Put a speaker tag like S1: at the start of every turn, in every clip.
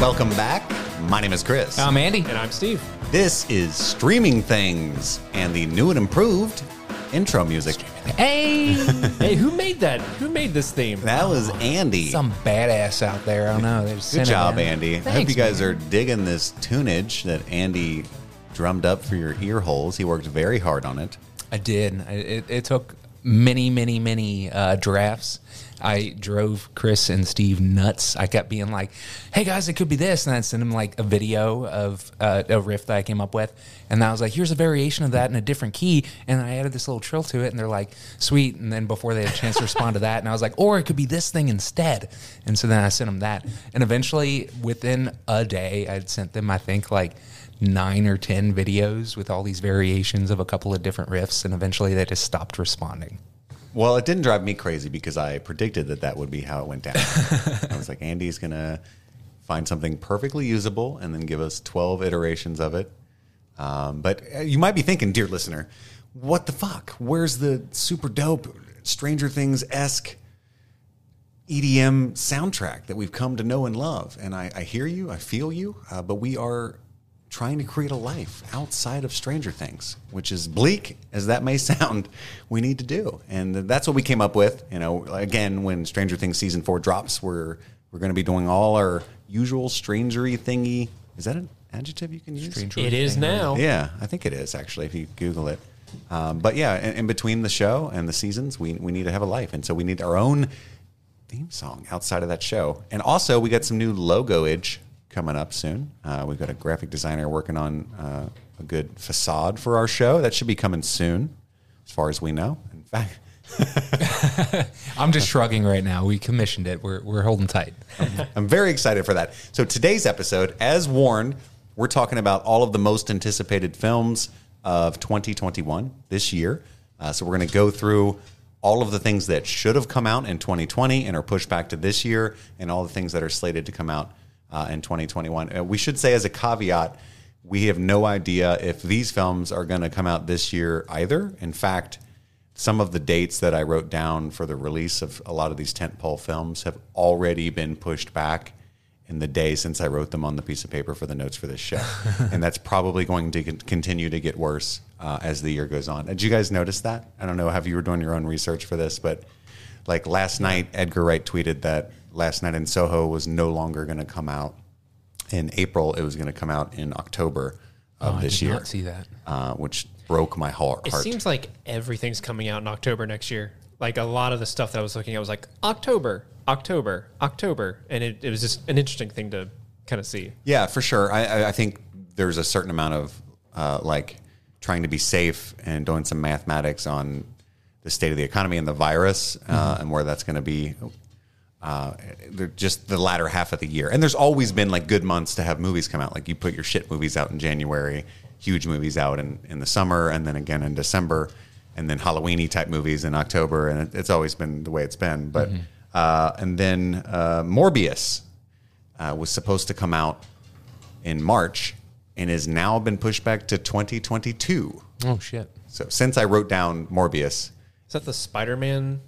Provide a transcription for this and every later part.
S1: Welcome back. My name is Chris.
S2: I'm Andy.
S3: And I'm Steve.
S1: this is Streaming Things and the new and improved intro music.
S2: Hey,
S3: Hey, who made that? Who made this theme?
S1: That was Andy.
S2: some badass out there. I don't know. They just
S1: Good
S2: sent it
S1: job,
S2: down.
S1: Andy. I hope
S2: Thanks,
S1: you guys
S2: man.
S1: are digging this tunage that Andy drummed up for your ear holes. He worked very hard on it.
S2: I did. I, it, it took many, many, many uh, drafts. I drove Chris and Steve nuts. I kept being like, "Hey guys, it could be this," and I'd send them like a video of uh, a riff that I came up with, and I was like, "Here's a variation of that in a different key," and I added this little trill to it, and they're like, "Sweet!" And then before they had a chance to respond to that, and I was like, "Or it could be this thing instead," and so then I sent them that, and eventually within a day, I'd sent them I think like nine or ten videos with all these variations of a couple of different riffs, and eventually they just stopped responding.
S1: Well, it didn't drive me crazy because I predicted that that would be how it went down. I was like, Andy's going to find something perfectly usable and then give us 12 iterations of it. Um, but uh, you might be thinking, dear listener, what the fuck? Where's the super dope Stranger Things esque EDM soundtrack that we've come to know and love? And I, I hear you, I feel you, uh, but we are trying to create a life outside of Stranger Things, which is bleak as that may sound, we need to do. And that's what we came up with. You know, again, when Stranger Things season four drops, we're we're going to be doing all our usual strangery thingy. Is that an adjective you can use?
S3: It is now.
S1: Yeah, I think it is actually if you Google it. Um, but yeah, in, in between the show and the seasons, we we need to have a life, and so we need our own theme song outside of that show. And also, we got some new logoage coming up soon. Uh, we've got a graphic designer working on uh, a good facade for our show that should be coming soon, as far as we know. In fact,
S2: I'm just shrugging right now. We commissioned it. We're we're holding tight.
S1: I'm very excited for that. So today's episode, as warned, we're talking about all of the most anticipated films of 2021 this year. Uh, so we're going to go through all of the things that should have come out in 2020 and are pushed back to this year, and all the things that are slated to come out uh, in 2021. Uh, we should say, as a caveat, we have no idea if these films are going to come out this year either. In fact, some of the dates that I wrote down for the release of a lot of these tentpole films have already been pushed back in the day since I wrote them on the piece of paper for the notes for this show, and that's probably going to con- continue to get worse uh, as the year goes on. Did you guys notice that? I don't know how you were doing your own research for this, but like last night, Edgar Wright tweeted that last night in Soho was no longer going to come out in April; it was going to come out in October of
S2: Oh, I
S1: Oh, this
S2: did
S1: year,
S2: not see that.
S1: Uh, which broke my heart.
S3: It seems like everything's coming out in October next year. Like a lot of the stuff that I was looking at was like October, October, October. And it, it was just an interesting thing to kind of see.
S1: Yeah, for sure. I- I, I think there's a certain amount of uh, like trying to be safe and doing some mathematics on the state of the economy and the virus uh, and where that's going to be. Uh, they're just the latter half of the year, and there's always been like good months to have movies come out. Like you put your shit movies out in January, huge movies out in, in the summer, and then again in December, and then Halloweeny type movies in October, and it, it's always been the way it's been. But uh, and then uh, Morbius uh, was supposed to come out in March and has now been pushed back to 2022.
S2: Oh shit.
S1: So since I wrote down Morbius,
S3: Is that the Spider Man?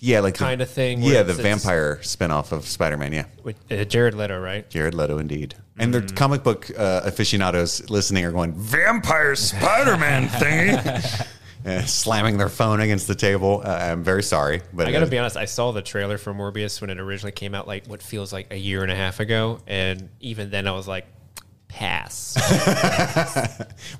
S1: yeah, like the-
S3: Kinda thing where
S1: Yeah, the
S3: it's- it's-
S1: vampire spinoff of Spider-Man. Yeah,
S3: With uh, Jared Leto, right?
S1: Jared Leto, indeed. And
S3: Mm.
S1: the comic book uh, aficionados listening are going vampire Spider-Man thingy, Uh, slamming their phone against the table. Uh, I'm very sorry, but
S3: I gotta
S1: uh,
S3: be honest. I saw the trailer for Morbius when it originally came out, like what feels like a year and a half ago, and even then I was like, pass.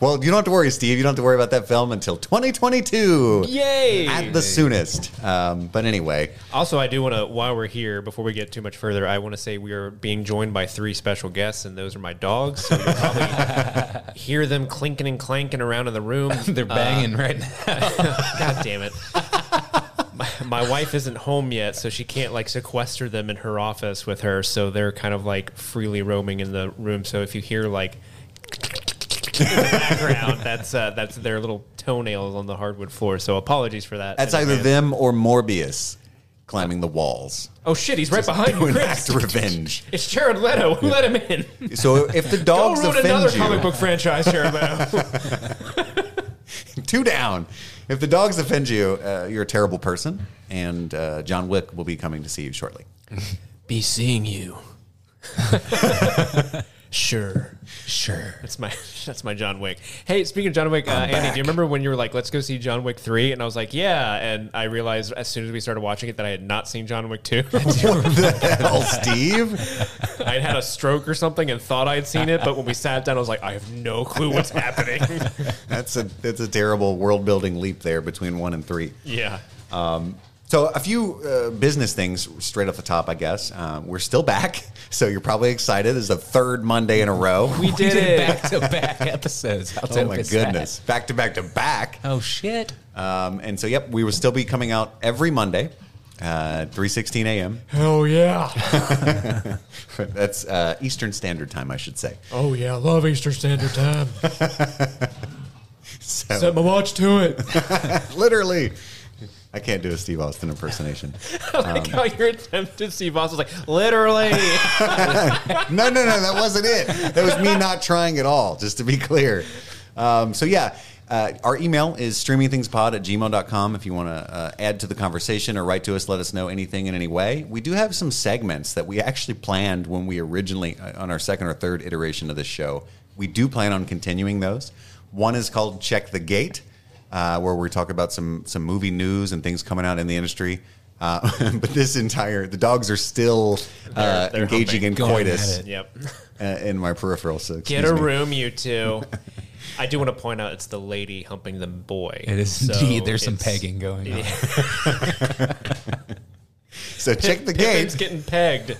S1: well, you don't have to worry, Steve. You don't have to worry about that film until 2022
S3: Yay!
S1: at the soonest. Um, but anyway,
S3: Also, I do want to, while we're here, before we get too much further, I want to say we are being joined by three special guests, and those are my dogs. So you'll probably hear them clinking and clanking around in the room. Uh,
S2: They're banging right now.
S3: God damn it. My, my wife isn't home yet, so she can't like sequester them in her office with her. So they're kind of like freely roaming in the room. So if you hear like in the background, that's uh, that's their little toenails on the hardwood floor. So apologies for that.
S1: That's
S3: in
S1: either
S3: advance.
S1: them or Morbius climbing the walls
S3: Oh shit, he's right
S1: to
S3: behind you,
S1: enact
S3: Chris.
S1: revenge.
S3: It's Jared Leto. Who let him in?
S1: So if the dogs
S3: Don't ruin another
S1: offend you,
S3: comic book franchise, Jared Leto.
S1: two down. If the dogs offend you, uh, you're a terrible person, and uh, John Wick will be coming to see you shortly.
S3: Be seeing you. Sure.
S2: Sure.
S3: That's my that's my John Wick. Hey, speaking of John Wick, uh, Andy, do you remember when you were like, "Let's go see John Wick 3? And I was like, "Yeah," and I realized as soon as we started watching it that I had not seen John Wick two.
S1: What the hell, Steve?
S3: I had had a stroke or something and thought I had seen it, but when we sat down, I was like, "I have no clue what's happening."
S1: That's a that's a terrible world building leap there between one and three.
S3: yeah.
S1: So a few uh, business things straight off the top, I guess. Um, we're still back, so you're probably excited. This is the third Monday in a row.
S3: We did, it.
S2: back to back episodes. I'll
S1: oh
S2: tell
S1: my
S2: you that.
S1: goodness, back to back to back.
S2: Oh shit.
S1: Um, and so, yep, we will still be coming out every Monday, uh, three sixteen a.m.
S3: Hell yeah.
S1: That's uh, Eastern Standard Time, I should say.
S3: Oh yeah. Love Eastern Standard Time.
S1: So,
S3: my watch to it.
S1: literally, I can't do a Steve Austin impersonation.
S3: like how your attempt to see boss was like, literally.
S1: no, no, no, that wasn't it. That was me not trying at all, just to be clear. Um, so, yeah, uh, our email is streamingthingspod at gmail.com if you want to uh, add to the conversation or write to us, let us know anything in any way. We do have some segments that we actually planned when we originally, uh, on our second or third iteration of this show, we do plan on continuing those. One is called Check the Gate. Uh, where we talk about some some movie news and things coming out in the industry, uh, but this entire the dogs are still uh,
S3: They're- they're
S1: engaging in
S2: Going
S1: coitus
S2: at it.
S3: yep.
S1: uh, in my peripheral. So excuse
S3: Get a
S1: me.
S3: room, you two. I do want to point out it's the lady humping the boy.
S2: It is
S3: So
S2: indeed. There's some
S3: it's-
S2: pegging going on.
S1: So check the
S3: Pippin's
S1: gate
S3: getting pegged.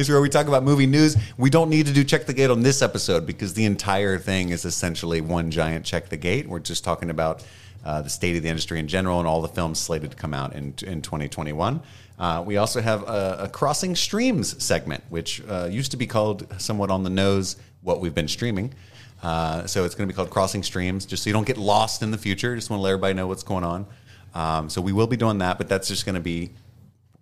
S1: is where we talk about movie news. We don't need to do check the gate on this episode because the entire thing is essentially one giant check the gate. We're just talking about uh, the state of the industry in general and all the films slated to come out in in 2021. Uh, we also have a, a crossing streams segment, which uh, used to be called somewhat on the nose what we've been streaming. Uh, so it's going to be called Crossing Streams, just so you don't get lost in the future. Just want to let everybody know what's going on. Um, so we will be doing that, but that's just going to be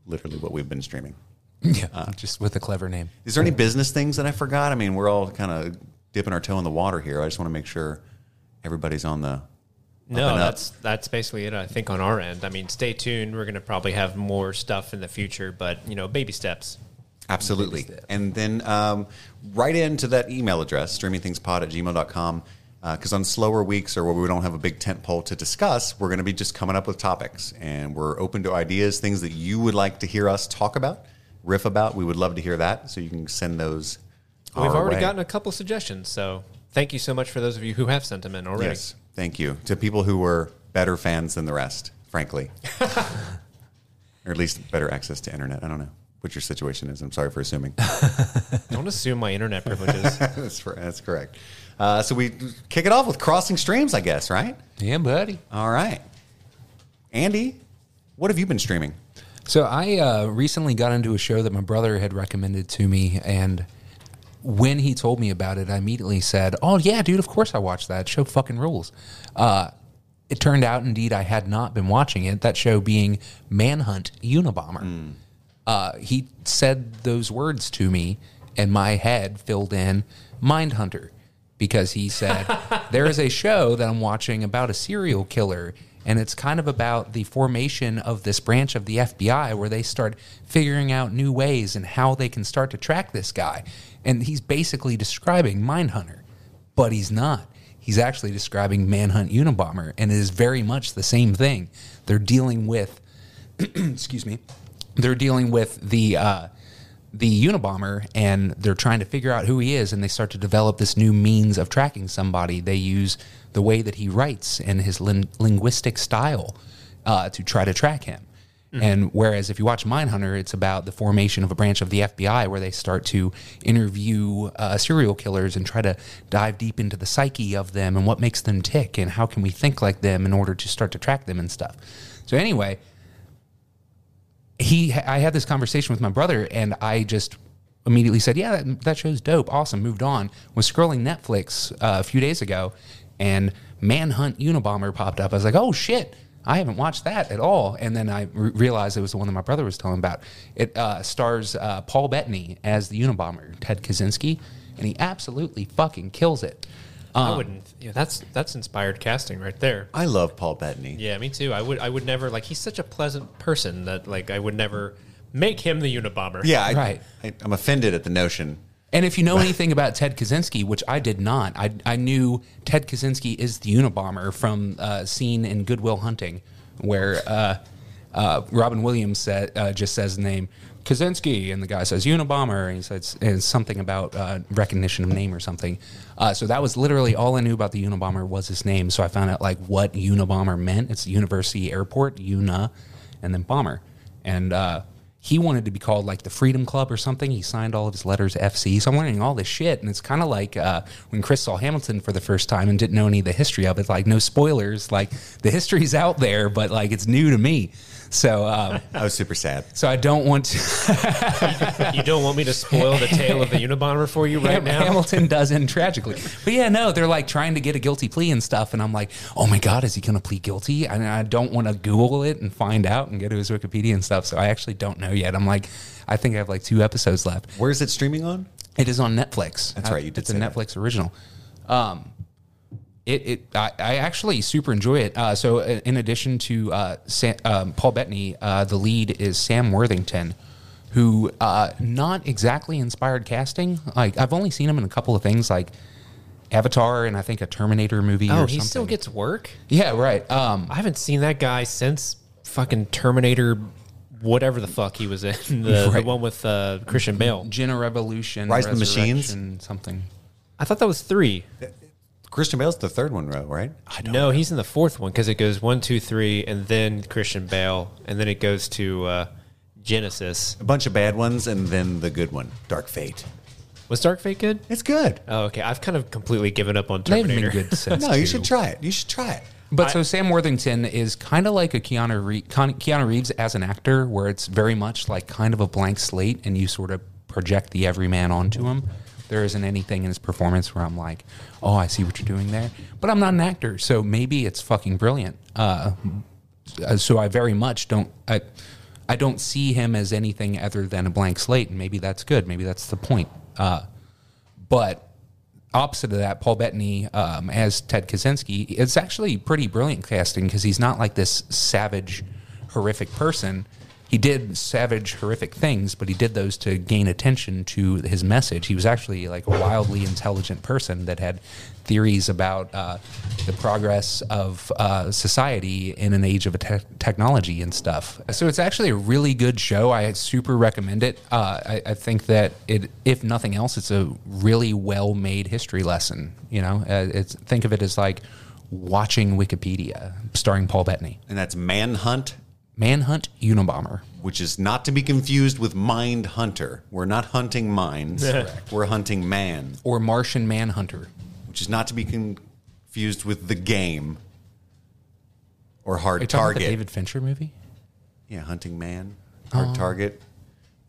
S1: literally what we've been streaming.
S2: Yeah. just with a clever name.
S1: Is there any business things that I forgot? I mean, we're all kind of dipping our toe in the water here. I just want to make sure everybody's on the. up
S3: No,
S1: and up.
S3: that's that's basically it. I think on our end. I mean, stay tuned. We're gonna probably have more stuff in the future, but you know, baby steps.
S1: Absolutely. And then um, right into that email address, streamingthingspod at gmail.com. Because uh, on slower weeks or where we don't have a big tent pole to discuss, we're going to be just coming up with topics and we're open to ideas, things that you would like to hear us talk about, riff about. We would love to hear that. So you can send those.
S3: We've
S1: our
S3: already
S1: way.
S3: gotten a couple suggestions, so thank you so much for those of you who have sent them in already.
S1: Yes, thank you to people who were better fans than the rest, frankly, or at least better access to internet. I don't know what your situation is. I'm sorry for assuming.
S3: Don't assume my internet privileges.
S1: that's, for- that's correct. Uh, so we kick it off with crossing streams, I guess, right?
S2: Yeah, buddy.
S1: All right, Andy, what have you been streaming?
S2: So I uh, recently got into a show that my brother had recommended to me, and when he told me about it, I immediately said, "Oh yeah, dude, of course I watched that show. Fucking rules." Uh, it turned out, indeed, I had not been watching it. That show being Manhunt Unabomber. Uh, he said those words to me, and my head filled in Mindhunter because he said, There is a show that I'm watching about a serial killer, and it's kind of about the formation of this branch of the FBI where they start figuring out new ways and how they can start to track this guy. And he's basically describing Mindhunter, but he's not. He's actually describing Manhunt Unabomber, and it is very much the same thing. They're dealing with excuse me, they're dealing with the uh, the Unabomber and they're trying to figure out who he is, and they start to develop this new means of tracking somebody. They use the way that he writes and his lin- linguistic style uh, to try to track him. And whereas if you watch Mindhunter, it's about the formation of a branch of the FBI where they start to interview uh, serial killers and try to dive deep into the psyche of them and what makes them tick and how can we think like them in order to start to track them and stuff. So anyway, he I had this conversation with my brother and I just immediately said, "Yeah, that, that show's dope, awesome." Moved on. Was scrolling Netflix uh, a few days ago and Manhunt Unabomber popped up. I was like, "Oh shit." I haven't watched that at all, and then I re- realized it was the one that my brother was telling about. It uh, stars uh, Paul Bettany as the Unabomber, Ted Kaczynski, and he absolutely fucking kills it.
S1: Um,
S3: I wouldn't. Yeah, that's that's inspired casting right there.
S1: I love Paul Bettany.
S3: Yeah, me too. I would I would never like he's such a pleasant person that like I would never Make him the Unabomber.
S1: Yeah, I,
S2: Right.
S1: I, I'm offended at the notion.
S2: And if you know anything about Ted Kaczynski, which I did not, I, I knew Ted Kaczynski is the Unabomber from uh, scene in Goodwill Hunting, where uh, uh, Robin Williams said, uh, just says the name Kaczynski, and the guy says Unabomber, and he says and it's something about uh, recognition of name or something. Uh, so that was literally all I knew about the Unabomber was his name. So I found out like what Unabomber meant. It's University Airport, Una, and then bomber, and. Uh, he wanted to be called like the Freedom Club or something. He signed all of his letters FC. So I'm learning all this shit, and it's kind of like uh, when Chris saw Hamilton for the first time and didn't know any of the history of it. Like no spoilers. Like the history's out there, but like it's new to me. So um,
S1: I was super sad.
S2: so I don't want to.
S3: You don't want me to spoil the tale of the Unabomber for you right now?
S2: Hamilton does end tragically, but yeah, no, they're like trying to get a guilty plea and stuff, and I'm like, oh my god, is he going to plead guilty? And I don't want to Google it and find out and go to his Wikipedia and stuff. So I actually don't know yet. I'm like, I think I have like two episodes left.
S1: Where is it streaming on?
S2: It is on Netflix.
S1: That's right, you did
S2: it's a
S1: say that.
S2: Netflix original. Um, it it I, I actually super enjoy it. Uh, so i- in addition to uh, Sam, um, Paul Bettany, uh, the lead is Sam Worthington, who uh, not exactly inspired casting. Like I've only seen him in a couple of things, like Avatar and I think a Terminator movie.
S3: Oh,
S2: or
S3: he
S2: something.
S3: still gets work?
S2: yeah right. Um,
S3: I haven't seen that guy since fucking Terminator, whatever the fuck he was in. The, the
S2: Right.
S3: one with uh, Christian Bale.
S2: Gen Revolution,
S1: Rise of the Machines?
S2: Resurrection, something.
S3: I thought that was three.
S1: Christian Bale's the third one, row, right?
S3: no, he's in the fourth one because it goes one, two, three, and then Christian Bale, and then it goes to uh, Genesis.
S1: A bunch of bad ones and then the good one, Dark Fate.
S3: Was Dark Fate good?
S1: It's good.
S3: Oh, okay. I've kind of completely given up on
S2: They've been
S3: Terminator.
S2: good since.
S1: No, you
S2: too.
S1: should try it. You should try it.
S2: But so Sam Worthington is kind of like a Keanu Ree- Con- Keanu Reeves as an actor, where it's very much like kind of a blank slate, and you sort of project the everyman onto him. There isn't anything in his performance where I'm like, "Oh, I see what you're doing there," but I'm not an actor, so maybe it's fucking brilliant. Uh, uh, so I very much don't I, I don't see him as anything other than a blank slate, and maybe that's good. Maybe that's the point. Uh, but opposite of that, Paul Bettany um, as Ted Kaczynski, it's actually pretty brilliant casting because he's not like this savage, horrific person. He did savage, horrific things, but he did those to gain attention to his message. He was actually like a wildly intelligent person that had theories about uh, the progress of uh, society in an age of te- technology and stuff. So it's actually a really good show. I super recommend it. Uh, I, I think that it, if nothing else, it's a really well made history lesson. You know, uh, it's think of it as like watching Wikipedia, starring Paul Bettany.
S1: And that's Manhunt,
S2: Manhunt Unabomber.
S1: which is not to be confused with Mind Hunter. We're not hunting minds. We're hunting man,
S2: Or Martian Manhunter.
S1: which is not to be con- confused with the game or Hard
S2: Are you talking about
S1: Target.
S2: the David Fincher movie?
S1: Yeah, Hunting Man, Hard Target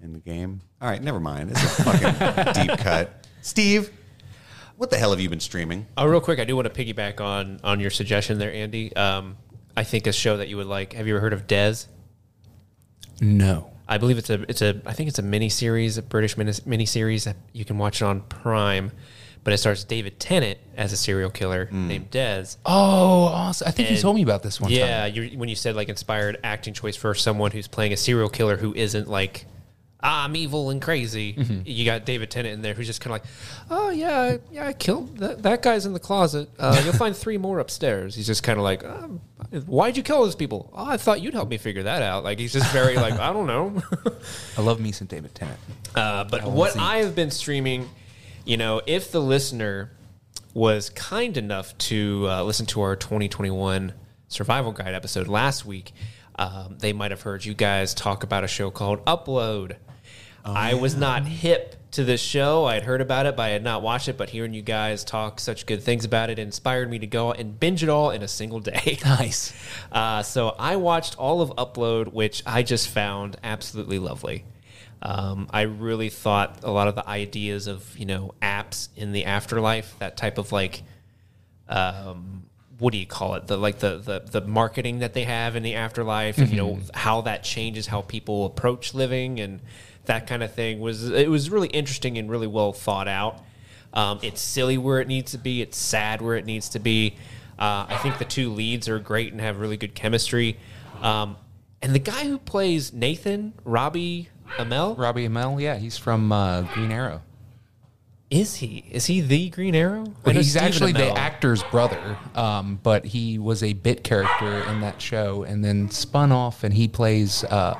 S1: in the game. All right, never mind. It's a fucking deep cut. Steve, what the hell have you been streaming?
S3: Oh, real quick, I do want to piggyback on on your suggestion there, Andy. Um, I think a show that you would like. Have you ever heard of Des?
S2: No.
S3: I believe it's a it's a I think it's a mini series, a British mini series. You can watch it on Prime, but it stars David Tennant as a serial killer named Des.
S2: Oh, awesome. I think you
S3: And-
S2: told me about this one time.
S3: Yeah, you when you said like inspired acting choice for someone who's playing a serial killer who isn't like I'm evil and crazy. You got David Tennant in there who's just kind of like, oh yeah, I- yeah, I killed that, that guy's in the closet. Uh, you'll find three more upstairs. He's just kind of like, um, why'd you kill those people? Oh, I thought you'd help me figure that out. Like he's just very like I don't know.
S2: I love me some David Tennant.
S3: Uh, but what I have been streaming, you know, if the listener was kind enough to uh, listen to our 2021 survival guide episode last week, um, they might have heard you guys talk about a show called Upload. I was not hip to this show. I had heard about it, but I had not watched it. But hearing you guys talk such good things about it inspired me to go and binge it all in a single day.
S2: Nice.
S3: Uh, so I watched all of Upload, which I just found absolutely lovely. Um, I really thought a lot of the ideas of you know apps in the afterlife, that type of like, um, what do you call it? The like the the, the marketing that they have in the afterlife, and you know how that changes how people approach living and that kind of thing was it was really interesting and really well thought out. Um, it's silly where it needs to be. It's sad where it needs to be. Uh, I think the two leads are great and have really good chemistry. Um, and the guy who plays Nathan, Robbie, Amel?
S2: Robbie Amell, yeah, he's from uh, Green Arrow.
S3: Is he? Is he the Green Arrow? I know
S2: He's
S3: Stephen
S2: actually
S3: Amell.
S2: the actor's brother, um, but he was a bit character in that show and then spun off, and he plays uh,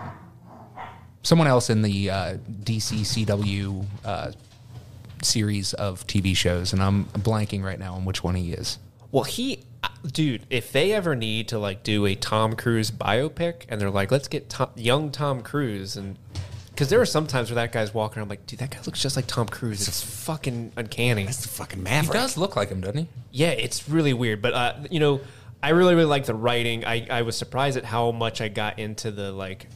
S2: someone else in the uh, DCCW uh, series of TV shows. And I'm blanking right now on which one he is.
S3: Well, he, uh, dude, if they ever need to like do a Tom Cruise biopic, and they're like, let's get Tom, young Tom Cruise, and because there are some times where that guy's walking, around, I'm like, dude, that guy looks just like Tom Cruise. It's fucking uncanny.
S1: It's the fucking
S2: He
S1: Maverick.
S2: does look like him, doesn't he?
S3: Yeah, it's really weird, but uh, you know, I really really like the writing. I, I was surprised at how much I got into the like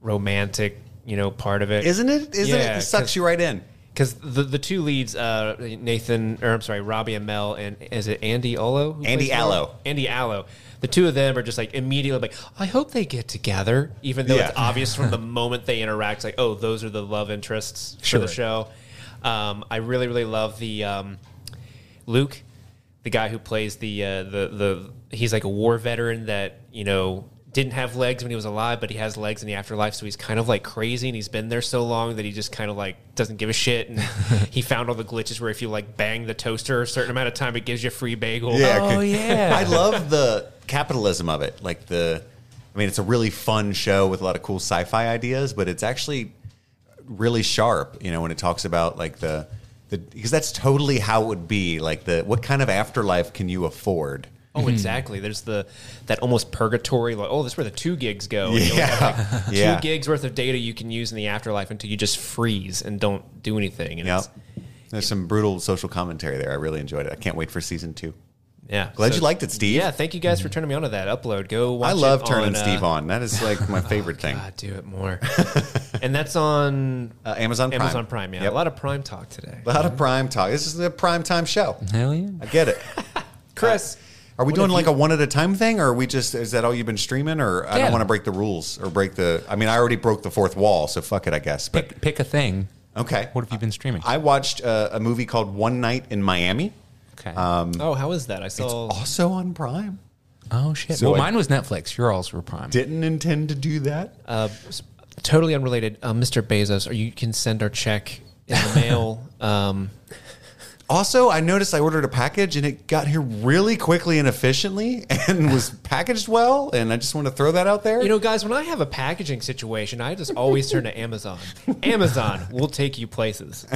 S3: romantic, you know, part of it.
S1: Isn't it? Isn't
S3: Yeah,
S1: it? It sucks you right in.
S3: Because the the two leads, uh, Nathan, or I'm sorry, Robbie and Mel, and is it Andy Ollo? who
S1: Andy
S3: plays Mel?
S1: Allo.
S3: Andy Allo. The two of them are just like immediately like, I hope they get together, even though
S1: Yeah.
S3: it's obvious from the moment they interact, like, oh, those are the love interests for
S2: Sure.
S3: the show. Um, I really, really love the um, Luke, the guy who plays the uh, the the he's like a war veteran that you know didn't have legs when he was alive, but he has legs in the afterlife. So he's kind of like crazy, and he's been there so long that he just kind of like doesn't give a shit. And he found all the glitches where if you like bang the toaster a certain amount of time, it gives you a free bagel.
S2: Oh,
S1: 'cause-
S2: yeah.
S1: I love the capitalism of it. Like the, I mean, it's a really fun show with a lot of cool sci-fi ideas, but it's actually really sharp. You know, when it talks about like the, the because that's totally how it would be. Like the what kind of afterlife can you afford?
S3: Oh, exactly. There's the that almost purgatory. Like, oh, this is where the two gigs go. And you'll have,
S1: Yeah,
S3: like,
S1: yeah.
S3: two gigs worth of data you can use in the afterlife until you just freeze and don't do anything. And
S1: Yeah.
S3: it's,
S1: There's some brutal social commentary there. I really enjoyed it. I can't wait for season two.
S3: yeah.
S1: Glad
S3: So-
S1: you liked it, Steve. Mm-hmm.
S3: Yeah, thank you guys for turning me on to that upload. Go watch
S1: I love
S3: it
S1: turning
S3: on, uh, Oh,
S1: Steve on. That is like my favorite thing.
S3: God, do it more. and that's on
S1: Uh, Amazon Prime.
S3: Amazon Prime. Yeah,
S1: Yep.
S3: a lot of Prime talk today.
S1: A lot of prime time. This is a prime time show.
S2: Hell yeah.
S1: I get it. uh,
S3: Chris,
S1: Are we
S3: What
S1: doing
S3: if
S1: like
S3: you-
S1: a one at a time thing, or are we just is that all you've been streaming? Or I
S2: Yeah.
S1: don't want to break the rules or break the. I mean, I already broke the fourth wall, so fuck it, I guess. But
S2: Pick, pick a thing.
S1: okay,
S2: What have you been streaming?
S1: I watched uh, a movie called One Night in Miami,
S2: okay.
S1: um,
S3: oh, how is that? I saw.
S1: also on Prime.
S2: oh, shit.
S1: so
S2: well,
S1: I-
S2: mine was Netflix. Your alls were Prime.
S1: Didn't intend to do that.
S3: Uh, s- totally unrelated. Uh, Mr. Bezos, or you can send our check in the mail. Um,
S1: Also, I noticed I ordered a package and it got here really quickly and efficiently, and was packaged well. And I just want to throw that out there.
S3: you know, guys, when I have a packaging situation, I just always turn to Amazon. Amazon will take you places.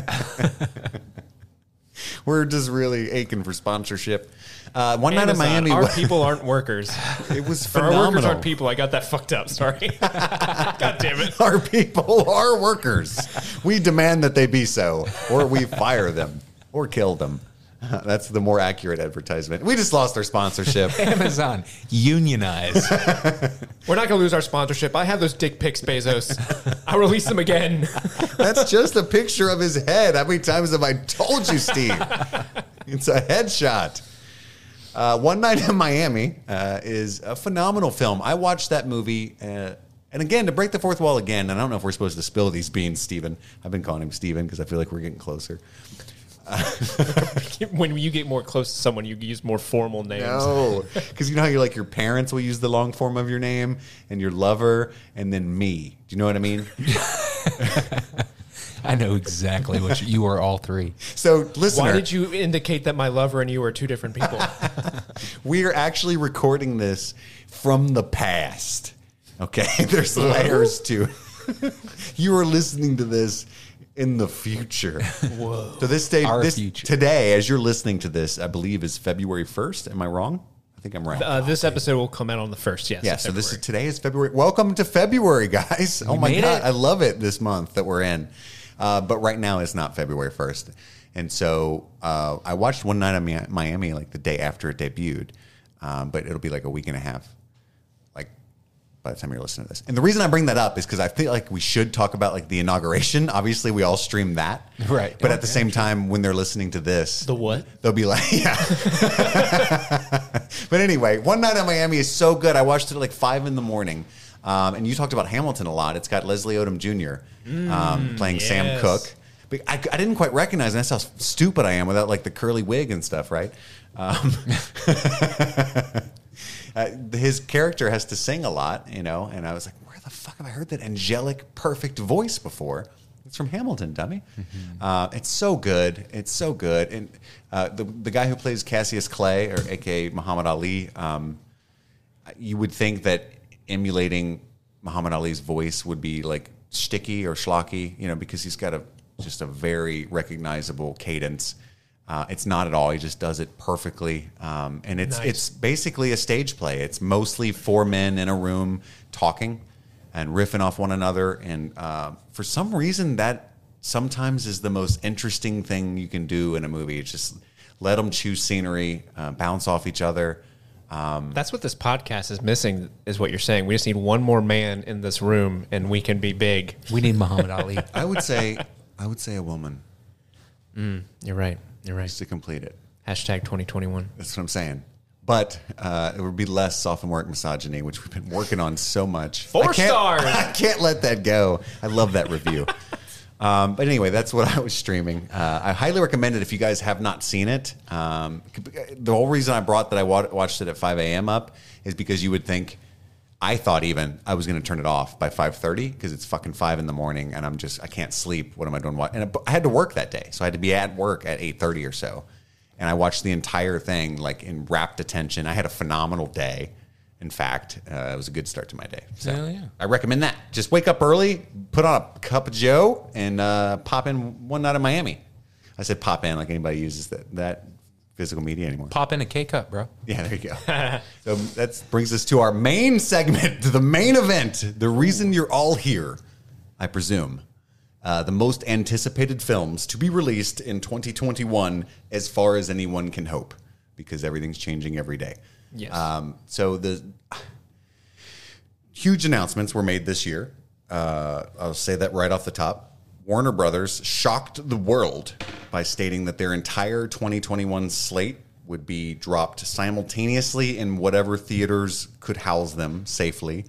S1: We're just really aching for sponsorship. Uh, One Night in
S3: Amazon,
S1: Miami.
S3: our
S1: was-
S3: people aren't workers.
S1: It was
S3: Our workers
S1: phenomenal.
S3: aren't people. I got that fucked up. Sorry. God damn it.
S1: Our people are workers. We demand that they be so, or we fire them, or kill them. That's the more accurate advertisement. We just lost our sponsorship.
S2: Amazon. Unionize.
S3: We're not going to lose our sponsorship. I have those dick pics, Bezos. I'll release them again.
S1: That's just a picture of his head. How many times have I told you, Steve? It's a headshot. Uh, One Night in Miami uh, is a phenomenal film. I watched that movie. Uh, and again, to break the fourth wall again, and I don't know if we're supposed to spill these beans, Steven. I've been calling him Steven because I feel like we're getting closer.
S3: when you get more close to someone, you use more formal names.
S1: No, because you know how you like your parents will use the long form of your name, and your lover, and then me. Do you know what I mean?
S2: I know exactly what you, you are all three.
S1: So, listener,
S3: Why did you indicate that my lover and you are two different people?
S1: we are actually recording this from the past. Okay, there's layers to. it. you are listening to this in the future. Whoa! So this day,
S2: Our
S1: this
S2: future.
S1: today, as you're listening to this, I believe is February 1st. Am I wrong? I think I'm right.
S3: Uh, this episode will come out on the first. Yes.
S1: Yeah,
S3: of
S1: so this is
S3: February.
S1: today is February. Welcome to February, guys. oh my
S2: made
S1: god,
S2: it.
S1: I love it this month that we're in. Uh, but right now it's not February first, and so uh, I watched One Night in Mi- Miami like the day after it debuted, um, but it'll be like a week and a half, like by the time you're listening to this. And the reason I bring that up is because I feel like we should talk about like the inauguration. Obviously, we all stream that,
S2: Right.
S1: But at the same time, when they're listening to this,
S3: the what?
S1: They'll be like, yeah. but anyway, One Night in Miami is so good. I watched it at like five in the morning. Um, and you talked about Hamilton a lot. It's got Leslie Odom Jr. um, playing Sam
S3: yes.
S1: Cook. But I, I didn't quite recognize, and that's how stupid I am without like the curly wig and stuff, right? Um, uh, his character has to sing a lot, you know. And I was like, where the fuck have I heard that angelic, perfect voice before? It's from Hamilton, dummy. Uh, it's so good. It's so good. And uh, the the guy who plays Cassius Clay, or AKA Muhammad Ali, um, you would think that emulating Muhammad Ali's voice would be like sticky or schlocky, you know, because he's got a just a very recognizable cadence. Uh, it's not at all. He just does it perfectly, um, and it's
S3: Nice.
S1: it's basically a stage play. It's mostly four men in a room talking and riffing off one another, and uh, for some reason that sometimes is the most interesting thing you can do in a movie. It's just let them choose scenery, uh, bounce off each other.
S3: That's what this podcast is missing, is what you're saying. We just need one more man in this room, and we can be big.
S2: We need Muhammad Ali.
S1: I would say, I would say a woman
S3: You're right. You're right.
S1: just to complete it.
S3: Hashtag 2021.
S1: That's what I'm saying. But uh, it would be less sophomoric misogyny, which we've been working on so much.
S3: Four
S1: I can't-
S3: stars.
S1: I can't let that go. I love that review. um, but anyway, that's what I was streaming. Uh, I highly recommend it if you guys have not seen it. Um, the whole reason I brought that I wa- watched it at 5 a.m. up is because you would think. I thought even I was going to turn it off by 5:30 because it's fucking 5 in the morning and I'm just I can't sleep. What am I doing? What? And I had to work that day. So I had to be at work at 8:30 or so. And I watched the entire thing like in rapt attention. I had a phenomenal day. In fact, uh, it was a good start to my day. So
S2: Hell yeah.
S1: I recommend that. Just wake up early, put on a cup of joe and uh, pop in one night in Miami. I said pop in like anybody uses that that physical media anymore.
S2: Pop in a K cup, bro.
S1: Yeah, there you go. so that brings us to our main segment, to the main event, the reason you're all here, I presume. Uh, the most anticipated films to be released in 2021, as far as anyone can hope, because everything's changing every day.
S3: Yes.
S1: Um, so the huge announcements were made this year. Uh, I'll say that right off the top. Warner Brothers shocked the world by stating that their entire 2021 slate would be dropped simultaneously in whatever theaters could house them safely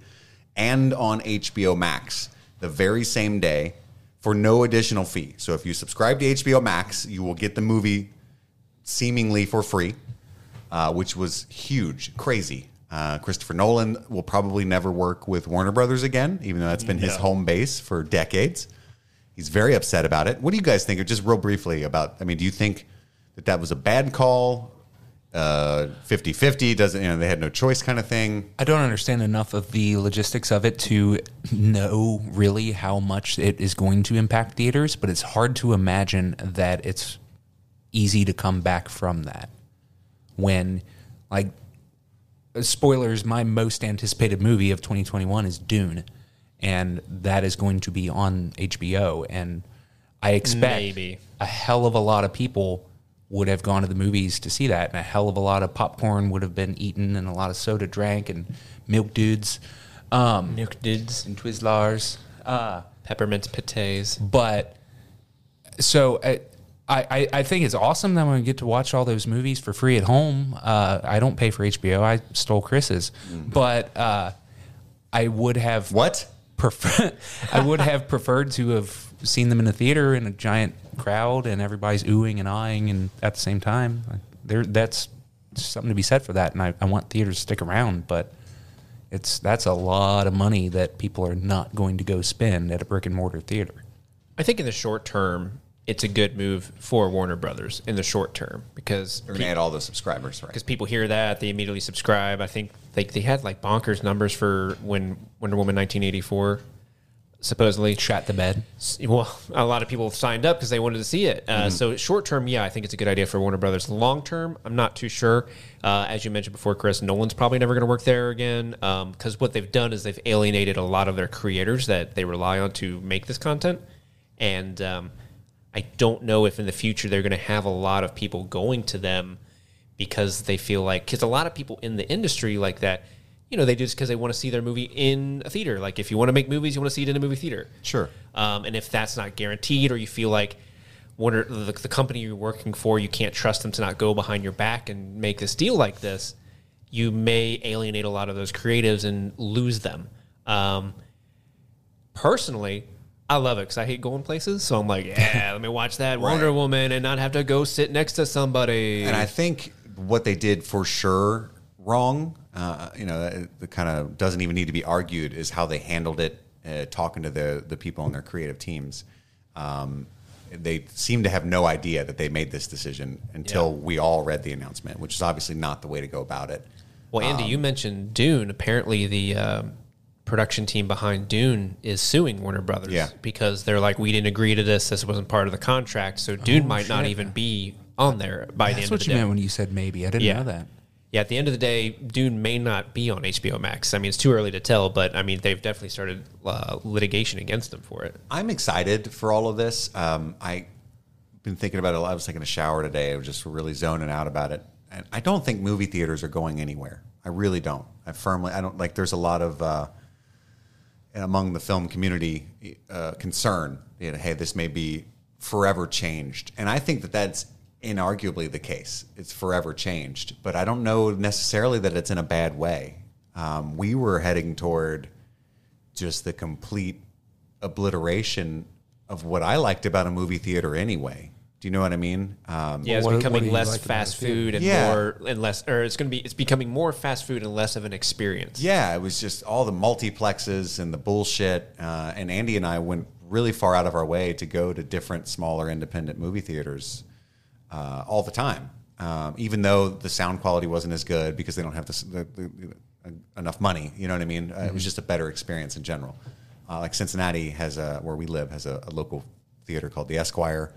S1: and on HBO Max the very same day for no additional fee. So if you subscribe to HBO Max, you will get the movie seemingly for free, uh, which was huge, crazy. Uh, Christopher Nolan will probably never work with Warner Brothers again, even though that's been his home base for decades. He's very upset about it. What do you guys think? Or just real briefly about, I mean, do you think that that was a bad call? Uh, 50-50 doesn't, you know, they had no choice kind of thing.
S2: I don't understand enough of the logistics of it to know really how much it is going to impact theaters, but it's hard to imagine that it's easy to come back from that. When, like, spoilers, my most anticipated movie of 2021 is Dune, and that is going to be on HBO. And I expect
S3: Maybe.
S2: a hell of a lot of people would have gone to the movies to see that, and a hell of a lot of popcorn would have been eaten, and a lot of soda drank, and milk dudes, um,
S3: Nuke dudes.
S2: and Twizzlers. Uh,
S3: Peppermint pates.
S2: but so I, I, I think it's awesome that I'm going to get to watch all those movies for free at home. Uh, I don't pay for HBO. I stole Chris's, but uh, I would have
S1: What?
S2: prefer- I would have preferred to have seen them in a theater in a giant crowd and everybody's oohing and eyeing and at the same time. Like, There, that's something to be said for that, and I, I want theaters to stick around, but. It's that's a lot of money that people are not going to go spend at a brick and mortar theater.
S3: I think in the short term, it's a good move for Warner Brothers in the short term because
S1: They're going to add all the subscribers, right?
S3: because people hear that they immediately subscribe. I think they they had like bonkers numbers for when Wonder Woman 1984 supposedly
S2: Shot the bed.
S3: well, a lot of people have signed up because they wanted to see it. Uh, So short term, yeah, I think it's a good idea for Warner Brothers. Long term, I'm not too sure. Uh, as you mentioned before, Chris Nolan's probably never going to work there again because what they've done is they've alienated a lot of their creators that they rely on to make this content, and um, I don't know if in the future they're going to have a lot of people going to them because they feel like because a lot of people in the industry like that. You know, they do this because they want to see their movie in a theater. Like, if you want to make movies, you want to see it in a movie theater.
S1: Sure.
S3: Um, and if that's not guaranteed, or you feel like what are the, the company you're working for, you can't trust them to not go behind your back and make this deal like this, you may alienate a lot of those creatives and lose them. Um, personally, I love it because I hate going places. So I'm like, yeah, let me watch that Wonder Woman and not have to go sit next to somebody.
S1: And I think what they did for sure wrong uh, you know, that- that kind of doesn't even need to be argued is how they handled it, uh, talking to the the people on their creative teams. Um, they seem to have no idea that they made this decision until we all read the announcement, which is obviously not the way to go about it.
S3: Well, Andy,
S2: um,
S3: you mentioned Dune. Apparently, the um, production team behind Dune is suing Warner Brothers
S1: Yeah.
S3: because they're like, we didn't agree to this. This wasn't part of the contract. So Dune might not
S2: Oh, shit.
S3: even be on there by the
S2: That's
S3: end
S2: what
S3: of
S2: you
S3: the day.
S2: meant when you said maybe. I didn't
S3: Yeah.
S2: know that.
S3: Yeah, at the end of the day, Dune may not be on HBO Max. I mean, it's too early to tell, but I mean, they've definitely started uh, litigation against them for it.
S1: I'm excited for all of this. Um, I've been thinking about it. a lot. I was taking a shower today. I was just really zoning out about it. And I don't think movie theaters are going anywhere. I really don't. I firmly, I don't like, there's a lot of, uh, among the film community uh, concern, you know, hey, this may be forever changed. And I think that that's inarguably the case. It's forever changed, but I don't know necessarily that it's in a bad way. Um, we were heading toward just the complete obliteration of what I liked about a movie theater anyway. Do you know what I mean? Um,
S3: Yeah, it's
S2: what- what do
S3: becoming
S2: you
S3: less
S2: like about
S3: fast
S2: the theater?
S3: food and
S1: Yeah.
S3: more and less, or it's going to be it's becoming more fast food and less of an experience.
S1: Yeah, it was just all the multiplexes and the bullshit. Uh, and Andy and I went really far out of our way to go to different smaller independent movie theaters uh, all the time, um, even though the sound quality wasn't as good because they don't have the, s- the, the, the- enough money. You know what I mean? Uh, it was just a better experience in general. Uh, like Cincinnati has a where we live has a, a local theater called the Esquire.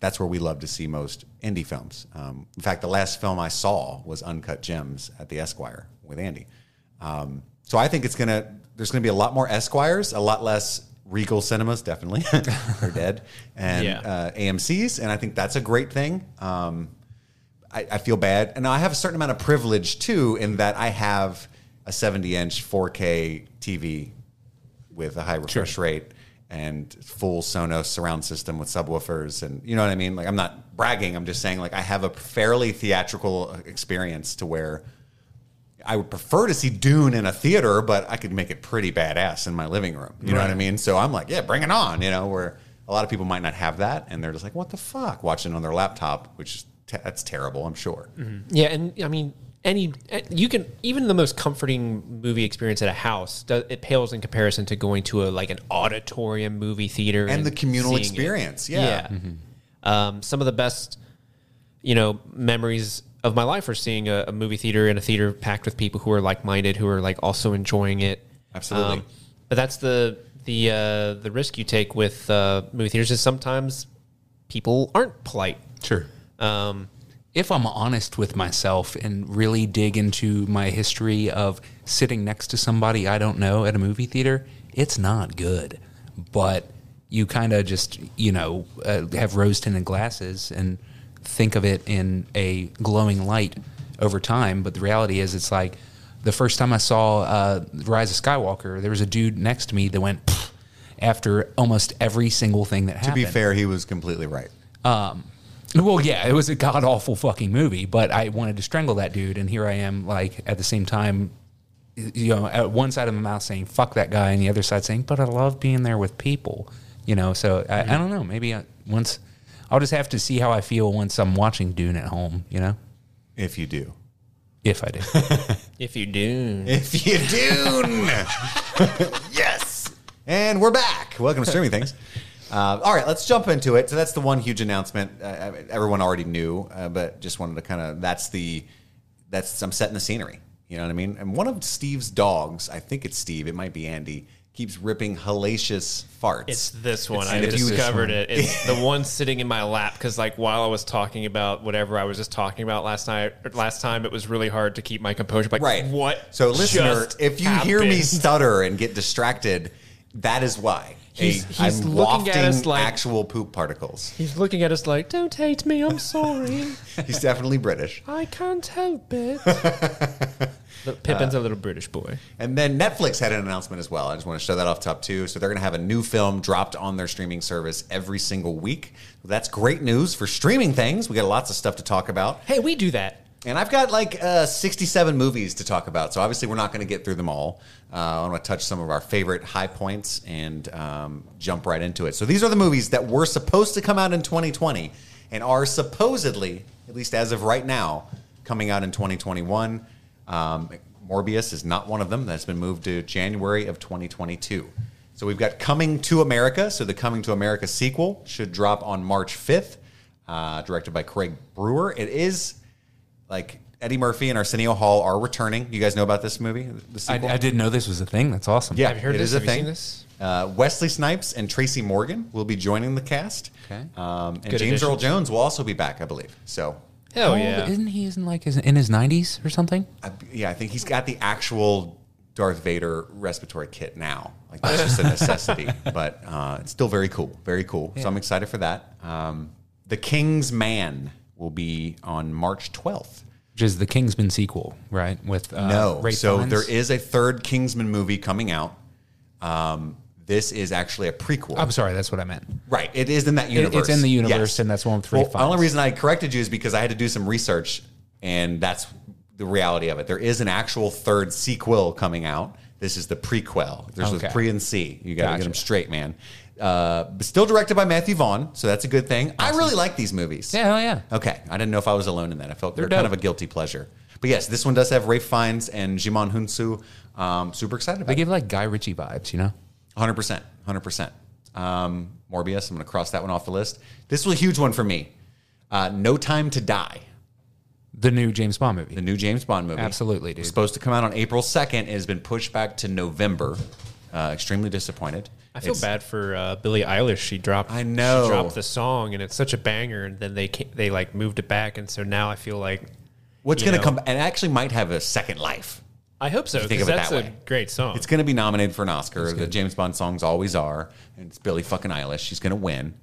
S1: That's where we love to see most indie films. Um, in fact, the last film I saw was Uncut Gems at the Esquire with Andy. Um, so I think it's gonna there's gonna be a lot more Esquires, a lot less Regal Cinemas, definitely. They're dead, and
S3: Yeah.
S1: uh, AMC's, and I think that's a great thing. Um, I, I feel bad, and I have a certain amount of privilege too, in that I have a 70 inch 4K TV with a high refresh rate and full Sonos surround system with subwoofers, and you know what I mean. Like I'm not bragging, I'm just saying like I have a fairly theatrical uh, experience to where. I would prefer to see Dune in a theater, but I could make it pretty badass in my living room. You know what I mean? So I'm like, yeah, bring it on. You know, where a lot of people might not have that, and they're just like, what the fuck, watching on their laptop, which is te- that's terrible. I'm sure.
S3: Yeah, and I mean, any eh, you can even the most comforting movie experience at a house does, it pales in comparison to going to a like an auditorium movie theater
S1: And the communal
S3: seeing it.
S1: experience, yeah.
S3: Um, some of the best, you know, memories of my life are seeing a, a movie theater and a theater packed with people who are like minded, who are like also enjoying it. Um,
S1: Absolutely.
S3: but that's the the uh, the risk you take with uh, movie theaters is sometimes people aren't polite.
S2: Sure.
S3: Um,
S2: if I'm honest with myself and really dig into my history of sitting next to somebody I don't know at a movie theater, it's not good. But you kind of just, you know, uh, have rose tinted glasses and think of it in a glowing light over time. But the reality is, it's like the first time I saw uh, Rise of Skywalker, there was a dude next to me that went "Pfft," after almost every single thing that
S1: To
S2: happened.
S1: be fair, he was completely right.
S2: Well, yeah, it was a god awful fucking movie, but I wanted to strangle that dude, and here I am, like at the same time, you know, at one side of my mouth saying "fuck that guy," and the other side saying, "But I love being there with people," you know. So I,
S1: Mm-hmm.
S2: I don't know. Maybe I, once I'll just have to see how I feel once I'm watching Dune at home, you know,
S1: If you do,
S2: if I do.
S3: if you do,
S1: if you do, yes. And we're back. Welcome to streaming things. Uh, all right, let's jump into it. So that's the one huge announcement. Uh, I mean, everyone already knew, uh, but just wanted to kind of that's the that's I'm setting the scenery. You know what I mean? And one of Steve's dogs, I think it's Steve, it might be Andy, keeps ripping hellacious farts.
S3: It's this one.
S1: It's-
S3: I
S1: and if you-
S3: discovered it. It's the one sitting in my lap because, like, while I was talking about whatever I was just talking about last night, or last time it was really hard to keep my composure. Like,
S1: right.
S3: What?
S1: So, listener,
S3: just
S1: if you hear me
S3: happened?
S1: stutter and get distracted, that is why.
S3: He's-
S1: i
S3: he's looking at us like-
S1: actual poop particles.
S3: he's looking at us like, "Don't hate me. I'm sorry.
S1: He's definitely British.
S3: I can't help it." Look, Pippin's a little British boy.
S1: And then Netflix had an announcement as well. I just want to show that off top too. So they're going to have a new film dropped on their streaming service every single week. That's great news for streaming things. We got lots of stuff to talk about.
S3: Hey, we do that.
S1: And I've got like uh, 67 movies to talk about. So obviously, we're not going to get through them all. Uh, I want to touch some of our favorite high points and um, jump right into it. So these are the movies that were supposed to come out in 2020 and are supposedly, at least as of right now, coming out in 2021. Um, Morbius is not one of them. That's been moved to January of 2022. So we've got Coming to America. So the Coming to America sequel should drop on March 5th, uh, directed by Craig Brewer. It is like Eddie Murphy and Arsenio Hall are returning. You guys know about this movie? The
S2: I,
S1: sequel?
S2: I didn't know this was a thing. That's awesome.
S1: Yeah,
S3: I've heard
S1: it
S3: this.
S1: is a
S3: Have you
S1: thing.
S3: seen this?
S1: Uh, Wesley Snipes and Tracy Morgan will be joining the cast.
S2: Okay.
S1: Um, and
S3: Good
S1: James Earl
S3: additions.
S1: Jones will also be back, I believe. So,
S3: Hell
S2: How old-
S3: Oh, yeah.
S2: Isn't he in like his, in his nineties or something?
S1: I, yeah, I think he's got the actual Darth Vader respiratory kit now. Like, that's just a necessity, but uh, it's still very cool. Very cool. So, I'm excited for that. Um, the King's Man will be on March 12th.
S2: Which is the Kingsman sequel, right? With uh,
S1: No.
S2: Ray
S1: so
S2: Fiennes?
S1: there is a third Kingsman movie coming out. Um, this is actually a prequel.
S2: I'm sorry, that's what I meant.
S1: Right. It is in that universe.
S2: it's in the universe, and that's one of three
S1: Well, the only
S2: finds.
S1: reason I corrected you is because I had to do some research, and that's the reality of it. There is an actual third sequel coming out. This is the prequel. There's
S2: Okay.
S1: a pre and C. You got to get
S2: Gotcha.
S1: them straight, man. Uh, but still directed by Matthew Vaughn, so that's a good thing. I really like these movies.
S2: Yeah, hell yeah.
S1: Okay, I didn't know if I was alone in that. I felt they're,
S2: They're
S1: kind
S2: dope.
S1: of a guilty pleasure. But yes, this one does have Rafe Fiennes and Jimon Hunsu. Um, super excited about
S2: They give like Guy Ritchie vibes, you know?
S1: Hundred percent, hundred percent. Um, Morbius, I'm going to cross that one off the list. This was a huge one for me. Uh, no Time to Die,
S2: The new James Bond movie.
S1: the new James Bond movie,
S2: Absolutely, dude.
S1: was supposed to come out on April 2nd. It has been pushed back to November. Uh, extremely disappointed.
S3: I feel
S1: It's-
S3: bad for uh, Billie Eilish. She dropped.
S1: I know.
S3: She dropped the song, and it's such a banger. And then they ca- they like moved it back, and so now I feel like
S1: What's
S3: you
S1: going to
S3: know.
S1: come? And actually, might have a second life.
S3: I hope so
S1: think
S3: because
S1: of it
S3: that's
S1: that
S3: a
S1: way.
S3: great song.
S1: It's going to be nominated for an Oscar. The James Bond songs always are, and it's Billy fucking Eilish. She's going to win.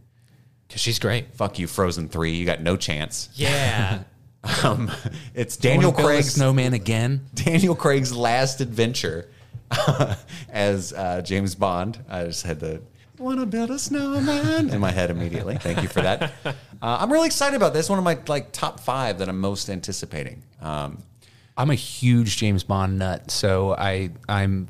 S3: Because she's great.
S1: Fuck you, Frozen Three. You got no chance.
S3: Yeah.
S1: Um, it's Daniel
S2: Wanna build a
S1: Craig's
S2: Snowman again.
S1: Daniel Craig's last adventure as uh, James Bond. I just had the "Wanna Build a Snowman" in my head immediately. Thank you for that. Uh, I'm really excited about this. One of my like top five that I'm most anticipating. Um,
S2: I'm a huge James Bond nut, so I I'm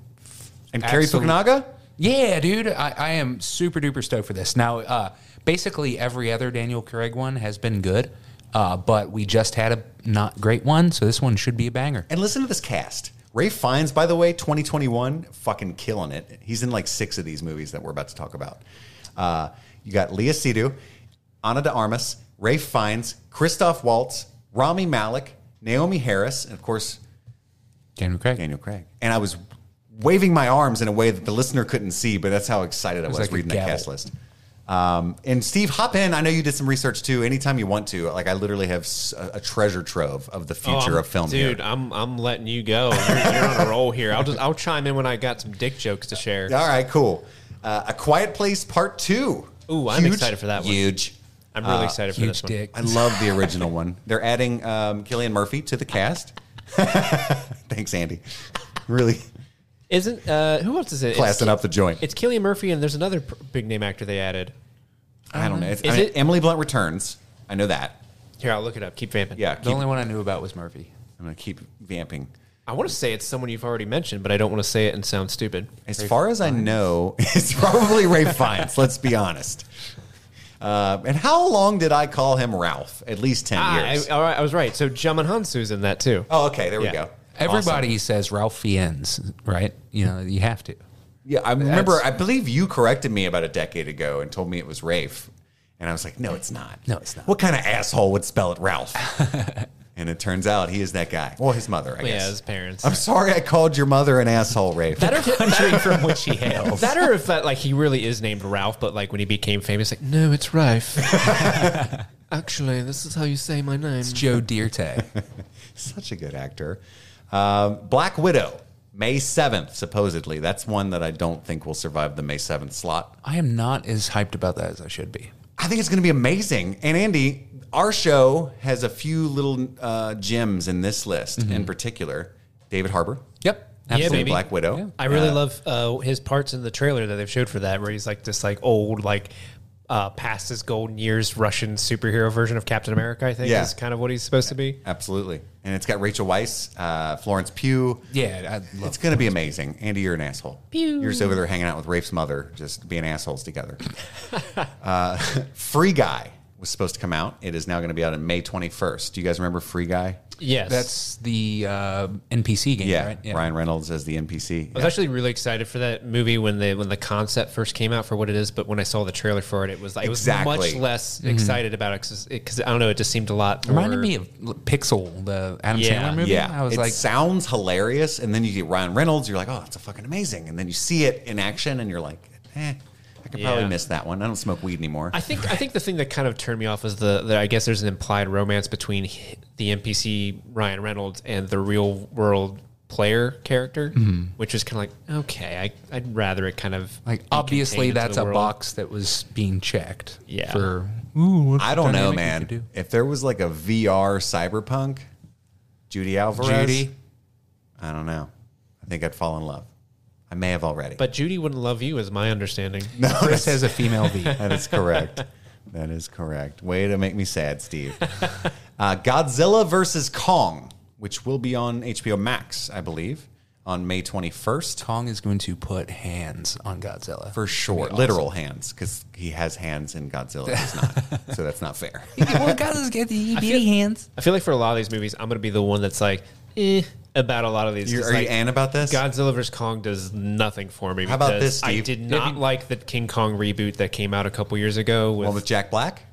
S1: and Kerry
S2: Absolute-
S1: Fukunaga.
S2: yeah, dude. I, I am super duper stoked for this. Now, uh, basically every other Daniel Craig one has been good, uh, but we just had a not great one, so this one should be a banger.
S1: And listen to this cast. Ray Fiennes, by the way, 2021, fucking killing it. He's in like six of these movies that we're about to talk about. Uh, you got Leah Sidhu, Ana de Armas, Ray Fiennes, Christoph Waltz, Rami Malik, Naomi Harris, and of course,
S2: Daniel Craig.
S1: Daniel Craig. And I was waving my arms in a way that the listener couldn't see, but that's how excited I was,
S2: like a
S1: reading that
S2: gavel.
S1: cast list. Um, and Steve, hop in. I know you did some research too. Anytime you want to, like I literally have s- a a treasure trove of the future
S3: I'm-
S1: of film.
S3: dude.
S1: here.
S3: I'm I'm letting you go. You're, you're on a roll here. I'll just I'll chime in when I got some dick jokes to share.
S1: all right, cool. Uh, a Quiet Place Part Two.
S3: Ooh, I'm excited for that one.
S1: Huge.
S3: I'm really excited for
S2: Huge
S3: this one.
S2: dick.
S1: I love the original one. They're adding um, Killian Murphy to the cast. Thanks, Andy. Really
S3: Isn't uh who else is it?
S1: classing
S3: it's,
S1: up the joint.
S3: It's Killian Murphy, and there's another pr- big name actor they added.
S1: I don't know. It's,
S3: um, Is
S1: I mean,
S3: it-
S1: Emily Blunt returns. I know that.
S3: Here, I'll look it up. Keep vamping.
S1: Yeah,
S2: The
S1: keep
S2: only one I knew about was Murphy.
S1: I'm gonna keep vamping.
S3: I want to say it's someone you've already mentioned, but I don't want to say it and sound stupid.
S1: As far as I know, it's probably Ray Fiennes. let's be honest. Uh, and how long did I call him Ralph? At least ten
S3: Ah, I,
S1: years.
S3: all right, I was right. So Jamin Hansu's in that too.
S1: oh, okay. There
S3: Yeah.
S1: we go.
S2: Everybody says Ralph Fiennes, right? You know, you have to.
S1: Yeah, I remember. I believe you corrected me about a decade ago and told me it was Rafe, and I was like, "No, it's not.
S2: No, it's not.
S1: What kind of asshole would spell it Ralph?" and it turns out he is that guy. Well, his mother, I
S3: yeah,
S1: guess.
S3: his parents.
S1: I'm sorry, I called your mother an asshole, Rafe.
S3: That or,
S2: Country from which he hails.
S3: that or if that like he really is named Ralph, but like when he became famous, like
S4: No, it's Rafe. Actually, this is how you say my name.
S2: Joe Dirte.
S1: Such a good actor. Um, Black Widow, May 7th, supposedly. That's one that I don't think will survive the May 7th slot.
S2: I am not as hyped about that as I should be.
S1: I think it's going to be amazing. And Andy, our show has a few little uh, gems in this list in particular. David Harbour,
S2: Yep.
S1: in
S3: baby.
S1: Black Widow.
S2: Yeah.
S3: I really love uh, his parts in the trailer that they've showed for that, where he's like this like old like uh, past his golden years Russian superhero version of Captain America. I think
S1: Yeah.
S3: is kind of what he's supposed to be.
S1: Absolutely. And it's got Rachel Weisz, uh, Florence Pugh.
S2: Yeah, I
S1: It's going to be amazing. Andy, you're an asshole. You're just over there hanging out with Rafe's mother, just being assholes together. uh, Free Guy, was supposed to come out. It is now going to be out on May 21st. Do you guys remember Free Guy?
S3: Yes.
S2: That's the uh, NPC game,
S1: Yeah,
S2: right?
S1: Ryan Reynolds as the NPC.
S3: I was
S1: Yeah.
S3: actually really excited for that movie when the when the concept first came out for what it is, but when I saw the trailer for it, it was like I was
S1: Exactly.
S3: much less excited about it because I don't know, it just seemed a lot.
S2: Mm-hmm. Reminded
S3: more-
S2: me of L- Pixel, the Adam
S3: Yeah.
S2: Sandler movie.
S1: Yeah,
S2: I was
S1: it
S2: like,
S1: sounds hilarious, and then you get Ryan Reynolds, you're like, oh, that's a fucking amazing, and then you see it in action, and you're like, eh, I could probably
S3: Yeah.
S1: miss that one. I don't smoke weed anymore.
S3: I think I think the thing that kind of turned me off is the that I guess there's an implied romance between h- the NPC Ryan Reynolds and the real world player character, which is kind of like okay, I, I'd rather it kind of
S2: Mm-hmm. like
S3: be
S2: obviously
S3: contained into
S2: that's
S3: the
S2: a
S3: world.
S2: box that was being checked.
S3: Yeah.
S2: For ooh, what's
S1: I
S2: the
S1: don't know,
S2: dynamic you could
S1: man.
S2: do?
S1: If there was like a VR cyberpunk, Judy Alvarez,
S2: Judy.
S1: I don't know. I think I'd fall in love. I may have already.
S3: But Judy wouldn't love you, is my understanding.
S2: Chris has a female V.
S1: That is correct. that is correct. Way to make me sad, Steve. Uh, Godzilla versus Kong, which will be on HBO Max, I believe, on May 21st.
S2: Kong is going to put hands on Godzilla
S1: For sure. Literal hands, because he has hands and Godzilla does not. so that's not fair.
S2: well, Godzilla's got the bitty hands.
S3: I feel like for a lot of these movies, I'm gonna be the one that's like, eh, about a lot of these.
S1: You're,
S3: 'Cause,
S1: are you
S3: like,
S1: Ann about this?
S3: Godzilla vs Kong does nothing for me.
S1: How about
S3: because
S1: this,
S3: I
S1: Steve?
S3: did not like the King Kong reboot that came out a couple years ago. With,
S1: One with Jack Black?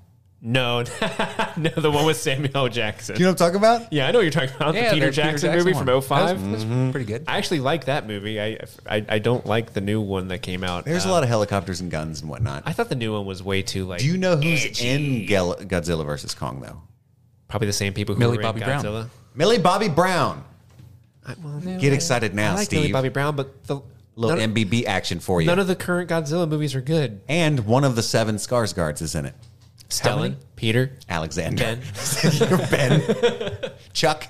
S3: no, no, the one with Samuel L. Jackson.
S1: Do you know what I'm talking about?
S3: yeah, I know what you're talking about the Peter Jackson, movie
S2: oh
S3: from 05.
S1: Mm-hmm.
S2: pretty good.
S3: I actually like that movie. I, I I don't like the new one that came out.
S1: There's
S3: Uh,
S1: a lot of helicopters and guns and whatnot.
S3: I thought the new one was way too like
S1: Do you know who's in Gel- Godzilla versus Kong, though?
S3: probably the same people who
S2: Millie
S3: were
S2: Bobby
S3: in
S2: Brown.
S3: Godzilla.
S1: Millie Bobby Brown. Get excited now,
S3: I like
S1: Steve.
S3: Millie Bobby Brown, but the
S1: Little
S3: none, of-
S1: MBB action for you.
S3: none of the current Godzilla movies are good.
S1: and one of the seven Skarsgårds is in it.
S3: Stellan,
S2: many?
S3: Peter,
S1: Alexander.
S3: Ben.
S1: ben. Chuck.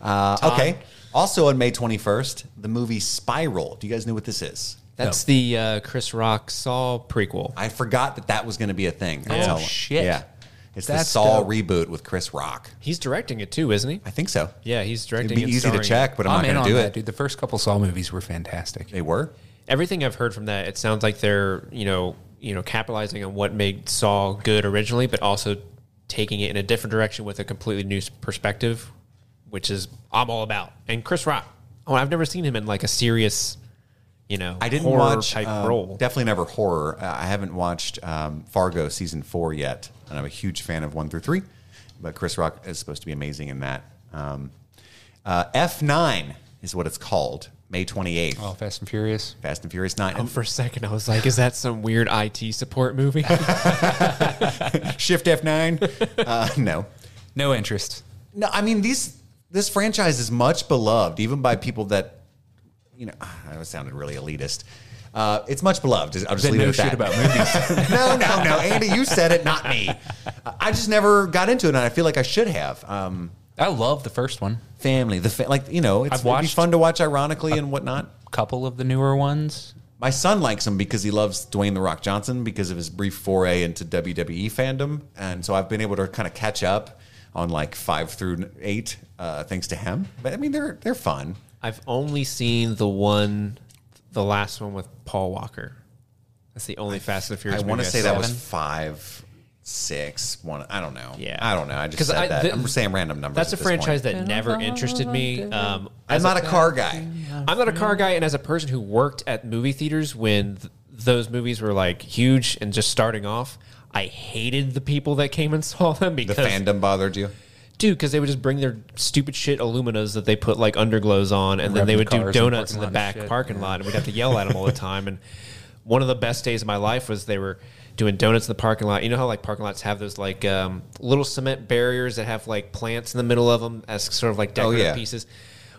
S1: Uh, okay. Also on May 21st, the movie Spiral. Do you guys know what this is?
S3: That's the uh, Chris Rock Saw prequel.
S1: I forgot that that was going to be a thing.
S2: Oh, shit.
S1: Yeah. It's
S2: That's
S1: the Saw
S2: dope.
S1: reboot with Chris Rock.
S3: He's directing it too, isn't he?
S1: I think so.
S3: Yeah, he's
S1: It'd
S3: directing.
S1: be
S3: and
S1: easy to
S3: starring it.
S1: check, but I'm,
S2: I'm in
S1: not going
S2: on
S1: to do
S2: that,
S1: it.
S2: dude. The first couple Saw movies were fantastic.
S1: They were?
S3: Everything I've heard from that, it sounds like they're you know you know capitalizing on what made Saw good originally, but also taking it in a different direction with a completely new s- perspective, which is I'm all about. And Chris Rock, oh, I've never seen him in like a serious, you know,
S1: I didn't
S3: horror
S1: watch
S3: type
S1: um,
S3: role.
S1: Definitely never horror. Uh, I haven't watched um, Fargo season four yet, and I'm a huge fan of one through three. But Chris Rock is supposed to be amazing in that. Um, uh, F9 is what it's called. May 28th,
S2: Oh, Fast and Furious.
S1: Fast and Furious Nine.
S3: And for a second, I was like, "Is that some weird IT support movie?"
S1: Shift F9. uh, no,
S2: No interest.
S1: no. I mean these. This franchise is much beloved, even by people that, you know, I sounded really elitist. Uh, it's much beloved. I'll just
S2: They
S1: leave it
S2: know
S1: at
S2: shit
S1: that.
S2: about movies.
S1: no, no, no, Andy, you said it, not me. I just never got into it, and I feel like I should have. Um,
S2: I love the first one.
S1: family, the fa- like, you know, it's
S2: I've
S1: it'd be
S2: watched-
S1: fun to watch ironically and whatnot.
S2: Couple of the newer ones.
S1: My son likes him because he loves Dwayne the Rock Johnson because of his brief foray into WWE fandom, and so I've been able to kind of catch up on like five through eight uh, thanks to him. But I mean, they're they're fun.
S3: I've only seen the one, the last one with Paul Walker. That's the only Fast and
S1: I
S3: Furious.
S1: want to
S3: movie
S1: say
S3: saw.
S1: that was
S2: seven?
S1: five, six, one. I don't know.
S3: Yeah.
S1: I don't know. I just
S3: 'Cause
S1: said
S3: I-
S1: that.
S3: th-
S1: I'm saying random numbers.
S3: That's a
S1: at this point.
S3: franchise that never interested me. Um,
S1: I'm
S3: as
S1: not a car guy.
S3: I'm not a car guy, and as a person who worked at movie theaters when th- those movies were like huge and just starting off, I hated the people that came and saw them
S1: The
S3: because
S1: fandom bothered you.
S3: dude, because they would just bring their stupid shit Illuminas that they put like underglows on, and then they
S2: Revving
S3: would do
S2: cars in the
S3: donuts
S2: parking
S3: in the
S2: lot and
S3: back
S2: shit,
S3: parking lot, and we'd have to yell at them all the time. And one of the best days of my life was they were doing donuts in the parking lot. You know how like parking lots have those like um, little cement barriers that have like plants in the middle of them as sort of like decorative
S1: yeah.
S3: pieces.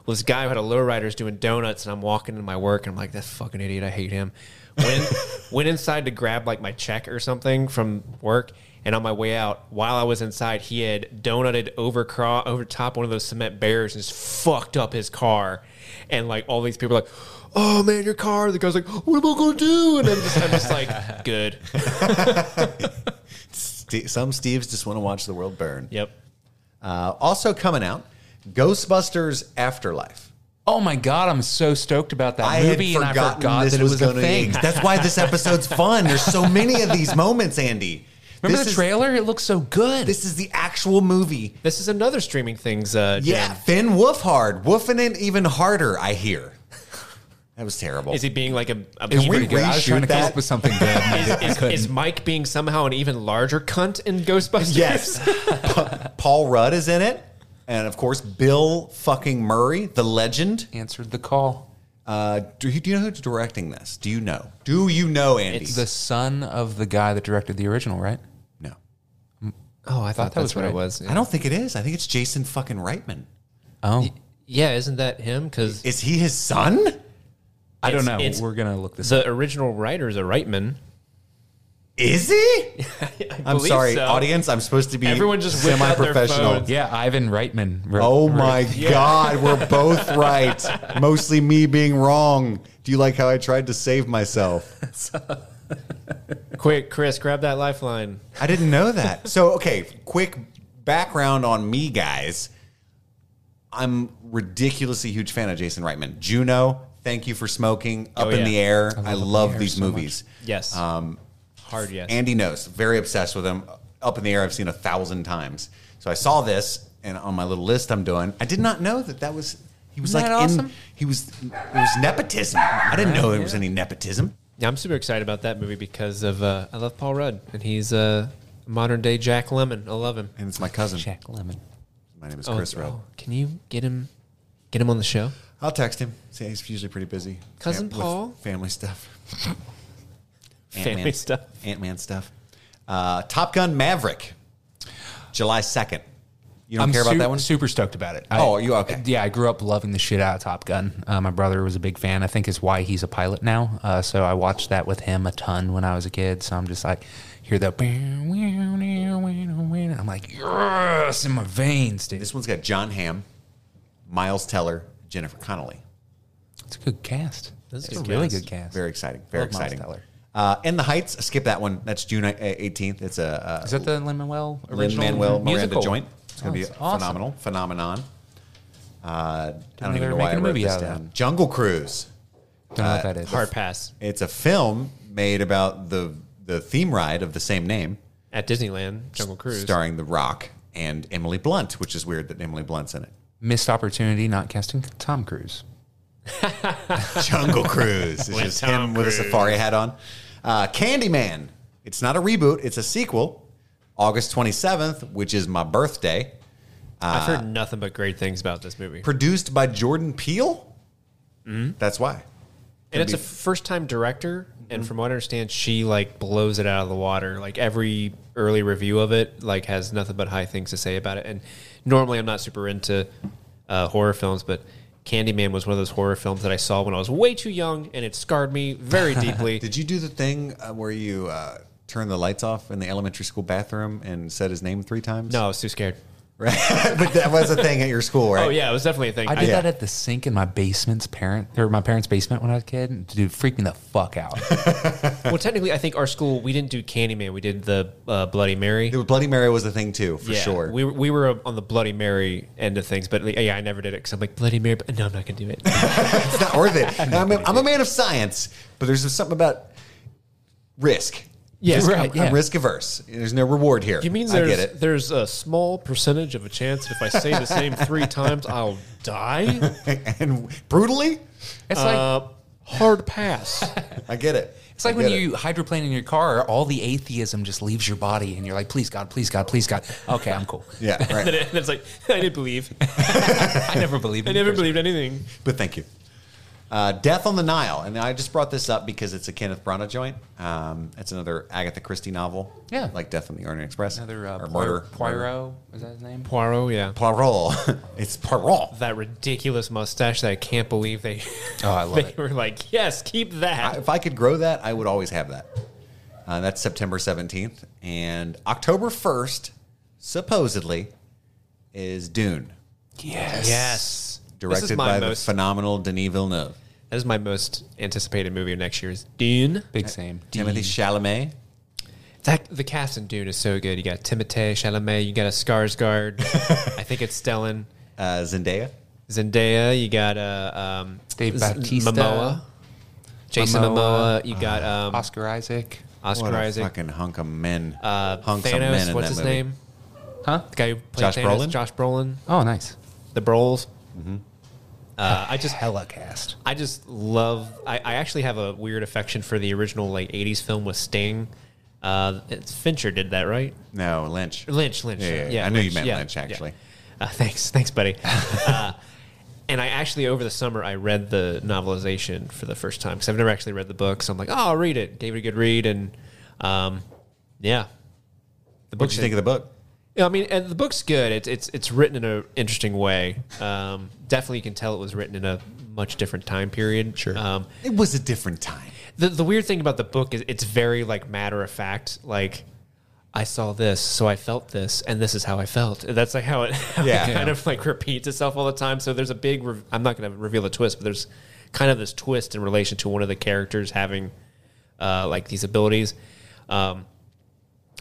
S3: Well, this guy who had a lowrider's doing donuts, and I'm walking to my work, and I'm like, "That fucking idiot! I hate him." Went went inside to grab like my check or something from work, and on my way out, while I was inside, he had donutted over cro- over top one of those cement barriers and just fucked up his car, and like all these people are like. Oh man, your car! The guy's like, "What am I gonna do?" And I'm just, I'm just like, "Good."
S1: Ste- Some Steves just want to watch the world burn.
S3: Yep.
S1: Uh, also coming out, Ghostbusters Afterlife.
S2: Oh my god, I'm so stoked about that
S1: I
S2: movie,
S1: had
S2: and I
S1: forgotten
S2: forgot
S1: this
S2: that it
S1: was,
S2: was a
S1: going to
S2: thing.
S1: That's why this episode's fun. There's so many of these moments, Andy.
S2: Remember
S1: This
S2: the
S1: is-
S2: trailer? It looks so good.
S1: This is the actual movie.
S3: This is another streaming things. Uh,
S1: Yeah,
S3: Dan.
S1: Finn Wolfhard, woofing it even harder. I hear. That was terrible.
S3: Is he being like a? a
S1: Can we
S3: even-
S2: I was
S1: reshoot
S2: trying to come
S1: that?
S2: up with something good. and I didn't- I
S3: is,
S2: couldn't.
S3: is Mike being somehow an even larger cunt in Ghostbusters?
S1: Yes. Pa- Paul Rudd is in it. And of course, Bill fucking Murray, the legend.
S2: answered the call.
S1: Uh, do, you, do you know who's directing this? Do you know? Do you know, Andy?
S2: It's the son of the guy that directed the original, right?
S1: no.
S3: Oh, I thought that was
S2: That's
S3: what
S2: right.
S3: it was.
S1: I don't think it is. I think it's Jason fucking Reitman.
S2: Oh,
S3: Yeah, isn't that him? Because
S1: Is he his son?
S2: I don't
S3: it's-
S2: know.
S3: it's-
S2: We're gonna look this. up.
S3: the original writer is a Reitman.
S1: Is he?
S3: I
S1: I'm
S3: believe
S1: sorry,
S3: so.
S1: audians. I'm supposed to be
S3: Everyone just whipped out their
S1: semi-professional.
S3: phones.
S2: Yeah, Ivan Reitman. wrote-
S1: Oh my God, we're both right. Mostly me being wrong. Do you like how I tried to save myself?
S3: Quick, Chris, grab that lifeline.
S1: I didn't know that. So, okay, quick background on me, guys. I'm ridiculously huge fan of Jason Reitman. Juno, thank you for smoking. Up
S3: Oh,
S1: in
S3: yeah.
S1: the air. I love,
S2: Air
S1: these
S2: so much.
S1: movies.
S3: Yes.
S2: Um,
S3: Hard yes.
S1: Andy knows, very obsessed with him. Up in the air, I've seen a thousand times. So I saw this, and on my little list I'm doing, I did not know that that was he was
S2: Isn't
S1: like
S2: that
S1: in
S2: awesome?
S1: he was it was nepotism. I didn't know there was any nepotism.
S3: Yeah, I'm super excited about that movie because of uh, I love Paul Rudd and he's a uh, modern day Jack Lemon. I love him.
S1: And it's my cousin.
S2: Jack Lemon.
S1: My name is
S3: Oh,
S1: Chris Rudd.
S3: oh, can you get him get him on the show?
S1: I'll text him. See, he's usually pretty busy.
S3: Cousin
S1: with
S3: Paul?
S1: family stuff.
S3: Family stuff.
S1: Ant Man stuff. Uh, Top Gun Maverick, July second. You don't care about
S2: su-
S1: that one?
S2: Super stoked about it.
S1: Oh,
S2: I-
S1: you- okay.
S2: Yeah, I grew up loving the shit out of Top Gun. Uh, my brother was a big fan. I think is why he's a pilot now. Uh, so I watched that with him a ton when I was a kid. So I'm just like, hear the, I'm like, yes, in my veins, dude.
S1: This one's got John Hamm, Miles Teller, Jennifer Connelly.
S2: It's a good cast.
S3: That's
S2: it's
S3: a
S2: a
S3: good
S2: really
S3: cast.
S2: good cast.
S1: Very exciting. Very
S2: Love Miles
S1: exciting.
S2: Teller.
S1: Uh, In the Heights, skip that one. That's June e, eighteenth. It's a,
S2: Is that the Lin Manuel
S1: a Lin
S2: original
S1: Manuel Miranda
S2: musical?
S1: joint. It's going to
S2: Oh,
S1: be
S2: it's awesome.
S1: phenomenal. Phenomenon. Uh, I
S2: know
S1: don't
S2: they
S1: even
S2: were
S1: know why I
S2: making a
S1: wrote
S2: movie
S1: this
S2: out of
S1: down. Jungle Cruise.
S2: Don't
S1: Uh,
S2: know what that is.
S3: Hard pass
S1: It's a film made about the the theme ride of the same name,
S3: at Disneyland Jungle Cruise.
S1: starring The Rock and Emily Blunt, which is weird that Emily Blunt's in it.
S2: Missed opportunity not casting Tom Cruise.
S1: Jungle Cruise. It's just him
S3: Tom
S1: with a
S3: Cruise.
S1: safari hat on. Uh, Candyman. It's not a reboot. It's a sequel. August 27th, which is my birthday.
S3: I've heard nothing but great things about this movie,
S1: Produced by Jordan Peele.
S3: Mm-hmm.
S1: That's why.
S3: and it's
S1: be-
S3: a first time director. And from what I understand, she like blows it out of the water. Like every early review of it, like has nothing but high things to say about it. And normally, I'm not super into uh, horror films, but Candyman was one of those horror films that I saw when I was way too young, and it scarred me very deeply.
S1: Did you do the thing uh, where you uh, turned the lights off in the elementary school bathroom and said his name three times?
S3: no, I was too scared.
S1: Right? but that was a thing at your school, right?
S3: Oh yeah, it was definitely a thing.
S2: I did
S1: Yeah.
S2: that at the sink in my basement's parent or my parents' basement when I was a kid. Dude, freaked me the fuck out.
S3: well, technically, I think our school we didn't do Candyman. We did the uh, Bloody Mary.
S1: It was- Bloody Mary was a thing too, for
S3: yeah,
S1: sure.
S3: We were, we were on the Bloody Mary end of things, but like, yeah, I never did it because I'm like Bloody Mary. But no, I'm not gonna do it.
S1: it's not worth it. Now, I'm, a, I'm a man of science, but there's just something about risk.
S3: Yes,
S1: Risk-
S2: right,
S1: I'm, I'm
S2: yeah.
S1: risk averse. There's no reward here.
S3: You mean
S1: I
S3: there's
S1: get it.
S3: there's a small percentage of a chance that if I say the same three times, I'll die?
S1: and brutally,
S2: It's like
S3: Uh, hard pass.
S1: I get it.
S2: It's like
S1: I
S2: when
S1: get it.
S2: you hydroplane in your car, all the atheism just leaves your body, and you're like, "Please God, please God, please God." Okay, I'm cool.
S1: yeah,
S3: and
S1: right.
S3: then it's like I didn't believe.
S2: I never believed.
S3: I
S2: in the
S3: never
S2: first-
S3: believed anything.
S1: But thank you. Uh, Death on the Nile, and I just brought this up because it's a Kenneth Branagh joint. Um, it's another Agatha Christie novel.
S2: Yeah.
S1: like Death on the Orient Express.
S2: Another uh,
S1: or
S2: Poir-
S1: Murder.
S2: Poirot is that his name?
S3: Poirot, yeah.
S1: Poirot. it's Poirot.
S3: That ridiculous mustache that I can't believe they.
S2: Oh, I love
S3: they
S2: it.
S3: were like, yes, keep that.
S1: I- if I could grow that, I would always have that. Uh, that's September 17th. And October 1st, supposedly, is Dune,
S2: Yes.
S3: yes, This is
S1: directed
S3: my
S1: by
S3: most-
S1: the phenomenal Denis Villeneuve.
S3: That is my most anticipated movie of next year is Dune.
S2: Big same.
S1: Timothy Chalamet.
S3: That, the cast in Dune is so good. You got Timothée Chalamet, you got a Skarsgård. I think it's Stellan
S1: Uh, Zendaya.
S3: Zendaya. You got uh, um,
S2: Dave
S3: Z-
S2: Bautista.
S3: Momoa, Jason
S2: Momoa,
S3: Momoa. you got um,
S2: Oscar Isaac.
S3: Oscar
S1: Uh, What a
S3: Isaac,
S1: fucking hunk of men.
S3: uh,
S1: Hunks of men
S3: Thanos.
S1: in that
S3: What's his
S1: movie.
S3: name?
S2: Huh?
S3: The guy who played
S1: Josh
S3: Thanos,
S1: Brolin? Mm-hmm.
S3: Josh Brolin.
S2: Oh, nice.
S3: The Brols. Uh, I just
S2: Hella cast.
S3: I just love. I, I actually have a weird affection for the original like '80s film with Sting. Uh, it's Fincher did that, right?
S1: No, Lynch.
S3: Lynch, Lynch.
S1: Yeah,
S3: Yeah,
S1: yeah, yeah. I knew you meant
S3: yeah,
S1: Lynch,
S3: yeah.
S1: actually.
S3: Uh, thanks, thanks, buddy. uh, and I actually over the summer I read the novelization for the first time because I've never actually read the book, so I'm like, oh, I'll read it. Gave it a good read, and um, yeah, the
S1: What'd you think of the book?
S3: yeah, I mean, and the book's good. It's it's it's written in an interesting way. Um, definitely, you can tell it was written in a much different time period. Sure. Um,
S1: It was a different time.
S3: the the weird thing about the book is it's very like matter of fact. Like I saw this, so I felt this, and this is how I felt. That's like how it, how it
S1: Yeah.
S3: kind of like repeats itself all the time. So there's a big. Re- I'm not going to reveal the twist, but there's kind of this twist in relation to one of the characters having uh, like these abilities. Um,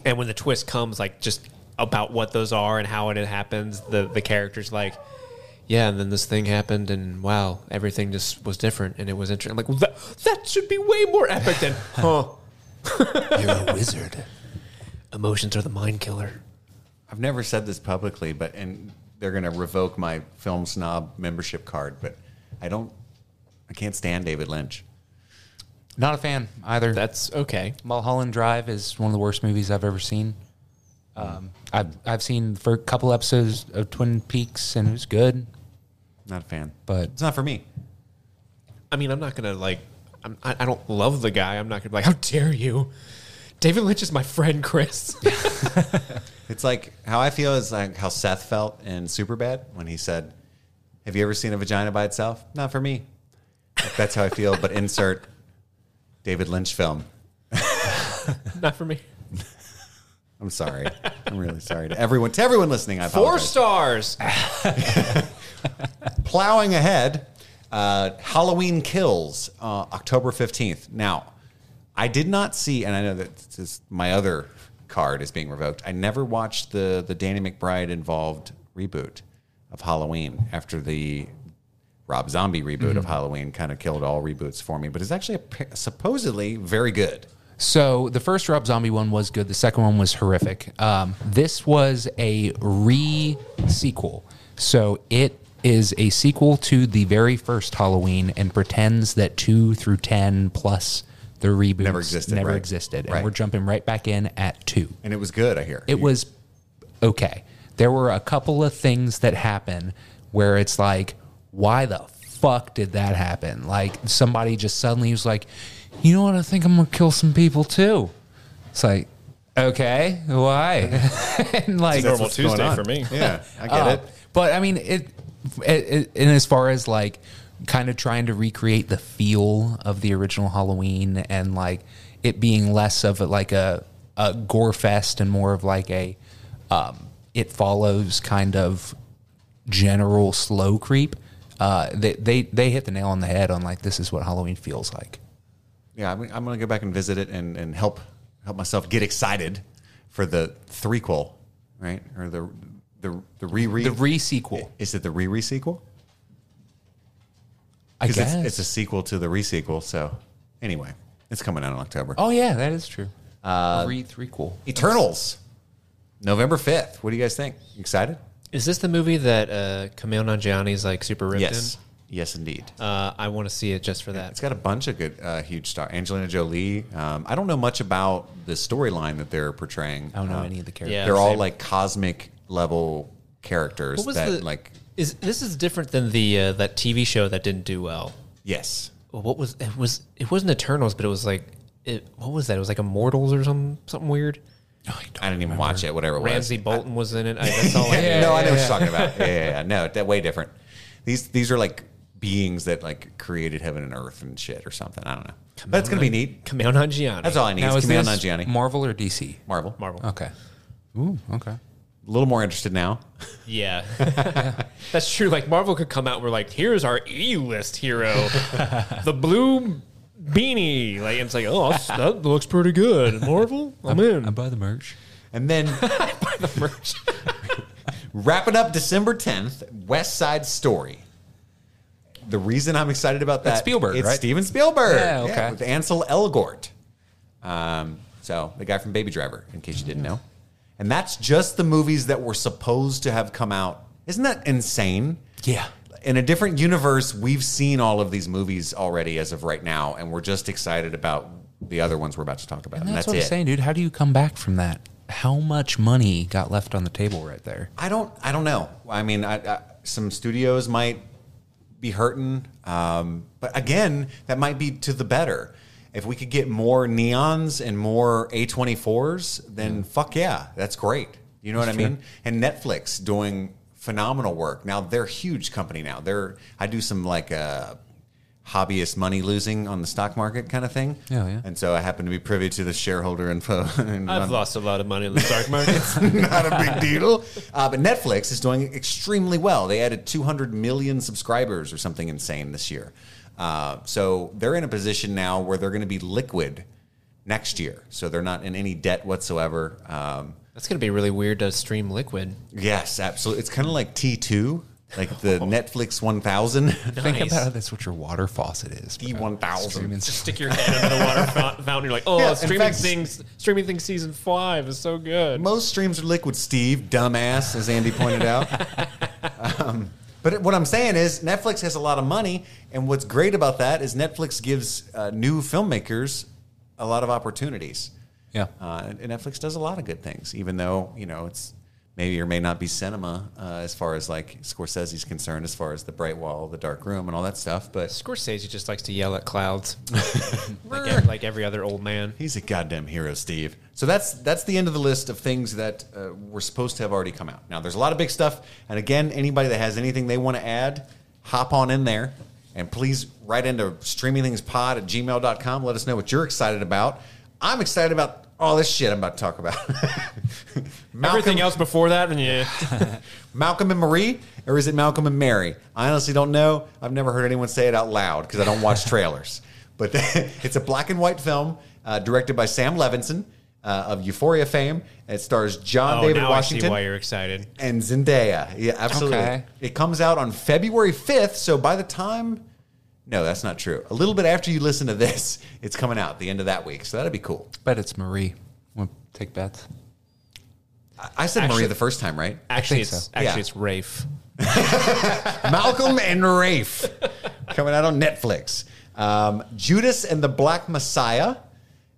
S3: and when the twist comes, like just about what those are and how it happens, the the characters like, yeah, and then this thing happened, and wow, everything just was different, and it was interesting. Like well, that, that should be way more epic than, huh?
S2: You're a wizard.
S3: Emotions are the mind killer.
S1: I've never said this publicly, but and they're gonna revoke my film snob membership card, but I don't I can't stand David Lynch.
S2: Not a fan either.
S3: That's okay.
S2: Mulholland Drive is one of the worst movies I've ever seen. Um, I've I've seen for a couple episodes of Twin Peaks and it was good,
S1: Not a fan.
S2: but
S1: It's not for me.
S3: I mean, I'm not gonna like. I'm, I, I don't love the guy. I'm not gonna be like, how dare you? David Lynch is my friend, Chris.
S1: It's like how I feel is like how Seth felt in Superbad when he said, "Have you ever seen a vagina by itself? Not for me." Like, that's how I feel. But insert David Lynch film.
S3: not for me.
S1: I'm sorry. I'm really sorry to everyone. To everyone listening, I
S3: Four
S1: apologize.
S3: stars.
S1: Plowing ahead, uh, Halloween Kills, uh, October 15th. Now, I did not see, and I know that this is my other card is being revoked. I never watched the the Danny McBride involved reboot of Halloween after the Rob Zombie reboot of Halloween kind of killed all reboots for me. But it's actually appa- supposedly very good.
S2: So the first Rob Zombie one was good. The second one was horrific. Um, this was a re sequel. So it is a sequel to the very first Halloween and pretends that two through ten plus the reboot
S1: Never existed,
S2: Never
S1: right.
S2: existed, and
S1: Right.
S2: we're jumping right back in at two.
S1: And it was good, I hear.
S2: It was okay. There were a couple of things that happen where it's like, why the fuck did that happen? Like somebody just suddenly was like, you know what? I think I'm gonna kill some people too. It's like, okay, why? and like,
S1: That's
S4: Normal
S1: what's going
S4: Tuesday
S1: on.
S4: for me.
S1: Yeah, I get
S2: uh,
S1: it.
S2: But I mean, it, it, it- and as far as like kind of trying to recreate the feel of the original Halloween and like it being less of like a, a gore fest and more of like a um, it follows kind of general slow creep. Uh, they, they they hit the nail on the head on like this is what Halloween feels like.
S1: Yeah, I'm, I'm going to go back and visit it and, and help help myself get excited for the threequel, right? Or the the the re
S2: The re sequel,
S1: is it the re re sequel?
S2: I
S1: 'Cause
S2: guess.
S1: It's, it's a sequel to the re sequel. So anyway, it's coming out in October.
S2: oh yeah, that is true. Uh, re threequel.
S1: Eternals, November fifth. What do you guys think? Excited?
S3: Is this the movie that uh, Camille Nanjiani's like super ripped
S1: Yes, yes, indeed.
S3: in? Uh, I want to see it just for
S1: It's
S3: that.
S1: got a bunch of good, uh, huge star. Angelina Jolie. Um, I don't know much about the storyline that they're portraying. Um,
S2: I don't know any of the characters.
S3: yeah.
S1: they're all
S3: same.
S1: like cosmic level characters
S3: What was
S1: that
S3: the
S1: like
S3: Is this is different than the uh, that TV show that didn't do well?
S1: Yes.
S3: Well, What was it was it wasn't Eternals, but it was like it, what was that? It was like Immortals or some something weird.
S1: I didn't even watch it, whatever it
S3: Ramsey Bolton was in it. I, that's all I
S1: was.
S3: knew.
S1: No, I know what you're talking about. Yeah, yeah, yeah. No, that way different. These these are like beings that like created heaven and earth and shit or something. I don't know. But it's gonna be neat.
S3: Camille Nanjiani.
S1: That's all I need.
S2: Now
S1: it's
S2: is
S1: Camille
S2: this
S1: Nanjiani.
S2: Marvel or DC?
S1: Marvel.
S3: Marvel.
S2: Okay. Ooh, okay.
S1: A little more interested now.
S3: Yeah, that's true. Like Marvel could come out. and We're like, here's our E list hero, the blue beanie. Like it's like, oh, that's- that looks pretty good. Marvel, I'm in.
S2: buy the merch.
S1: And then wrapping up December 10th, West Side Story. The reason I'm excited about that
S2: That's Spielberg,
S1: it's
S2: right?
S1: Steven Spielberg.
S2: Yeah, okay.
S1: with Ansel Elgort. Um, So the guy from Baby Driver, in case you didn't know. And that's just the movies that were supposed to have come out. Isn't that insane?
S2: Yeah.
S1: In a different universe, we've seen all of these movies already as of right now, and we're just excited about the other ones we're about to talk about. And,
S2: That's,
S1: that's,
S2: what
S1: it.
S2: I'm saying, dude. How do you come back from that? How much money got left on the table right there?
S1: I don't. I don't know. I mean, I, I, some studios might be hurting, um, but again, that might be to the better. If we could get more neons and more A24s, then fuck yeah, that's great. You know what I mean? And Netflix doing phenomenal work. Now they're a huge company now. They're I do some like uh, hobbyist money losing on the stock market kind of thing.
S2: Oh, yeah.
S1: And so I happen to be privy to the shareholder info. and
S3: I've
S1: on-
S3: lost a lot of money in the stock market.
S1: not a big deal. Uh, but Netflix is doing extremely well. They added 200 million subscribers or something insane this year. Uh, so they're in a position now where they're going to be liquid next year. So they're not in any debt whatsoever. Um,
S3: That's going to be really weird to stream Liquid.
S1: yes, absolutely. It's kind of like T2, like the Netflix 1000.
S2: Think
S3: Nice.
S2: about how that's what your water faucet is. bro.
S1: T1000.
S2: Streaming stuff.
S3: Stick your head under the water fou- fountain. You're like, oh,
S1: Yeah, in
S3: streaming
S1: fact-
S3: things. Streaming things season five is so good.
S1: Most streams are liquid, Steve, dumbass, as Andy pointed out. um, but what I'm saying is, Netflix has a lot of money, and what's great about that is Netflix gives uh, new filmmakers a lot of opportunities.
S2: Yeah.
S1: Uh, and and Netflix does a lot of good things, even though you know it's maybe or may not be cinema uh, as far as like Scorsese's concerned, as far as the bright wall, the dark room, and all that stuff. But
S3: Scorsese just likes to yell at clouds, like, ev- like every other old man.
S1: he's a goddamn hero, Steve. So that's that's the end of the list of things that uh, were supposed to have already come out. Now there's a lot of big stuff, and again, anybody that has anything they want to add, hop on in there, and please write into streamingthingspod at gmail.com. Let us know what you're excited about. I'm excited about all this shit I'm about to talk about.
S3: Everything
S1: Malcolm-
S3: else before that, and yeah,
S1: Malcolm and Marie, or is it Malcolm and Mary? I honestly don't know. I've never heard anyone say it out loud because I don't watch trailers. But it's a black and white film uh, directed by Sam Levinson uh, of Euphoria fame. It stars John
S3: oh,
S1: David
S3: now I see why
S1: Washington
S3: you're excited.
S1: and Zendaya. Yeah, absolutely.
S2: Okay.
S1: It comes out on February 5th. So by the time. No, that's not true. A little bit after you listen to this, it's coming out the end of that week. So that'd be cool.
S2: Bet it's Marie. Want to take bets?
S1: I- I said Marie
S3: Actually-
S1: the first time, right?
S3: Actually,
S2: think
S3: it's
S2: so.
S3: actually
S1: Yeah.
S3: it's Rafe.
S1: Malcolm and Rafe coming out on Netflix. Um, Judas and the Black Messiah,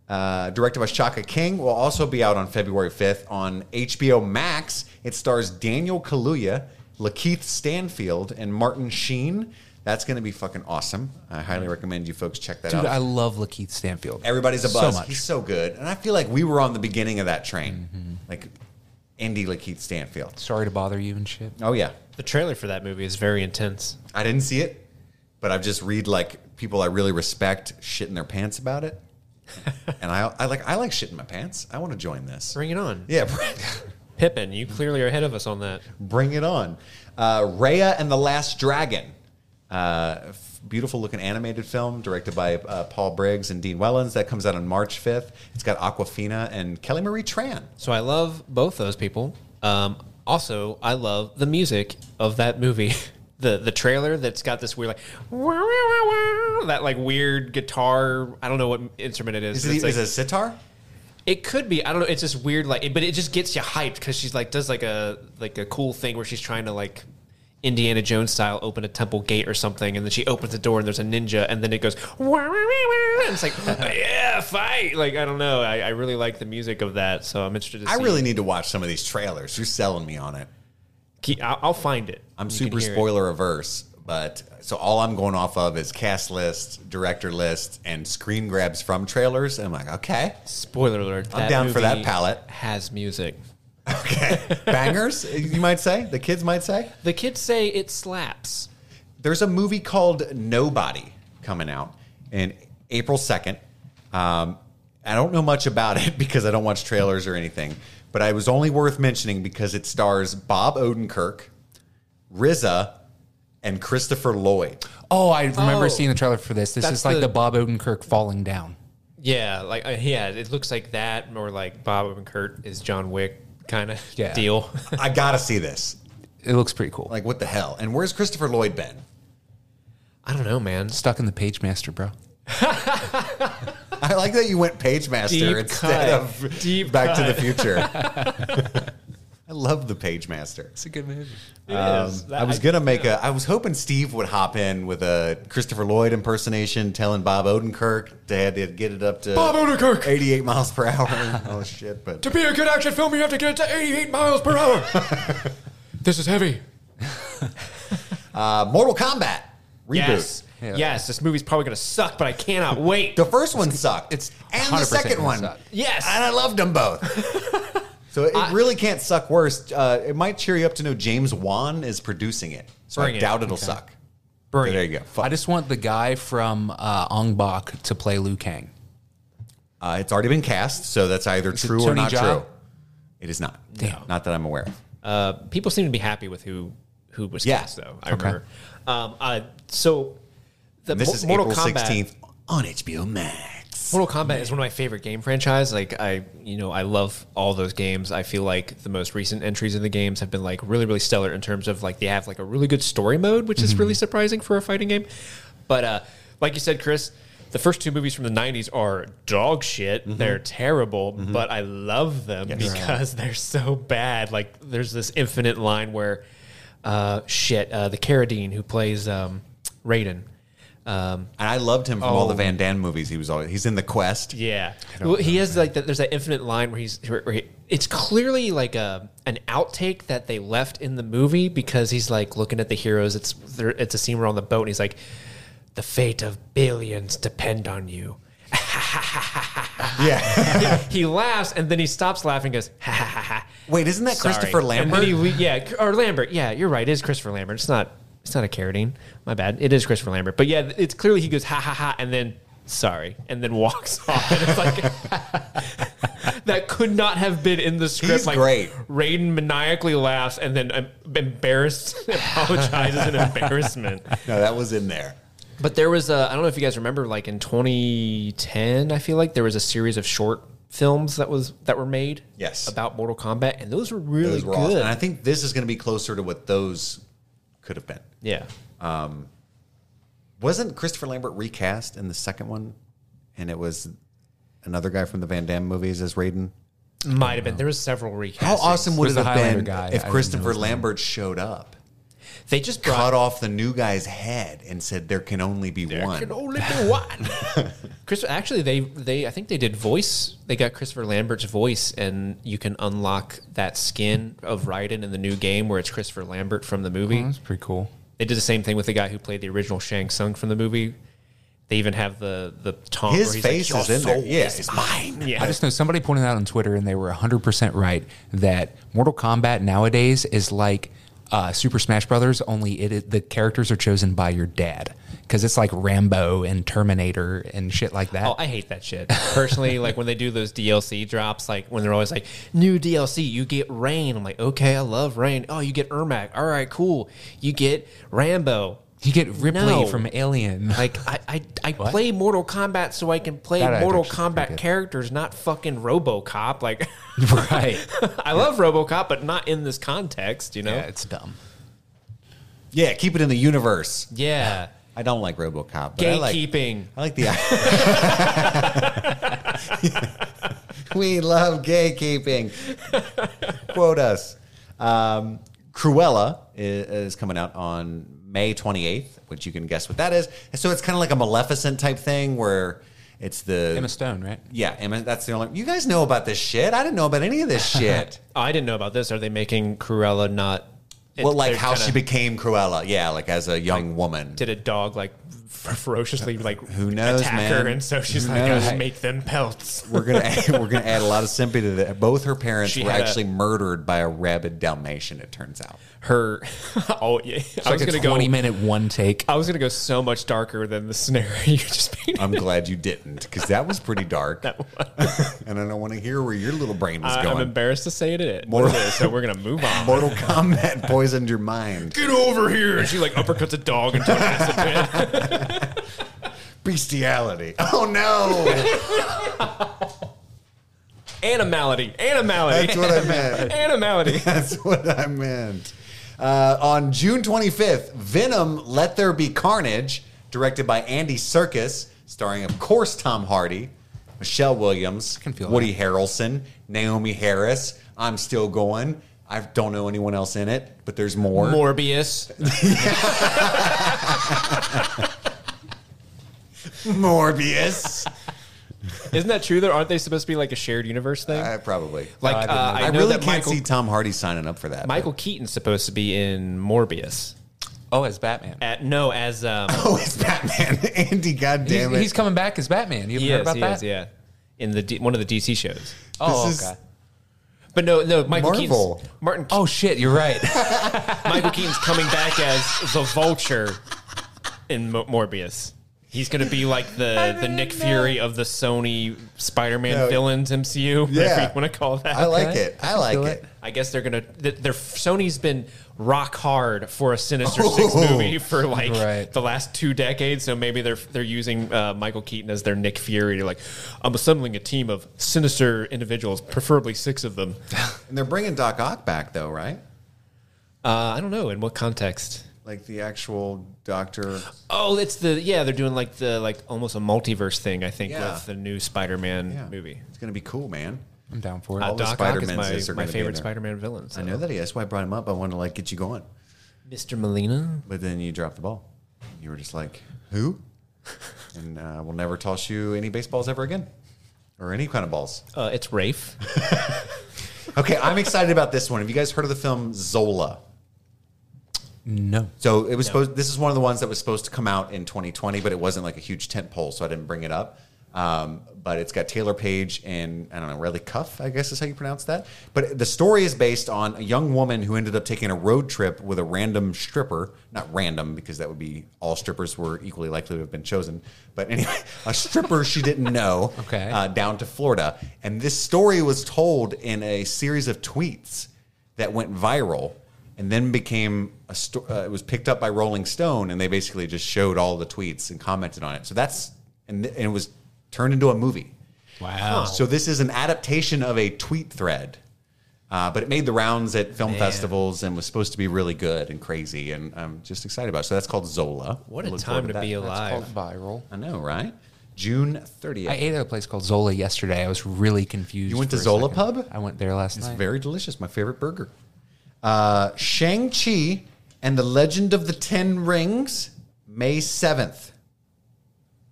S1: uh, directed by Shaka King, will also be out on February 5th on HBO Max. It stars Daniel Kaluuya, Lakeith Stanfield, and Martin Sheen. That's going to be fucking awesome. I highly recommend you folks check that
S2: Dude,
S1: out.
S2: I love Lakeith Stanfield.
S1: Everybody's a buzz.
S2: So much.
S1: He's so good, and I feel like we were on the beginning of that train,
S2: Mm-hmm.
S1: like Andy Lakeith Stanfield.
S2: Sorry to bother you and shit.
S1: Oh yeah,
S3: The trailer for that movie is very intense.
S1: I didn't see it, but I've just read like people I really respect shitting their pants about it, and I, I like I like shitting my pants. I want to join this.
S3: Bring it on,
S1: Yeah, bring,
S3: Pippin. You clearly are ahead of us on that.
S1: bring it on. Uh, Raya and the Last Dragon, uh, f- beautiful looking animated film directed by uh, Paul Briggs and Dean Wellens that comes out on March fifth. It's got Aquafina and Kelly Marie Tran.
S3: So I love both those people. Um, also, I love the music of that movie. The the trailer that's got this weird like "Wow, wow, wow, wow," that like weird guitar. I don't know what instrument it
S1: Is
S3: is. but
S1: it,
S3: it's
S1: is
S3: like-
S1: it a sitar?
S3: It could be. I don't know. It's just weird, like, but it just gets you hyped because she's like does like a like a cool thing where she's trying to like Indiana Jones style open a temple gate or something, and then she opens the door and there's a ninja, and then it goes. "Wah, wah, wah, wah," And it's like, yeah, fight! Like I don't know. I, I really like the music of that, so I'm interested. to
S1: I
S3: see.
S1: really need to watch some of these trailers. You're selling me on it.
S3: Ke- I'll, I'll find it.
S1: I'm
S3: You can
S1: super
S3: hear it.
S1: spoiler averse, but so all I'm going off of is cast list, director list, and screen grabs from trailers. And I'm like, okay,
S3: Spoiler alert!
S1: I'm down for that
S3: movie
S1: palette.
S3: Has music.
S1: bangers, you might say, the kids might say.
S3: The kids say it slaps.
S1: There's a movie called Nobody coming out in April 2nd. Um, I don't know much about it because I don't watch trailers or anything, but it was only worth mentioning because it stars Bob Odenkirk, RZA, and Christopher Lloyd.
S2: Oh, I remember
S3: Oh.
S2: seeing the trailer for this. This
S3: That's
S2: is like
S3: the-
S2: the, Bob Odenkirk falling down.
S3: Yeah, like uh, yeah, it looks like that, or like Bob and Kurt is John Wick kind of
S2: Yeah.
S3: deal.
S1: I gotta see this.
S2: It looks pretty cool.
S1: Like, what the hell? And where's Christopher Lloyd been?
S3: I don't know, man.
S2: Stuck in the page master, bro.
S1: I like that you went Page Master
S3: Deep
S1: instead
S3: cut.
S1: of
S3: Deep
S1: Back to
S3: cut.
S1: the Future. I love the Page Master.
S2: It's a good movie.
S3: It
S1: Um,
S3: is. That-
S1: I was gonna make a. I was hoping Steve would hop in with a Christopher Lloyd impersonation, telling Bob Odenkirk to, had to get it up to
S3: Bob Odenkirk!
S1: eighty-eight miles per hour. oh shit! But
S3: To be a good action film, you have to get it to 88 miles per hour.
S4: This is heavy.
S1: uh, Mortal Kombat reboot.
S3: yes.
S2: Yeah.
S3: Yes, this movie's probably going to suck, but I cannot wait.
S1: The first one sucked. It's and the
S2: 100%
S1: second
S2: gonna
S1: one.
S2: suck.
S3: Yes.
S1: and I loved them both. so it really can't suck worse. Uh, it might cheer you up to know James Wan is producing it. So
S3: Bring
S1: I
S3: it.
S1: doubt it'll suck.
S3: Bring
S1: So there you
S3: it.
S1: go. Fuck.
S2: I just want the guy from uh, Ong Bak to play Liu Kang.
S1: uh, it's already been cast, so that's either
S2: it
S1: true or
S2: Tony
S1: not
S2: Jaa?
S1: true. It is not.
S2: Damn.
S1: Not that I'm aware of.
S3: Uh, people seem to be happy with who who was
S1: Yeah.
S3: cast, though. I remember. Um, uh, so the
S1: And this
S3: Mo-
S1: is
S3: Mortal
S1: April
S3: Kombat.
S1: 16th on HBO Max.
S3: Mortal Kombat is one of my favorite game franchise. Like I, you know, I love all those games. I feel like the most recent entries in the games have been like really, really stellar in terms of like they have like a really good story mode, which is really surprising for a fighting game. But uh, like you said, Chris, the first two movies from the '90s are dog shit. They're terrible, but I love them because they're so bad. Like there's this infinite line where, uh, shit, uh, the Carradine who plays um, Raiden. Um,
S1: And I loved him from all the Van Damme movies. He was always he's in The Quest.
S3: Oh. yeah, well, he has like that. There's that infinite line where he's. Where he, it's clearly like a an outtake that they left in the movie because he's like looking at the heroes. It's there, it's a scene where on the boat and he's like, "The fate of billions depend on you."
S1: Yeah.
S3: He laughs and then he stops laughing. and Goes, "Ha ha ha ha."
S1: Wait, isn't that
S3: Sorry.
S1: Christopher
S3: And
S1: Lambert?
S3: then he le- yeah, or Lambert. Yeah, you're right. It is Christopher Lambert. It's not. It's not a Carradine. My bad. It is Christopher Lambert. But yeah, it's clearly he goes ha ha ha, and then sorry, and then walks off. And it's like that could not have been in the script.
S1: He's
S3: like
S1: great.
S3: Raiden maniacally laughs and then um, embarrassed apologizes in embarrassment.
S1: no, that was in there.
S3: But there was a, I don't know if you guys remember, like in 2010, I feel like there was a series of short films that was that were made
S1: Yes.
S3: about Mortal Kombat and those were really
S1: Those were awesome.
S3: good.
S1: And I think this is going to be closer to what those could have been.
S3: yeah.
S1: Wasn't Christopher Lambert recast in the second one? And it was another guy from the Van Damme movies as Raiden.
S3: Might have been. There was several recasts.
S1: How awesome would
S2: Who's
S1: it
S2: the
S1: have
S2: Highlander
S1: been
S2: guy? I
S1: if
S2: didn't know
S1: Christopher
S2: his name.
S1: Lambert showed up,
S3: They just
S1: cut
S3: brought
S1: off the new guy's head, and said there can only be one?
S3: can only be one. Chris, actually, they they I think they did voice. They got Christopher Lambert's voice, and you can unlock that skin of Raiden in the new game where it's Christopher Lambert from the movie.
S1: Uh-huh.
S2: That's pretty cool.
S3: They did the same thing with the guy who played the original Shang Tsung from the movie. They even have the the taunt. where
S1: His
S3: he's
S1: face
S3: like,
S1: is
S3: "Your
S1: in there.
S3: soul
S1: Yeah,
S3: is
S1: it's mine.
S3: Yeah.
S2: I just know somebody pointed out on Twitter, and they were 100% right, that Mortal Kombat nowadays is like uh, Super Smash Brothers, only it, it- the characters are chosen by your dad. Because it's like Rambo and Terminator and shit like that.
S3: Oh, I hate that shit. Personally, like when they do those DLC drops, like when they're always like, new DLC, you get Rain. I'm like, okay, I love Rain. Oh, you get Ermac. All right, cool. You get Rambo.
S2: you get Ripley
S3: No.
S2: from Alien.
S3: Like, I, I, I play Mortal Kombat so I can play
S2: That I
S3: Mortal
S2: actually think
S3: Kombat
S2: it-
S3: characters, not fucking Robocop. Like,
S2: right.
S3: I love Robocop, but not in this context, you know?
S2: Yeah,
S3: Yeah.
S2: it's dumb.
S1: Yeah, keep it in the universe. I don't like RoboCop. But I like-
S3: Gatekeeping.
S1: I like the. we love gatekeeping. Quote us. Um, Cruella i- is, coming out on May 28th, which you can guess what that is. And so it's kind of like a Maleficent type thing where it's the.
S2: Emma Stone, right?
S1: yeah, Emma, that's the only. You guys know about this shit. I didn't know about any of this shit.
S3: Oh, I didn't know about this. Are they making Cruella not.
S1: well, like
S3: they're
S1: how
S3: kinda-
S1: she became Cruella. Yeah, like as a young woman.
S3: did a dog like fer- ferociously like who
S1: knows,
S3: attack
S1: man?
S3: her and so she's
S1: Who
S3: like
S1: knows?
S3: "I'll make them pelts
S1: we're gonna add, we're gonna add a lot of sympathy to that. Both her parents
S3: She
S1: were
S3: had a-
S1: actually murdered by a rabid Dalmatian. It turns out.
S3: her oh yeah i was
S2: It's like
S3: gonna
S2: a 20
S3: go
S2: minute one take.
S3: i was gonna go so much darker than the scenario you just painted
S1: I'm glad you didn't because that was pretty dark. and I don't want to hear where your little brain was
S3: I, i'm
S1: going.
S3: embarrassed to say it, it
S1: More-
S3: what it is, so we're gonna move on
S1: Mortal Kombat poisoned your mind.
S3: get over here and she like uppercuts a dog into an acid pit
S1: Bestiality. Oh no,
S3: animality animality
S1: that's what I meant.
S3: animality
S1: That's what I meant. Uh, on June 25th, Venom: Let There Be Carnage, directed by Andy Serkis, starring, of course, Tom Hardy, Michelle Williams,
S2: can feel
S1: Woody Harrelson, Naomi Harris. I'm still going. I don't know anyone else in it, but there's more.
S4: Morbius.
S1: Morbius.
S3: Isn't that true? Though aren't they supposed to be like a shared universe thing?
S1: Uh, probably.
S3: like
S2: I
S3: uh,
S2: didn't know
S3: I,
S1: I,
S3: know
S1: really
S3: that
S1: can't
S3: Michael
S1: see Tom Hardy signing up for that.
S3: Michael Keaton's supposed to be in Morbius.
S2: Oh, as Batman.
S3: At no, as um,
S1: Oh, it's Batman. Andy,
S2: He's,
S1: goddamn it.
S2: he's coming back as Batman. You haven't
S3: he
S2: heard
S3: is,
S2: about
S3: he
S2: that?
S3: is, yeah, in the D, one of the DC shows.
S2: Oh,
S1: This is-
S2: okay.
S3: But no, no, Michael
S1: Marvel.
S3: Keaton's Martin. Ke-
S2: Oh shit, you're right.
S3: Michael Keaton's coming back as the Vulture in Mo- Morbius. He's going to be like the the Nick Fury of the Sony Spider-Man
S1: No.
S3: villains MCU, whatever
S1: Yeah.
S3: you want to call that.
S1: I like
S2: Okay.
S1: it. I like
S2: Feel
S1: it.
S2: it.
S3: I guess they're gonna. th- They're, Sony's been rock hard for a Sinister Six
S1: Oh.
S3: movie for like
S2: Right.
S3: the last two decades. So maybe they're they're using uh, Michael Keaton as their Nick Fury. They're like, I'm assembling a team of sinister individuals, preferably six of them.
S1: And they're bringing Doc Ock back, though, right?
S3: Uh, I don't know in what context.
S1: Like the actual doctor.
S3: Oh, it's the yeah. They're doing like the like almost a multiverse thing. I think
S1: Yeah.
S3: with the new Spider-Man
S1: Yeah.
S3: movie.
S1: It's going to be cool, man.
S2: I'm down for it.
S3: Uh,
S1: the
S3: Doc Ock
S1: Spider-Mans
S3: is
S1: are
S3: my, my
S1: gonna be in
S3: favorite
S1: there.
S3: Spider-Man villain. So.
S1: I know that he is. That's why I brought him up. I wanted to like get you going.
S3: Mr. Molina.
S1: But then you dropped the ball. You were just like, who? And uh, we'll never toss you any baseballs ever again or any kind of balls.
S3: Uh, it's Rafe.
S1: Okay, I'm excited about this one. Have you guys heard of the film Zola?
S2: no.
S1: So it was supposed. This is one of the ones that was supposed to come out in 2020, but it wasn't like a huge tent pole, so I didn't bring it up. Um, but it's got Taylor Page and I don't know Riley Cuff, I guess is how you pronounce that. But the story is based on a young woman who ended up taking a road trip with a random stripper. Not random because that would be all strippers were equally likely to have been chosen. But anyway, a stripper she didn't know
S2: Okay.
S1: uh, down to Florida, and this story was told in a series of tweets that went viral and then became a sto- uh, it was picked up by Rolling Stone and they basically just showed all the tweets and commented on it. So that's and, th- and it was turned into a movie.
S2: Wow.
S1: So this is an adaptation of a tweet thread. Uh, but it made the rounds at film festivals and was supposed to be really good and crazy, and I'm just excited about it. So that's called Zola.
S3: What a
S1: Look
S3: time
S1: forward
S3: to
S1: that.
S3: be alive.
S4: viral.
S1: I know, right? June 30th.
S2: I ate at a place called Zola yesterday. I was really confused.
S1: You went to
S2: for a
S1: Zola
S2: second.
S1: Pub?
S2: I went there last night.
S1: It's very delicious. My favorite burger. Uh, Shang-Chi and the Legend of the Ten Rings, May 7th.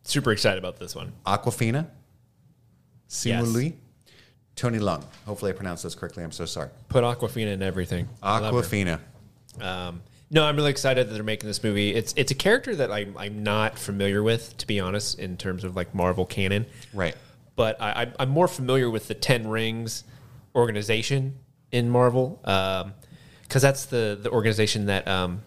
S3: Super excited about this one.
S1: Aquafina, Simu
S3: Yes.
S1: Liu, Tony Lung. Hopefully I pronounced those correctly. I'm so sorry.
S3: Put Aquafina in everything. I love her.
S1: Aquafina.
S3: Um, no, I'm really excited that they're making this movie. It's it's a character that I'm I'm not familiar with, to be honest, in terms of like Marvel canon.
S1: Right.
S3: But I, I'm- I'm more familiar with the Ten Rings organization in Marvel, because that's the the organization that um,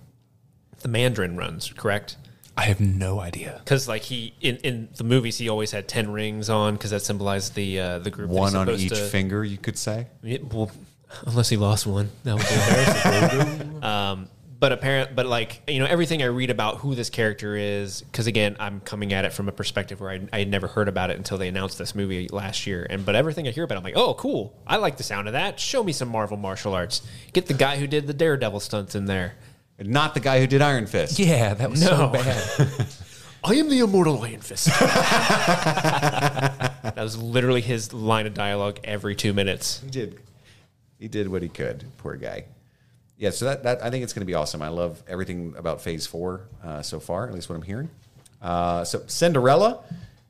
S3: the Mandarin runs, correct?
S2: I have no idea.
S3: Because like he in, in the movies, he always had ten rings on, because that symbolized the uh, the group. that he's
S1: One on
S3: supposed
S1: each
S3: to-
S1: finger, you could say.
S3: yeah, well, unless he lost one, that would be embarrassing. um, but apparent, but like you know, everything I read about who this character is, because again, I'm coming at it from a perspective where I, I had never heard about it until they announced this movie last year. And but everything I hear about, it, I'm like, oh, cool! I like the sound of that. Show me some Marvel martial arts. Get the guy who did the Daredevil stunts in there.
S1: Not the guy who did Iron Fist.
S2: Yeah, that was so
S3: No.
S2: bad.
S3: I am the immortal Iron Fist. that was literally his line of dialogue every two minutes.
S1: He did. He did what he could. Poor guy. Yeah. So that, that I think it's going to be awesome. I love everything about Phase Four uh, so far. At least what I'm hearing. Uh, so Cinderella.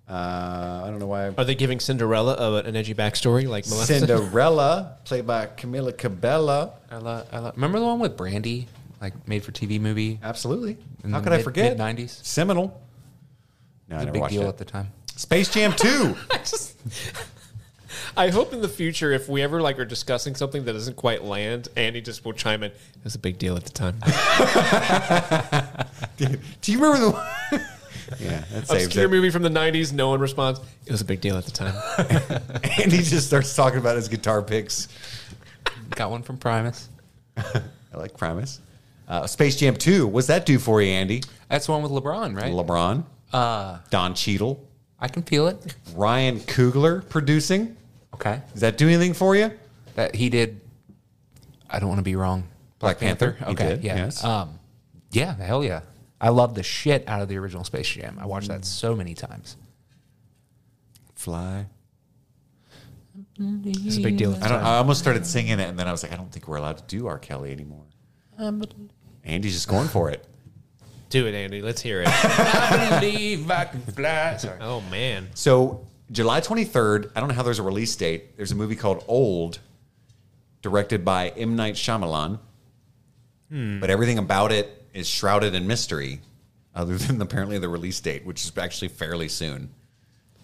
S1: Uh, I don't know why. I-
S3: Are they giving Cinderella a, an edgy backstory like Melissa?
S1: Cinderella, played by Camila Cabella.
S2: I love, I love, remember the one with Brandy, like made for TV movie?
S1: Absolutely.
S2: In
S1: How
S2: the
S1: could I
S2: mid-
S1: forget?
S2: mid-nineties?
S1: Seminole. No, I
S2: It was a
S1: never
S2: big
S1: watched
S2: deal
S1: it.
S2: at the time.
S1: Space Jam Two.
S3: just I hope in the future if we ever like are discussing something that doesn't quite land, Andy just will chime in. It was a big deal at the time.
S1: Do you remember the? one? yeah, that saves
S3: Obscure
S1: it.
S3: movie from the '90s. No one responds. It was a big deal at the time.
S1: And he just starts talking about his guitar picks.
S2: Got one from Primus.
S1: I like Primus. Uh, Space Jam Two. What's that do for you, Andy?
S2: That's the one with LeBron, right?
S1: LeBron, Don Cheadle,
S2: I can feel it.
S1: Ryan Coogler producing.
S2: Okay.
S1: Does that do anything for you?
S2: That he did. I don't want to be wrong.
S1: Black Panther, he
S2: Okay.
S1: did,
S2: yeah.
S1: yes.
S2: Um, yeah. Hell yeah. I love the shit out of the original Space Jam. I watched that so many times.
S1: fly.
S3: It's a big deal.
S1: I, don't, I almost started singing it, and then I was like, I don't think we're allowed to do R. Kelly anymore.
S3: Um,
S1: Andy's just going for it.
S3: Do it, Andy. Let's hear it.
S2: I believe I can fly. Sorry.
S3: oh man,
S1: So July 23rd, I don't know how there's a release date. There's a movie called Old, directed by M. Night Shyamalan. But everything about it is shrouded in mystery, other than apparently the release date, which is actually fairly soon.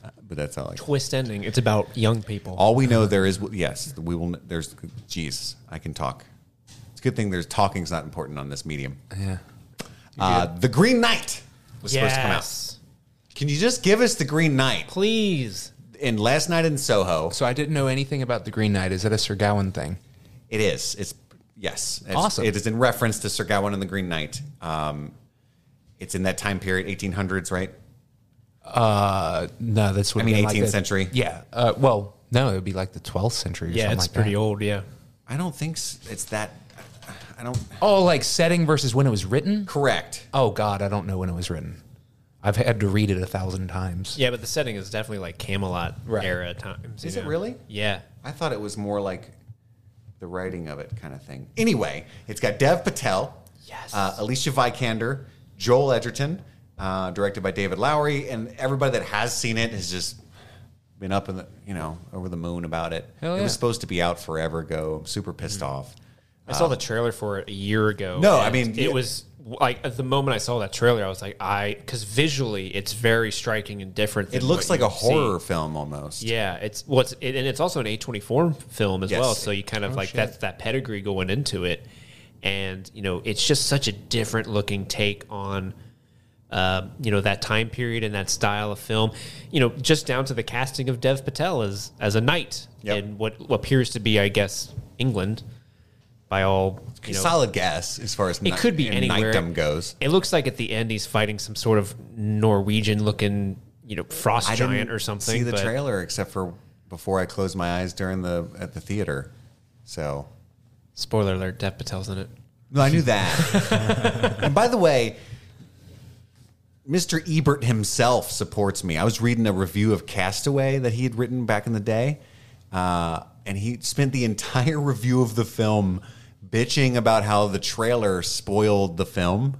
S1: Uh, But that's all I
S3: twist ending. It's about young people.
S1: All we know there is yes, we will. There's jeez, I can talk. It's a good thing there's talking's not important on this medium.
S2: Yeah.
S1: Uh, the Green Knight was supposed to come out.
S3: Yes.
S1: Can you just give us the Green Knight?
S3: Please.
S1: And last night in Soho,
S2: So I didn't know anything about the Green Knight. Is that a Sir Gawain thing?
S1: It is. It's yes. It's,
S2: Awesome.
S1: It is in reference to Sir Gawain and the Green Knight. Um, it's in that time period, 1800s, right?
S2: Uh, no, that's what
S1: I mean,
S2: been
S1: 18th
S2: the-
S1: century.
S2: Yeah. Uh, well, no, it would be like the 12th century. Or
S3: Yeah,
S2: something
S3: it's
S2: like
S3: pretty
S2: that.
S3: old. Yeah.
S1: I don't think s- it's that. I don't.
S2: Oh, like setting versus when it was written.
S1: Correct.
S2: Oh God, I don't know when it was written. I've had to read it a thousand times.
S3: Yeah, but the setting is definitely like Camelot
S2: Right.
S3: era times. you
S1: Is it
S3: know?
S1: really?
S3: Yeah.
S1: I thought it was more like the writing of it kind of thing. Anyway, it's got Dev Patel,
S3: Yes.
S1: uh, Alicia Vikander, Joel Edgerton, uh, directed by David Lowery, and everybody that has seen it has just been up in the you know over the moon about it.
S2: Hell
S1: It
S2: yeah. Mm-hmm.
S1: was supposed to be out forever ago. I'm super pissed off.
S3: I saw the trailer for it a year ago.
S1: Uh, No, I
S3: and
S1: mean,
S3: it
S1: yeah.
S3: was like at the moment I saw that trailer, I was like, I because visually it's very striking and different.
S1: It
S3: than
S1: looks like
S3: what
S1: a
S3: you've seen.
S1: horror film almost.
S3: Yeah, it's what's it, and it's also an A twenty four film as
S1: Yes.
S3: well. So you kind of like that's that pedigree going into it, and you know it's just such a different looking take on, um, you know that time period and that style of film. You know, just down to the casting of Dev Patel as as a knight
S1: Yep.
S3: in what appears to be, I guess, England, by all you know,
S1: Solid guess as far as
S3: it could be anywhere.
S1: Knightdom goes.
S3: It looks like at the end he's fighting some sort of Norwegian looking, you know, frost giant or something.
S1: See the
S3: but-
S1: trailer except for before I closed my eyes during the at the theater. So
S3: Spoiler alert: Dev Patel's in it.
S1: No, I knew that. and by the way, Mr. Ebert himself supports me. I was reading a review of Castaway that he had written back in the day, uh, and he spent the entire review of the film bitching about how the trailer spoiled the film.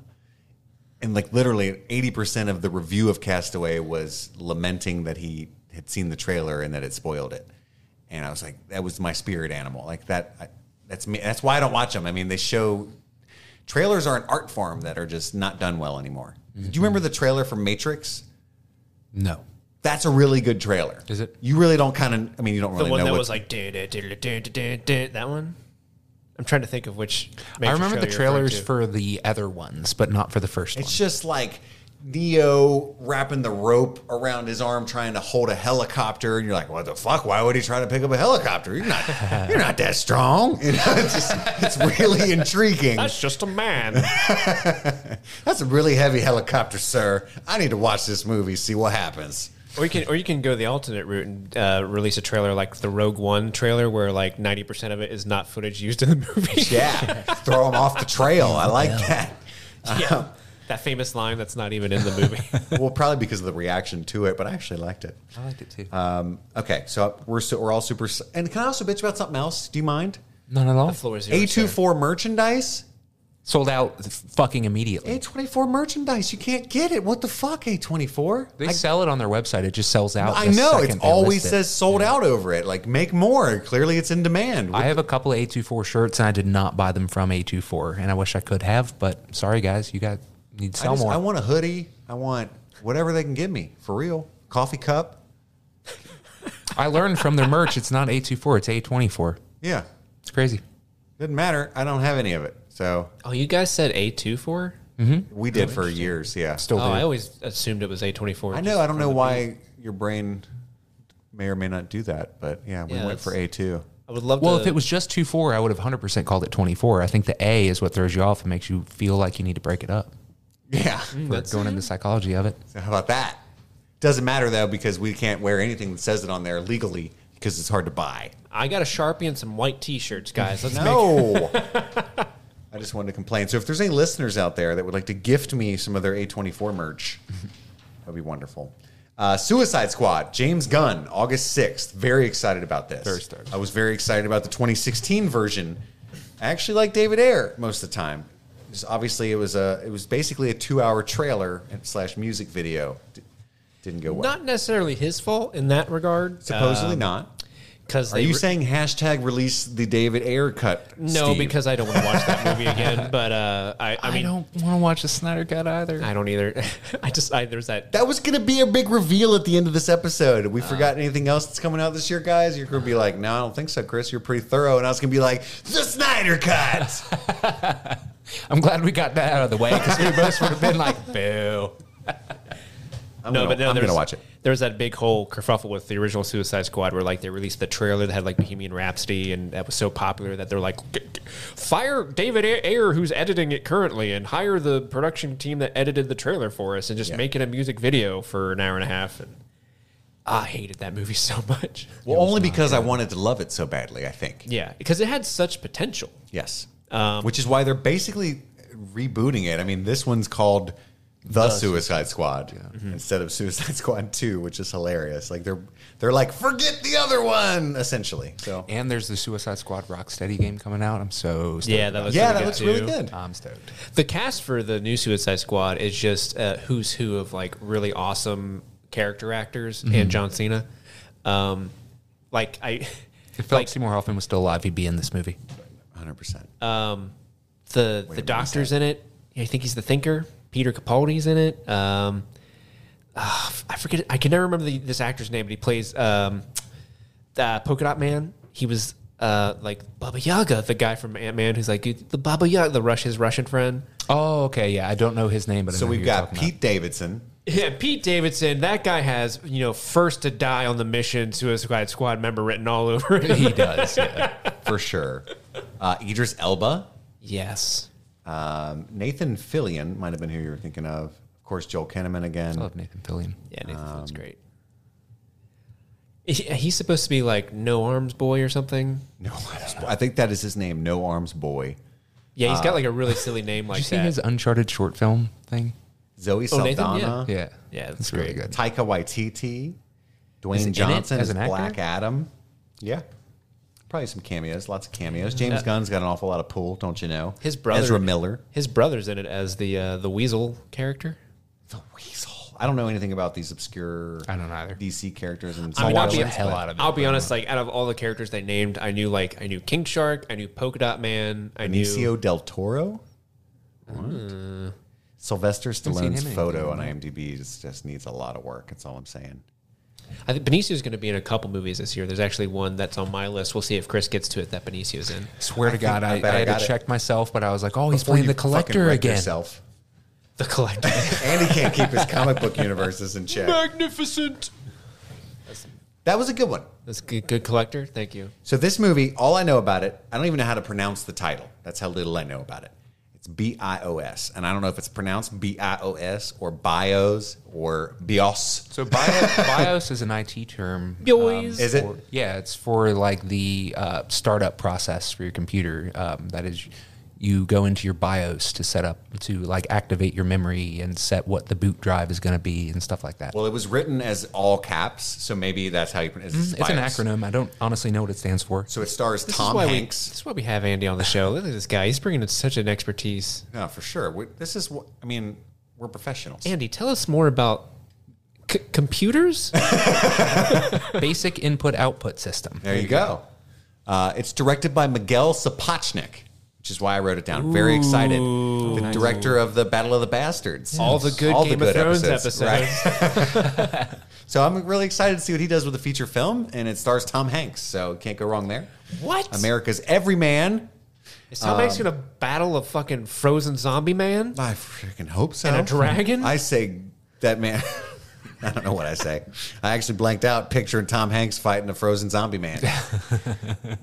S1: And like literally 80% of the review of Castaway was lamenting that he had seen the trailer and that it spoiled it. And I was like, that was my spirit animal. Like that, I, that's me. That's why I don't watch them. I mean, they show trailers are an art form that are just not done well anymore. Do you remember the trailer for Matrix?
S2: No.
S1: That's a really good trailer.
S2: Is it?
S1: You really don't kind of. I mean, you don't
S3: The
S1: really
S3: one
S1: know
S3: that
S1: what-
S3: was like "Duh, duh, duh, duh, duh, duh, duh, duh," that one. I'm trying to think of which. major
S2: I remember
S3: show
S2: the
S3: you're referring
S2: trailers
S3: to.
S2: for the other ones, but not for the first
S1: It's just like Neo wrapping the rope around his arm, trying to hold a helicopter, and you're like, "What the fuck? Why would he try to pick up a helicopter? You're not, you're not that strong." You know, it's just, it's really intriguing.
S3: That's just a man.
S1: That's a really heavy helicopter, sir. I need to watch this movie, see what happens.
S3: or you can, or you can go the alternate route and uh, release a trailer like the Rogue One trailer, where like 90 percent of it is not footage used in the movie.
S1: Yeah, throw him off the trail. I like that.
S3: yeah. That famous line that's not even in the movie.
S1: Well, probably because of the reaction to it, but I actually liked it.
S2: one. I liked it too.
S1: Um, okay, so we're so, we're all super. s- And can I also bitch about something else? Do you mind?
S2: Not at all.
S3: Floor is yours,
S1: A two
S3: sir.
S1: four merchandise.
S2: Sold out f- fucking immediately.
S1: A twenty four merchandise. You can't get it. What the fuck? A twenty four.
S2: they sell it on their website. It just sells out.
S1: I
S2: the
S1: know
S2: second
S1: it's
S2: they
S1: always
S2: list it.
S1: says sold out over it. Like make more. Clearly, it's in demand.
S2: I have a couple of A24 shirts, and I did not buy them from A24, and I wish I could have, but sorry guys, you got need to
S1: I
S2: sell
S1: just-
S2: more.
S1: I want a hoodie. I want whatever they can give me for real. Coffee cup.
S2: I learned from their merch, it's not A24, it's A24.
S1: Yeah,
S2: It's crazy.
S1: doesn't matter. I don't have any of it, so
S3: oh, you guys said A2 for?
S1: we did for years. Yeah,
S2: Still
S3: Oh,
S2: do.
S3: I always assumed it was A24.
S1: I know.
S3: just
S1: I don't
S3: from
S1: know
S3: the
S1: why your brain may or may not do that, but yeah, we
S3: Yeah,
S1: went for A two.
S3: I would love
S2: Well,
S3: to.
S2: if it was just 2 4, I would have 100% called it 24. I think the A is what throws you off and makes you feel like you need to break it up.
S1: Yeah.
S2: For going into the psychology of it.
S1: So how about that? Doesn't matter though because we can't wear anything that says it on there legally because it's hard to buy.
S3: I got a sharpie and some white T-shirts, guys. Let's make
S1: No. I just wanted to complain. So if there's any listeners out there that would like to gift me some of their A24 merch, that'd be wonderful. Uh, Suicide Squad, James Gunn, August 6th. Very excited about this.
S3: Very stoked.
S1: I was very excited about the 2016 version. I actually like David Ayer most of the time. Just obviously, it was a it was basically a two hour trailer and slash music video. D- didn't go well.
S3: Not necessarily his fault in that regard. um,
S1: Supposedly not.
S3: Because
S1: Are you saying hashtag release the David Ayer cut?
S3: no?
S1: Steve?
S3: Because I don't want to watch that movie again. But uh, I, I
S2: I
S3: mean, I don't,
S2: don't want to watch the Snyder Cut either.
S3: either. I just I, there's that.
S1: that was going to be a big reveal at the end of this episode. We forgot anything else that's coming out this year, guys. You're going to be like, no, I don't think so, Chris. You're pretty thorough. And I was going to be like, the Snyder Cut.
S2: I'm glad we got that out of the way because we both would have been like, boo.
S1: I'm
S3: No,
S1: gonna,
S3: but no,
S1: I'm
S3: there's-
S1: going to watch it.
S3: There was that big whole kerfuffle with the original Suicide Squad, where like they released the trailer that had like Bohemian Rhapsody, and that was so popular that they're like, "G- g- fire David A- Ayer, who's editing it currently, and hire the production team that edited the trailer for us, and just make it a music video for an hour and a half. And I hated that movie so much.
S1: Well, only because I wanted to love it so badly, I think.
S3: Yeah, because it had such potential.
S1: Yes. Which is why they're basically rebooting it. I mean, this one's called The, Suicide Squad instead of Suicide Squad 2, which is hilarious. Like they're they're like forget the other one essentially. So
S2: And there's the Suicide Squad Rocksteady game coming out. I'm so stoked.
S3: Yeah, that looks
S1: Yeah,
S3: really
S1: that
S3: good
S1: looks
S3: too.
S1: really good.
S2: I'm stoked.
S3: The cast for the new Suicide Squad is just uh, who's who of like really awesome character actors and John Cena. Um, like I,
S2: If Philip Seymour Hoffman was still alive, he'd be in this movie.
S1: 100%.
S3: the the doctor's in it. I think he's the thinker. Peter Capaldi's in it. Um, ah, I forget. I can never remember the, this actor's name, but he plays um, uh, Polka Dot Man. He was uh, like Baba Yaga, the guy from Ant Man, who's like the Baba Yaga, the Rush, his Russian friend.
S2: Oh, okay. Yeah, I don't know his name, but I
S1: so
S2: know
S1: we've
S2: who you're
S1: got
S2: talking
S1: Pete Davidson.
S3: Yeah, Pete Davidson, that guy has, you know, first to die on the mission Suicide Squad member written all over
S2: about.
S3: him.
S2: He does. Yeah.
S1: for sure. Uh, Idris Elba,
S3: yes.
S1: um, Nathan Fillion might have been who you were thinking of. Of course, Joel Kinnaman
S2: I
S1: again.
S2: love Nathan Fillion.
S3: Yeah, Nathan, that's
S2: Um,
S3: great. He- He's supposed to be like No Arms Boy or something.
S1: No Arms Boy. I think that is his name. No Arms Boy.
S3: Yeah, he's got like a really silly name
S2: Did you
S3: like
S2: see
S3: that.
S2: his Uncharted short film thing?
S1: Zoe
S3: Oh, Nathan?
S1: Saldana.
S2: Yeah.
S3: Yeah, that's
S2: it's really
S3: great.
S2: good.
S1: Taika Waititi.
S2: Is he
S1: Dwayne
S2: in it
S1: Johnson
S2: as
S1: as
S2: an actor?
S1: Black Adam. Yeah. Probably some cameos, lots of cameos. James Gunn's got an awful lot of pool, don't you know?
S3: His brother-
S1: Ezra Miller.
S3: his brother's in it as the uh, the Weasel character.
S1: The Weasel. I don't know anything about these obscure
S2: I don't either.
S1: DC characters and
S3: I mean, I'll
S2: watch
S3: be,
S2: the hell out of it.
S3: I'll be honest, like out of all the characters they named, I knew like I knew King Shark, I knew Polka Dot Man, I knew
S1: Benicio del Toro. What? Uh, Sylvester
S2: seen
S1: Stallone's
S2: him in
S1: photo on IMDb just, just needs a lot of work. That's all I'm saying.
S3: I think Benicio's going to be in a couple movies this year. There's actually one that's on my list. We'll see if Chris gets to it that Benicio's in.
S2: Swear to God,
S1: I
S2: I,
S1: bet
S2: I
S1: I
S2: had
S1: got
S2: to
S1: it.
S2: check myself, but I was like, oh, he's
S1: Before
S2: playing
S1: you
S2: the
S1: fucking
S2: collector
S1: wreck
S2: again.
S1: yourself.
S3: The Collector.
S1: And he can't keep his comic book universes in check.
S3: Magnificent.
S1: That was a good one.
S3: That's good, good collector. Thank you.
S1: So this movie, all I know about it, I don't even know how to pronounce the title. That's how little I know about it. It's B I O S, and I don't know if it's pronounced B I O S or Bios or Bios.
S2: So bio, BIOS is an IT term. um,
S3: Boys.
S1: Is it?
S2: for- yeah, it's for like the uh, startup process for your computer. Um, that is, you go into your BIOS to set up to like activate your memory and set what the boot drive is going to be and stuff like that.
S1: Well, it was written as all caps, so maybe that's how you pronounce it.
S2: Mm-hmm. it's an
S1: Bios.
S2: acronym. I don't honestly know what it stands for.
S1: So it stars
S3: this is
S1: Tom
S3: why
S1: Hanks.
S3: We, this is why we have Andy on the show. Look at this guy. He's bringing in such an expertise.
S1: No, for sure. We, this is what I mean. We're professionals.
S3: Andy, tell us more about c- computers.
S2: Basic input output system.
S1: there you go. Uh, it's directed by Miguel Sapochnik, which is why I wrote it down. Very excited. The director of the Battle of the Bastards.
S3: All the good Game of Thrones episodes.
S1: Right. so I'm really excited to see what he does with a feature film, and it stars Tom Hanks. So can't go wrong there.
S3: What?
S1: America's Everyman.
S3: Is Tom Hanks going to battle a fucking frozen zombie man?
S1: um, I freaking hope so.
S3: And a dragon?
S1: I say that man. I don't know what I say. I actually blanked out picturing Tom Hanks fighting a frozen zombie man,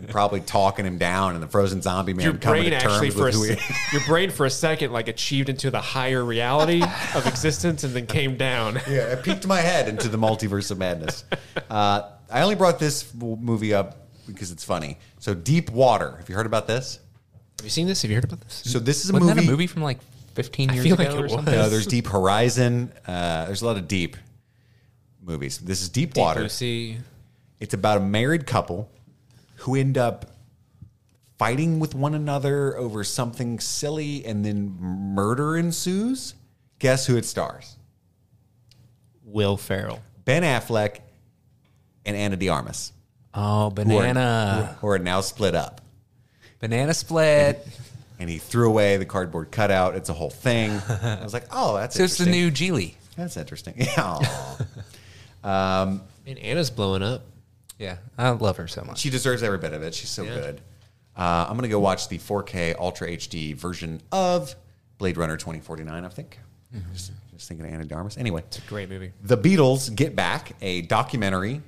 S1: probably talking him down, and the frozen zombie man
S3: Your
S1: coming
S3: brain
S1: to
S3: actually
S1: terms
S3: for a,
S1: with who he
S3: s- your brain for a second like achieved into the higher reality of existence and then came down.
S1: yeah, it peeked my head into the multiverse of madness. Uh, I only brought this w- movie up because it's funny. So, Deep Water. Have you heard about this?
S3: Have you seen this? Have you heard about this?
S1: So, this is a
S2: Wasn't
S1: movie.
S2: that a movie from like 15 years
S3: feel
S2: ago
S3: like it
S2: or something?
S1: No, there's Deep Horizon. Uh, there's a lot of Deep. movies. This is Deepwater.
S3: Lucy.
S1: It's about a married couple who end up fighting with one another over something silly and then murder ensues. Guess who it stars?
S3: Will Ferrell.
S1: Ben Affleck and Anna De Armas,
S2: Oh,
S1: who are-
S2: banana,
S1: who are now split up.
S2: banana split.
S1: And he threw away the cardboard cutout. It's a whole thing. I was like, oh, that's
S2: So it's the
S1: interesting.
S2: new Geely.
S1: That's interesting. Yeah.
S3: And Anna's blowing up.
S2: Yeah, I love her so much.
S1: she deserves every bit of it. She's so good. Uh, I'm going to go watch the 4K Ultra HD version of Blade Runner 2049, I think.
S2: Mm-hmm.
S1: Just, just thinking of Anna Darmus. Anyway,
S3: Great movie.
S1: The Beatles Get Back, a documentary.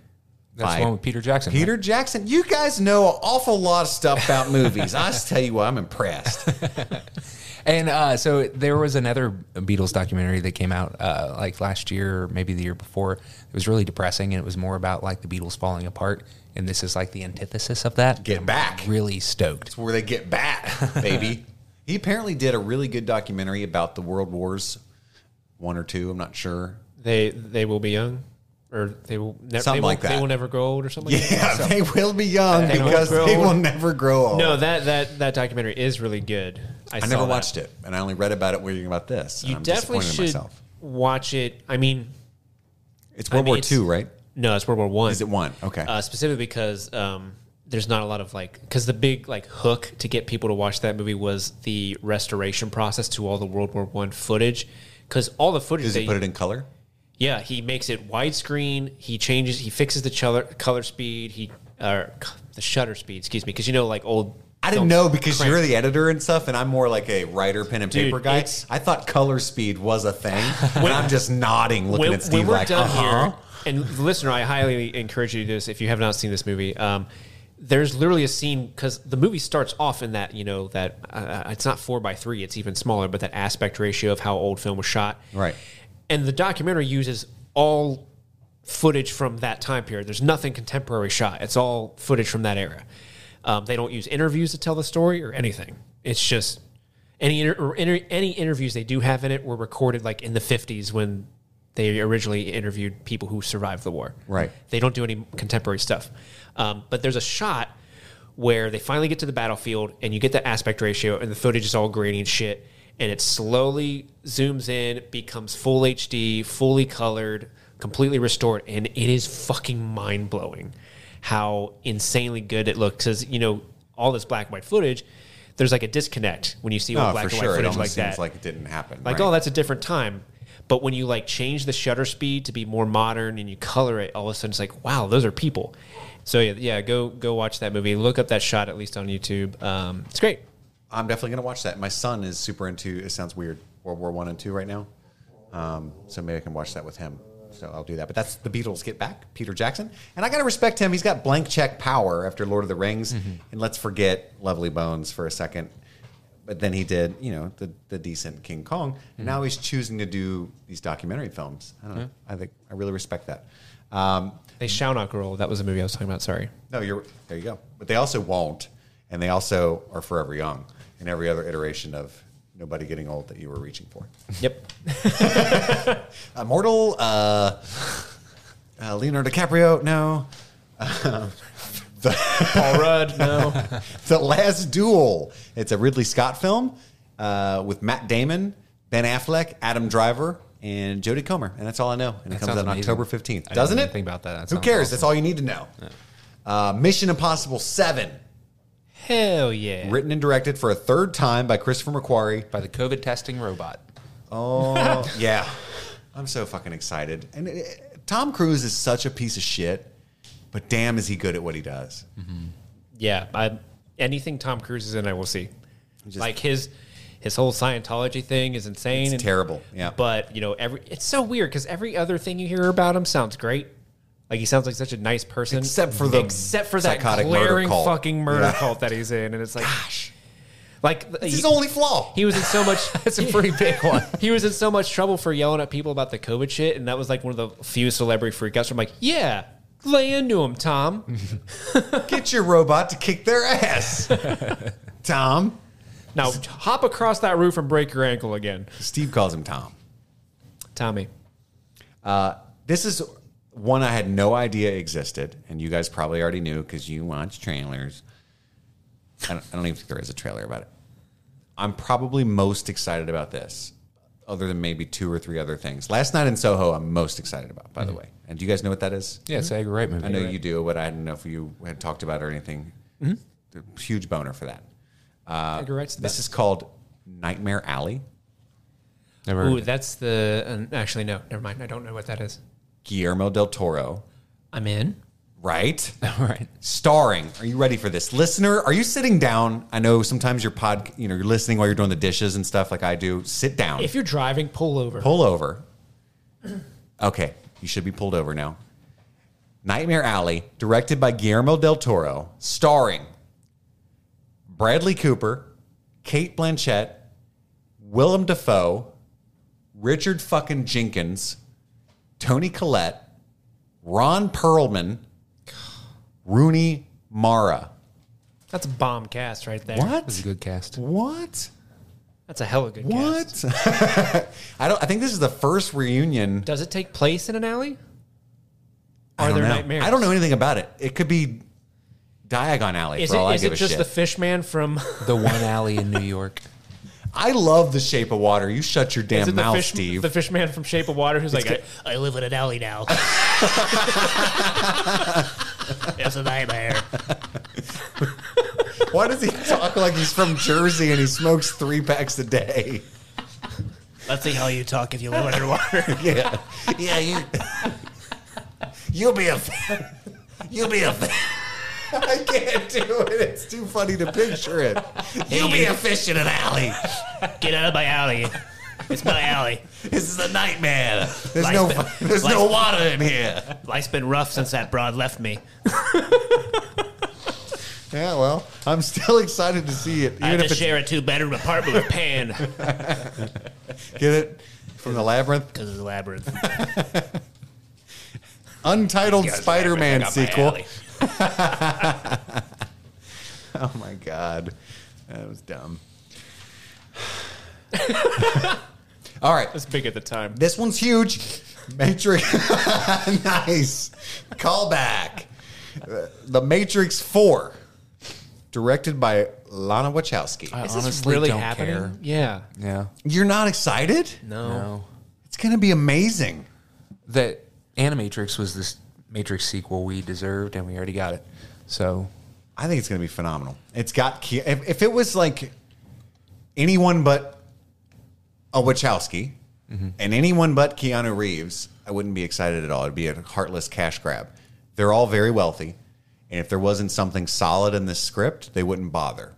S2: That's the one with Peter Jackson. right?
S1: Peter Jackson. You guys know an awful lot of stuff about movies. I just tell you what, I'm impressed.
S2: And uh, so there was another Beatles documentary that came out uh, like last year, or maybe the year before. It was really depressing, and it was more about like the Beatles falling apart. And this is like the antithesis of that.
S1: Get back.
S2: Really stoked.
S1: where they get back, baby. he apparently did a really good documentary about the World Wars, one or two. I'm not sure.
S3: They they will be young, or they will never
S1: Something
S3: they will,
S1: like that.
S3: They will never grow old, or something. like
S1: Yeah,
S3: that. So-
S1: they will be young
S3: They will
S1: because
S3: grow
S1: they
S3: old.
S1: will never grow old.
S3: no, that that that documentary is really good. I,
S1: I never watched it, and I only read about it. Reading about this, and
S3: You
S1: I'm
S3: definitely
S1: disappointed in
S3: should
S1: myself.
S3: watch it. I mean,
S1: It's World
S3: mean,
S1: War
S3: it's-
S1: Two, right?
S3: no, it's World War One.
S1: Is it one? Okay.
S3: uh, specifically because um, there's not a lot of like because the big like hook to get people to watch that movie was the restoration process to all the World War One footage because all the footage
S1: Does
S3: they
S1: he put it in color?
S3: yeah he makes it widescreen he changes he fixes the color color speed he or the shutter speed excuse me because you know like old
S1: I didn't
S3: films
S1: know because
S3: crank-
S1: you're the editor and stuff, and I'm more like a writer, pen and
S3: Dude,
S1: paper guy.
S3: it's-
S1: I thought color speed was a thing, and I'm just nodding, looking
S3: when,
S1: at
S3: when
S1: Steve
S3: we're
S1: like,
S3: done
S1: uh-huh.
S3: here, and the listener, I highly encourage you to do this if you have not seen this movie. Um, there's literally a scene because the movie starts off in that you know that uh, it's not four by three, it's even smaller, but that aspect ratio of how old film was shot,
S1: Right.
S3: And the documentary uses all footage from that time period. There's nothing contemporary shot. It's all footage from that era. Um, they don't use interviews to tell the story or anything. It's just any inter- or inter- any interviews they do have in it were recorded like in the 50s when they originally interviewed people who survived the war.
S1: Right.
S3: They don't do any contemporary stuff. Um, but there's a shot where they finally get to the battlefield and you get the aspect ratio and the footage is all grainy and shit. And it slowly zooms in, becomes full HD, fully colored, completely restored. And it is fucking mind blowing how insanely good it looks. Because, you know, all this black and white footage, there's like a disconnect when you see all
S1: No,
S3: black
S1: Oh, for
S3: and white
S1: sure. It
S3: footage
S1: almost
S3: like
S1: seems
S3: that
S1: like it didn't happen.
S3: like
S1: right?
S3: oh that's a different time but when you like change the shutter speed to be more modern and you color it all of a sudden it's like wow those are people so yeah, yeah go go watch that movie look up that shot at least on youtube um, it's great
S1: I'm definitely gonna watch that. My son is super into. It sounds weird. World War One and Two right now, um, so maybe I can watch that with him. So I'll do that. But that's the Beatles Get Back, Peter Jackson, and I gotta respect him. He's got blank check power after Lord of the Rings, and let's forget Lovely Bones for a second. But then he did, you know, the, the decent King Kong, and now he's choosing to do these documentary films. I don't know. I think I really respect that. Um,
S3: they shall not grow old. that was the movie i was talking about sorry
S1: no, you're there. You go. But they also won't, and they also are forever young in every other iteration of nobody getting old that you were reaching for.
S3: yep
S1: Immortal, uh, uh, Leonardo DiCaprio. No,
S3: paul rudd no
S1: The Last Duel. It's a Ridley Scott film uh, with Matt Damon, Ben Affleck, Adam Driver, and Jodie Comer. And that's all I know. And it
S2: That
S1: comes
S2: sounds
S1: out on
S2: amazing.
S1: October 15th.
S2: I didn't
S1: Doesn't
S2: even
S1: it?
S2: think about that. That
S1: Who
S2: sounds
S1: cares?
S2: awesome.
S1: That's all you need to know. Uh, Mission Impossible 7,
S3: hell yeah
S1: written and directed for a third time by Christopher McQuarrie.
S2: By the COVID testing robot.
S1: Oh yeah, I'm so fucking excited. And uh, Tom Cruise is such a piece of shit, but damn, is he good at what he does.
S3: yeah I, anything tom cruise is in i will see
S1: Just-
S3: like his his whole scientology thing is insane
S1: It's
S3: and-
S1: terrible. Yeah,
S3: But you know, every it's so weird because every other thing you hear about him sounds great. Like he sounds like such a nice person,
S1: Except for the
S3: except for that
S1: psychotic murder
S3: glaring
S1: cult.
S3: fucking murder
S1: Yeah.
S3: cult that he's in, and it's like,
S1: gosh,
S3: like
S1: it's
S3: he,
S1: his only flaw.
S3: he was in so much.
S2: That's a pretty big one.
S3: he was in so much trouble for yelling at people about the COVID shit, and that was like one of the few celebrity freakouts. Where I'm like, yeah, lay into him, Tom.
S1: Get your robot to kick their ass, Tom.
S3: now hop across that roof and break your ankle again,
S1: Steve calls him Tom.
S3: Tommy.
S1: This is one I had no idea existed, and you guys probably already knew because you watch trailers. I don't, I don't even think there is a trailer about it. I'm probably most excited about this, other than maybe two or three other things. Last night in Soho, I'm most excited about, by the way. And do you guys know what that is?
S2: Mm-hmm. Yeah, it's a great movie.
S1: I know you do, but I didn't know if you had talked about it or anything.
S2: Mm-hmm.
S1: Huge boner for that.
S3: Edgar Wright's the
S1: Uh, This
S3: best.
S1: is called Nightmare Alley.
S2: Never heard
S3: Ooh,
S2: of it.
S3: that's the. Um, actually, no, never mind. I don't know what that is.
S1: Guillermo del Toro,
S3: I'm in.
S1: right?
S2: All right.
S1: starring. Are you ready for this, listener? Are you sitting down? I know sometimes your pod, you know, you're listening while you're doing the dishes and stuff, like I do. Sit down.
S3: If you're driving, pull over.
S1: pull over. Okay, you should be pulled over now. Nightmare Alley, directed by Guillermo del Toro, starring Bradley Cooper, Kate Blanchett, Willem Dafoe, Richard fucking Jenkins, Tony Collette, Ron Perlman, Rooney Mara.
S3: That's a bomb cast right there.
S2: It's a
S1: What?
S2: good cast.
S1: What?
S3: That's a hella good cast.
S1: What? I don't. I think this is the first reunion
S3: Does it take place in an alley?
S1: I
S3: Are
S1: don't
S3: there
S1: know.
S3: nightmares?
S1: I don't know anything about it. It could be Diagon Alley
S3: Is
S1: for
S3: it,
S1: all I
S3: is
S1: give
S3: it
S1: a
S3: just
S1: shit.
S3: the fish man from?
S2: The one alley in New York.
S1: I love The Shape of Water. You shut your
S3: Is
S1: damn
S3: it the
S1: mouth,
S3: fish,
S1: Steve.
S3: the fish man from Shape of Water? Who's like, "Uh,
S1: good.
S3: I, I live in an alley now. it's a nightmare.
S1: Why does he talk like he's from Jersey and he smokes three packs a day?
S3: Let's see how you talk if you live underwater.
S1: Yeah, yeah. You, you'll be a, fan. you'll be a. Fan. I can't do it. It's too funny to picture it. You'll be a fish in an alley.
S3: Get out of my alley. It's my alley.
S1: This is a nightmare. There's no,
S3: Life-
S1: there's no water in here.
S3: Life's been rough since that broad left me.
S1: Yeah, well, I'm still excited to see it. Even if it's
S3: a two-bedroom apartment with Pan
S1: Get it? From the Labyrinth?
S3: because of the labyrinth.
S1: Untitled Spider Man
S3: Got my
S1: sequel.
S3: alley.
S1: Oh my God. That was dumb. All right.
S3: It's big at the time.
S1: This one's huge. Matrix. nice. Callback. Uh, The Matrix 4, directed by Lana Wachowski.
S2: I
S3: Is this
S2: honestly
S3: really
S2: don't
S3: happening?
S2: care.
S3: Yeah.
S2: Yeah.
S1: You're not excited?
S2: No.
S1: It's going to be amazing.
S2: That Animatrix was this Matrix sequel we deserved, and we already got it. So
S1: I think it's going to be phenomenal. It's got Ke- if, if it was like anyone but a Wachowski and anyone but Keanu Reeves, I wouldn't be excited at all. It'd be a heartless cash grab. They're all very wealthy, and if there wasn't something solid in this script, they wouldn't bother.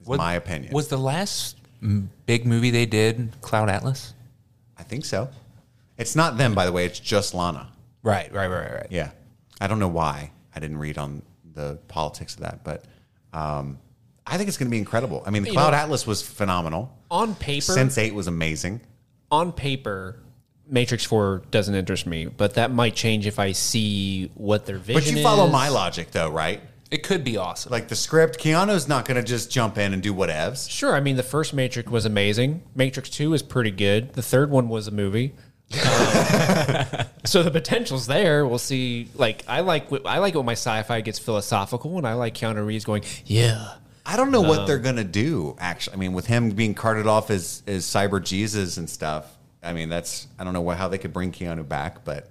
S1: Is
S2: What-
S1: my opinion.
S2: Was the last m- big movie they did Cloud Atlas?
S1: I think so. It's not them, by the way. It's just Lana.
S2: Right, right, right, right.
S1: Yeah, I don't know why I didn't read on the politics of that, but um, I think it's going to be incredible. I mean, the
S3: You
S1: Cloud
S3: know-
S1: Atlas was phenomenal.
S3: On paper,
S1: Sense Eight was amazing.
S3: on paper, Matrix Four doesn't interest me, but that might change if I see what their vision.
S1: But you follow
S3: is.
S1: my logic though, right?
S2: It could be awesome.
S1: Like the script, Keanu's not going to just jump in and do whatevs.
S3: Sure, I mean the first Matrix was amazing. Matrix Two is pretty good. The third one was a movie. Um, so the potential's there. We'll see. Like I like wh- I like it when my sci-fi gets philosophical, and I like Keanu Reeves going, "Yeah,
S1: I don't know what they're going to do. Actually, I mean, with him being carted off as as Cyber Jesus and stuff. I mean, that's I don't know what, how they could bring Keanu back, but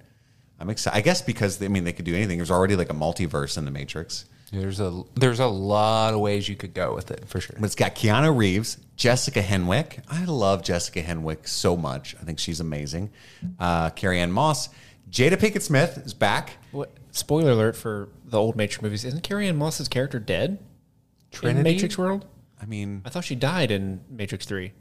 S1: I'm excited. I guess because I mean they could do anything. There's already like a multiverse in the Matrix.
S2: There's a there's a lot of ways you could go with it for sure.
S1: But it's got Keanu Reeves, Jessica Henwick. I love Jessica Henwick so much. I think she's amazing. Uh, Carrie Ann Moss, Jada Pinkett Smith is back.
S3: what?" Spoiler alert for the old Matrix movies: Isn't Carrie Ann Moss's character dead
S2: Trinity?
S3: in Matrix World?
S1: I mean,
S3: I thought she died in Matrix Three.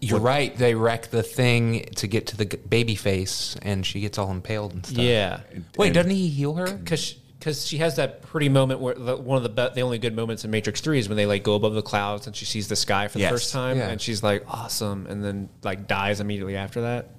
S2: You're right. They wreck the thing to get to the g- baby face, and she gets all impaled and stuff.
S3: Yeah,
S2: Wait, doesn't he heal her?
S3: because because she has that pretty moment where the, one of the be- the only good moments in Matrix Three is when they like go above the clouds and she sees the sky for the
S1: Yes.
S3: first time
S2: Yeah.
S3: and she's like awesome and then like dies immediately after that.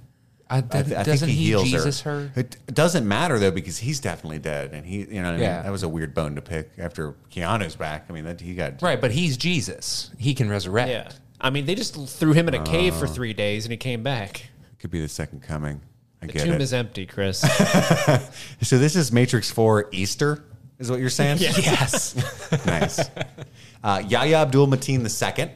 S2: I,
S1: I, th- I think
S2: doesn't
S1: he
S2: he,
S1: heals
S2: Jesus
S1: her.
S2: her?
S1: It doesn't matter though because he's definitely dead, and he, you know, what I mean?
S2: Yeah.
S1: that was a weird bone to pick after Keanu's back. I mean, that he got
S2: Right, but he's Jesus. He can resurrect.
S1: Uh.
S3: Yeah, I mean they just threw him in a cave for three days and he came back.
S1: could be the second coming. I
S3: The
S1: get
S3: tomb
S1: it.
S3: is empty, Chris.
S1: so this is Matrix Four Easter, is what you're saying?
S2: Yes.
S1: nice. Uh, Yahya Abdul Mateen II,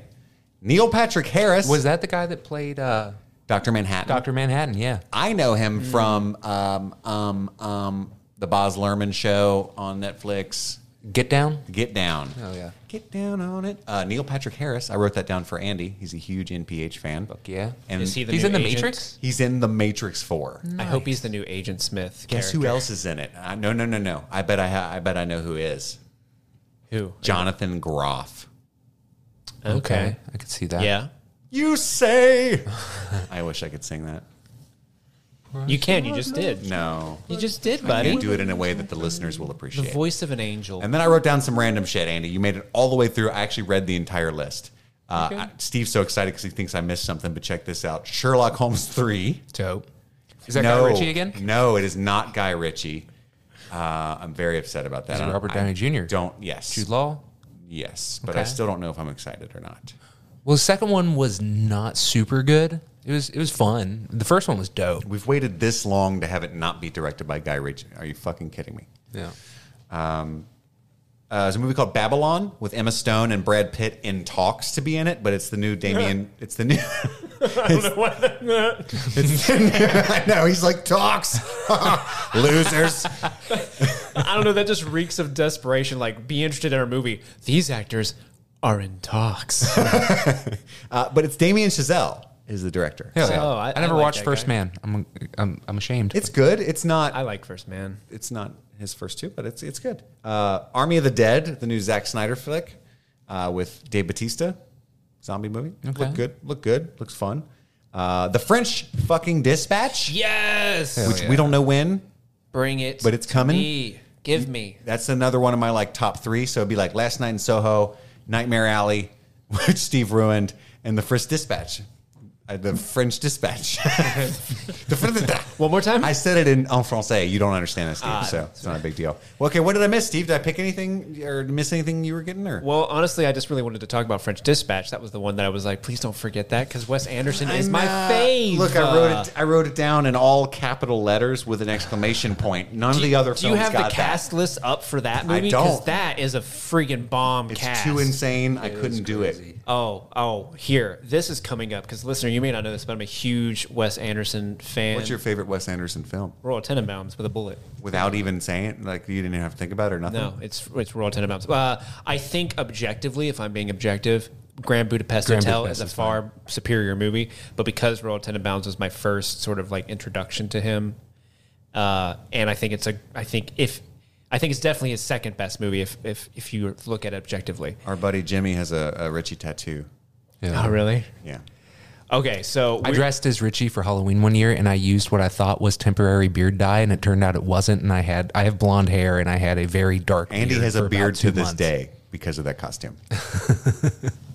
S1: Neil Patrick Harris
S2: Was that the guy that played uh,
S1: Doctor Manhattan.
S2: Dr. Manhattan? Yeah.
S1: I know him
S2: Hmm.
S1: from um, um, um, the Boz Lerman show on Netflix.
S2: Get down.
S1: Get down.
S2: Oh, yeah.
S1: Get down on it. Uh, Neil Patrick Harris. I wrote that down for Andy. He's a huge NPH fan.
S2: Fuck yeah.
S1: And
S3: Is he the Mm.
S2: He's
S3: new
S2: in the
S3: agent?
S2: Matrix?
S1: he's in The Matrix Four.
S3: I hope he's the new Agent Smith.
S1: Guess who else is in it? Uh, no, no, no, no. I bet I ha- I bet I know who is.
S2: Oh,
S3: Who?
S1: Jonathan Groff.
S3: Okay.
S2: I could see that.
S3: Yeah.
S1: You say. I wish I could sing that.
S3: You can. You just did.
S1: No.
S3: You just did,
S1: I
S3: buddy.
S1: can't do it in a way that the listeners will
S3: The
S1: appreciate.
S3: voice of an angel.
S1: And then I wrote down some random shit, Andy. You made it all the way through. I actually read the entire list. Uh, I- Steve's so excited because he thinks I missed something, but check this out Sherlock Holmes 3.
S2: Dope. Is that Guy Ritchie again?
S1: No, it is not Guy Ritchie. Uh, I'm very upset about that.
S2: Is it
S1: I don't-
S2: Robert
S1: I
S2: Downey Jr.?
S1: Don't, yes.
S2: Jude Law?
S1: Yes, but I
S2: Okay.
S1: still don't know if I'm excited or not.
S2: Well, the second one was not super good. It was it was fun. The first one was dope.
S1: We've waited this long to have it not be directed by Guy Ritchie. Are you fucking kidding me?
S2: Yeah.
S1: Uh, there's a movie called Babylon with Emma Stone and Brad Pitt in talks to be in it, but it's the new Damien. It's the new. I know he's like talks losers. Uh,
S3: I don't know. That just reeks of desperation. Like, be interested in our movie. These actors are in talks.
S1: Uh, but it's Damien Chazelle is the director.
S2: Hell
S1: So
S2: yeah.
S3: Oh, I-
S2: I,
S3: I
S2: never
S3: like
S2: watched
S3: that
S2: First
S3: guy.
S2: Man. I'm, I'm I'm ashamed.
S1: It's good. It's not.
S3: I like First Man.
S1: it's not his first two, but it's it's good. Uh, Army of the Dead, the new Zack Snyder flick uh, with Dave Batista, zombie movie.
S2: Okay.
S1: Look good. Look good. Looks fun. Uh, the French fucking Dispatch,
S3: Yes.
S1: which we don't know when.
S4: Bring it.
S1: But it's
S4: to
S1: coming?
S4: me. Give me.
S1: That's another one of my like top three. So it'd be like Last Night in Soho, Nightmare Alley, which Steve ruined, and the French Dispatch. Uh, the French Dispatch. The French-
S3: One more time?
S1: I said it in en français. You don't understand that, Steve,
S3: Ah,
S1: so it's not a big deal. Well, okay, what did I miss, Steve? Did I pick anything or miss anything you were getting? Or
S3: Well, honestly, I just really wanted to talk about French Dispatch. That was the one that I was like, please don't forget that because Wes Anderson is
S1: I'm,
S3: my
S1: uh,
S3: fave. uh,
S1: Look, I wrote it. I wrote it down in all capital letters with an exclamation point. None of the other
S3: Do
S1: films
S3: you have the
S1: got that.
S3: cast list up for that movie?
S1: don't.
S3: that is a friggin' bomb
S1: It's
S3: cast.
S1: too insane. I couldn't do it.
S3: Oh, oh, here. This is coming up because, listener, you may not know this, but I'm a huge Wes Anderson fan.
S1: What's your favorite Wes Anderson film?
S3: Royal Tenenbaums with a bullet?
S1: Without even saying it, like you didn't even have to think about it or nothing.
S2: Oh.
S3: No, it's it's Royal Tenenbaums. Uh, I think objectively, if I'm being objective, Grand Budapest
S2: Grand
S3: Hotel
S2: Budapest
S3: is a
S2: is
S3: far superior movie. But because Royal Tenenbaums was my first sort of like introduction to him, uh, and I think it's a I think if I think it's definitely his second best movie if if if you look at it objectively.
S1: Our buddy Jimmy has a, a Richie tattoo.
S2: Yeah.
S3: really?
S1: Yeah.
S3: Okay, so
S2: Oh, I
S3: we-
S2: dressed as Richie for Halloween one year, and I used what I thought was temporary beard dye, and it turned out it wasn't. And I had I have blonde hair, and I had a very dark.
S1: Andy has
S2: for
S1: a
S2: about
S1: beard to
S2: two
S1: this
S2: months.
S1: day because of that costume.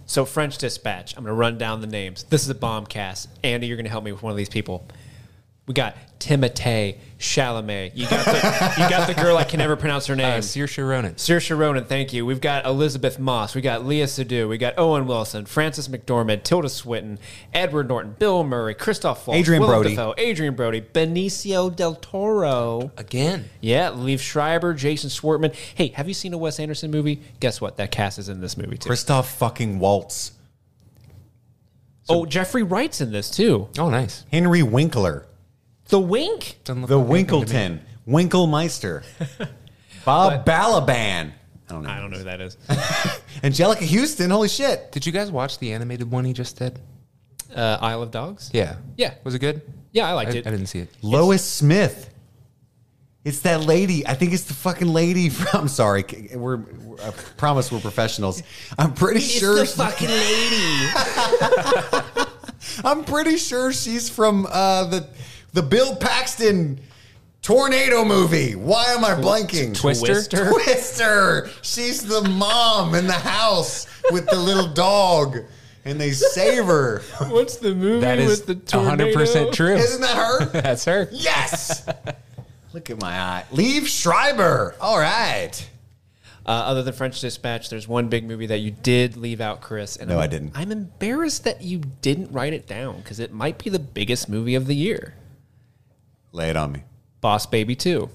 S3: So French Dispatch. I'm going to run down the names. This is a bomb cast. Andy, you're going to help me with one of these people. We got Timothée Chalamet. You got the, you got the girl I can never pronounce her
S2: Uh,
S3: name.
S2: Saoirse Ronan.
S3: Saoirse Ronan, thank you. We've got Elizabeth Moss. We got Leah Sadu. We got Owen Wilson, Francis McDormand, Tilda Swinton, Edward Norton, Bill Murray, Christoph Waltz,
S1: Adrian
S3: Willem
S1: Brody.
S3: Dafoe, Adrian Brody, Benicio del Toro.
S2: Again,
S3: Yeah, Liev Schreiber, Jason Schwartzman. Hey, have you seen a Wes Anderson movie? Guess what? That cast is in this movie too.
S1: Christoph fucking Waltz.
S3: oh, Jeffrey Wright's in this too.
S2: oh nice.
S1: Henry Winkler.
S3: The Wink?
S2: Doesn't look
S1: The
S2: like anything to me.
S1: Winkleton. Winkelmeister. Bob Balaban. I don't know.
S3: I don't know who that is.
S1: Angelica Houston. Holy shit.
S2: Did you guys watch the animated one he just did?
S3: Uh, Isle of Dogs?
S2: Yeah.
S3: Yeah.
S2: Was it good?
S3: Yeah, I liked
S2: I,
S3: it.
S2: I didn't see it.
S1: Lois Smith. It's that lady. I think it's the fucking lady from. I'm sorry. We're, we're- I promise we're professionals. I'm pretty sure.
S3: fucking lady.
S1: I'm pretty sure she's from uh, the the Bill Paxton tornado movie. Why am I blanking?
S2: Twister?
S3: Twister?
S1: Twister. She's the mom in the house with the little dog, and they save her.
S3: What's the movie
S2: That is
S3: with the tornado?
S2: 100% true.
S1: Isn't that her?
S2: That's her.
S1: Yes. Look at my eye. Leave Schreiber. All right.
S3: Uh, other than French Dispatch, there's one big movie that you did leave out, Chris. And
S1: No,
S3: I'm,
S1: I didn't.
S3: I'm embarrassed that you didn't write it down because it might be the biggest movie of the year.
S1: Lay it on me.
S3: Boss Baby 2.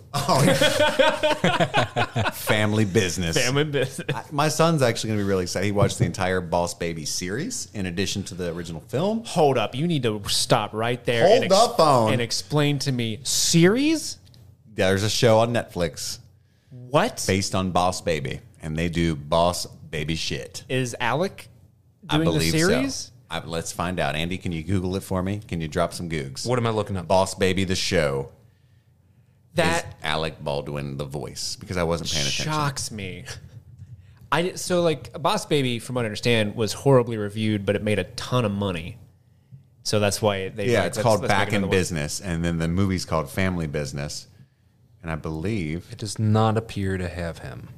S1: Family business.
S3: Family business.
S1: I- My son's actually going to be really excited. He watched the entire Boss Baby series in addition to the original film.
S3: Hold up. You need to stop right there.
S1: Hold
S3: and
S1: up on.
S3: And explain to me. Series?
S1: There's a show on Netflix
S3: What? Is
S1: based on Boss Baby, and they do Boss Baby shit.
S3: Alec
S1: I
S3: doing
S1: believe
S3: the series?
S1: so. I, let's find out. Andy, can you Google it for me? Can you drop some googs?
S2: What am I looking up?
S1: Boss Baby the show is
S3: That
S1: Alec Baldwin the voice because I wasn't paying attention.
S3: shocks me. I did, so like Boss Baby, from what I understand, was horribly reviewed, but it made a ton of money. So that's why they
S1: Yeah,
S3: like,
S1: it's
S3: let's-
S1: called
S3: let's make
S1: Back in
S3: another one.
S1: Business, and then the movie's called Family Business, and I believe
S2: It does not appear to have him.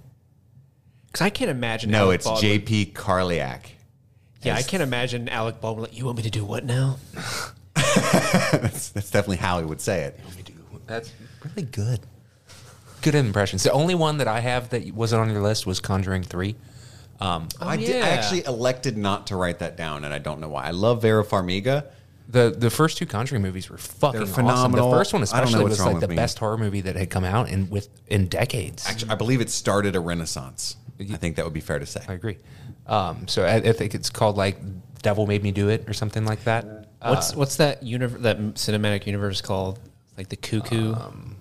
S3: Because I can't imagine.
S1: no,
S3: Alec
S1: it's
S3: Baldwin-
S1: J.P. Karliak.
S3: Yeah, I can't imagine Alec Baldwin. Like, you want me to do what now?
S1: That's, that's definitely how he would say it.
S2: That's really good. Good impressions. The only one that I have that wasn't on your list was Conjuring Three. Um,
S1: I, did,
S3: Oh, yeah.
S1: I actually elected not to write that down, and I don't know why. I love Vera Farmiga.
S2: the the first two Conjuring movies were fucking
S1: They're
S2: phenomenal.
S1: phenomenal.
S2: Awesome. The first one
S1: I don't know
S2: especially
S1: what's
S2: was
S1: wrong
S2: like
S1: with
S2: the
S1: me.
S2: best horror movie that had come out in with in decades.
S1: Actually, I believe it started a renaissance. I think that would be fair to say.
S2: I agree. Um, so I, I think it's called like Devil Made Me Do It or something like that.
S1: Uh,
S3: what's what's that universe? That cinematic universe called like the Cuckoo
S1: Um,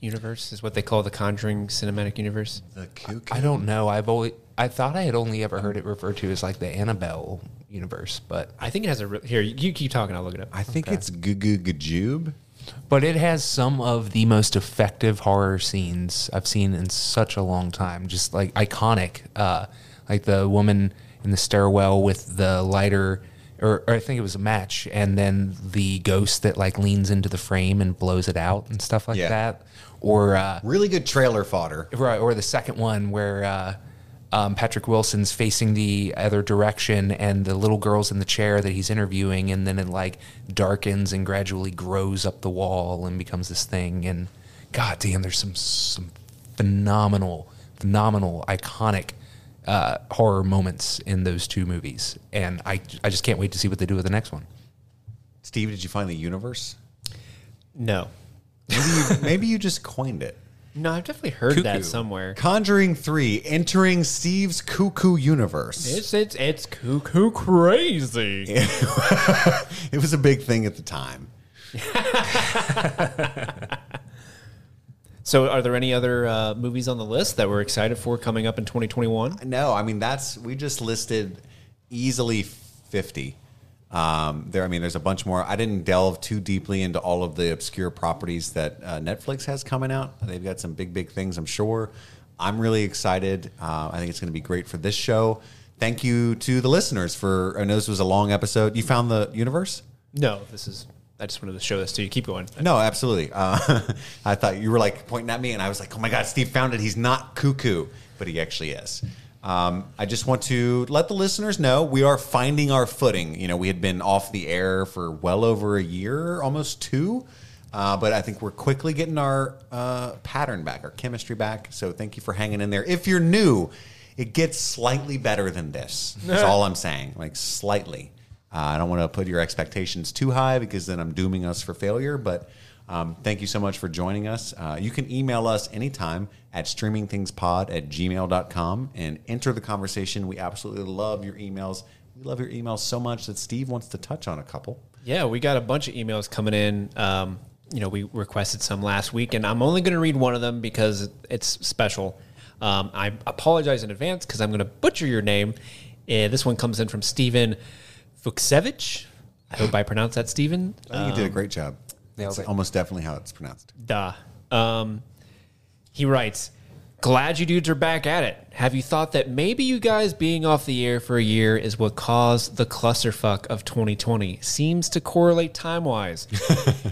S3: universe is what they call the Conjuring cinematic universe.
S1: The cuckoo.
S2: I don't know. I've only I thought I had only ever heard it referred to as like the Annabelle universe, but
S3: I think it has a re- here. You keep talking. I'll look it up.
S1: I think it's Goo Goo Gajube.
S2: but it has some of the most effective horror scenes I've seen in such a long time. Just like iconic, uh, like the woman in the stairwell with the lighter. Or, or I think it was a match, and then the ghost that like leans into the frame and blows it out and stuff like
S1: Yeah.
S2: that. Or uh,
S1: Really good trailer fodder.
S2: Right, or the second one where uh, um, Patrick Wilson's facing the other direction, and the little girl's in the chair that he's interviewing, and then it like darkens and gradually grows up the wall and becomes this thing. And god damn, there's some some phenomenal, phenomenal, iconic uh, horror moments in those two movies, and I I just can't wait to see what they do with the next one.
S1: Steve, did you find the universe?
S3: No,
S1: Maybe you, maybe you just coined it.
S3: no, I've definitely heard
S2: Cuckoo.
S3: that somewhere.
S1: Conjuring 3, entering Steve's cuckoo universe.
S3: It's it's it's cuckoo crazy.
S1: It was a big thing at the time.
S3: So, are there any other uh, movies on the list that we're excited for coming up in 2021?
S1: No, I mean that's we just listed easily fifty. Um, there, I mean, there's a bunch more. I didn't delve too deeply into all of the obscure properties that uh, Netflix has coming out. They've got some big, big things, I'm sure. I'm really excited. Uh, I think it's going to be great for this show. Thank you to the listeners for. I know this was a long episode. You found the universe.
S3: No, this is. I just wanted to show this to you. Keep going.
S1: No, absolutely. Uh, I thought you were like pointing at me, and I was like, "Oh my God, Steve found it. He's not cuckoo, but he actually is." Um, I just want to let the listeners know we are finding our footing. You know, we had been off the air for well over a year, almost two, uh, but I think we're quickly getting our uh, pattern back, our chemistry back. So thank you for hanging in there. If you're new, it gets slightly better than this. That's all I'm saying. Like slightly. Uh, I don't want to put your expectations too high because then I'm dooming us for failure. But um, thank you so much for joining us. Uh, you can email us anytime at streamingthingspod at gmail.com and enter the conversation. We absolutely love your emails. We love your emails so much that Steve wants to touch on a couple.
S3: Yeah, we got a bunch of emails coming in. Um, you know, we requested some last week, and I'm only going to read one of them because it's special. Um, I apologize in advance because I'm going to butcher your name. Uh, this one comes in from Steven Vuksevich. I hope I pronounced that, Steven.
S1: I think you did a great job.
S2: Um, Nailed
S1: That's
S2: it.
S1: almost definitely how it's pronounced.
S3: Duh. Um, he writes, Glad you dudes are back at it. Have you thought that maybe you guys being off the air for a year is what caused the clusterfuck of 2020? Seems to correlate time wise.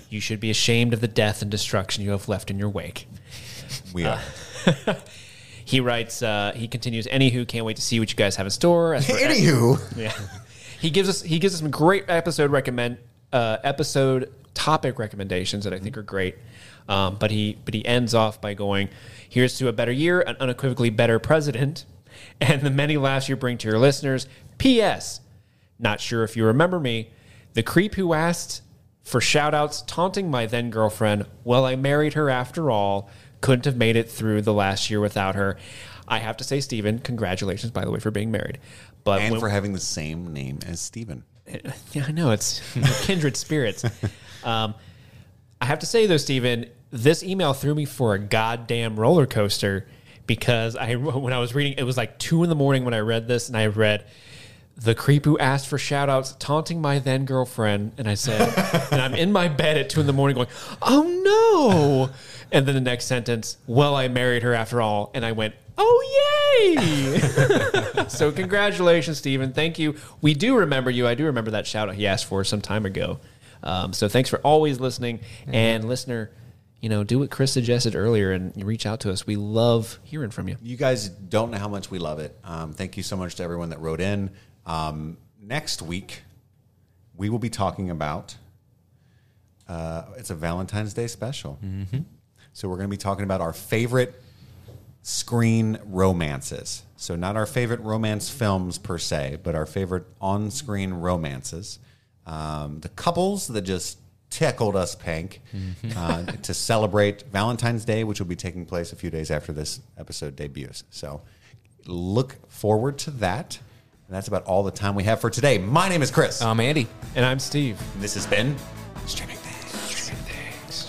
S3: you should be ashamed of the death and destruction you have left in your wake.
S1: We are.
S3: He writes, uh, he continues, Anywho, can't wait to see what you guys have in store. As for-
S1: Anywho,
S3: yeah. He gives us he gives us some great episode recommend uh, episode topic recommendations that I think are great. Um, but he but he ends off by going, "Here's to a better year, an unequivocally better president, and the many laughs you bring to your listeners." P.S. Not sure if you remember me, the creep who asked for shout outs taunting my then girlfriend. Well, I married her after all. Couldn't have made it through the last year without her. I have to say, Steven, congratulations, by the way, for being married. But
S1: and
S3: when-
S1: for having the same name as Steven.
S3: yeah, I know it's we're kindred spirits. Um, I have to say though, Steven, this email threw me for a goddamn roller coaster because I when I was reading it was like two in the morning when I read this and I read the creep who asked for shout outs taunting my then girlfriend and I said and I'm in my bed at two in the morning going oh no and then the next sentence well I married her after all and I went oh yay so congratulations, Steven. Thank you. We do remember you. I do remember that shout out he asked for some time ago. Um, so thanks for always listening. And listener, you know, do what Chris suggested earlier and reach out to us. We love hearing from you.
S1: You guys don't know how much we love it. Um, thank you so much to everyone that wrote in. Um, next week, we will be talking about. Uh, it's a Valentine's Day special, so we're going to be talking about our favorite screen romances. So not our favorite romance films per se, but our favorite on-screen romances. Um, the couples that just tickled us pink uh, to celebrate Valentine's Day, which will be taking place a few days after this episode debuts. So look forward to that. And that's about all the time we have for today. My name is Chris.
S2: Um, Andy.
S3: And I'm Steve.
S1: And this has been Streaming Things.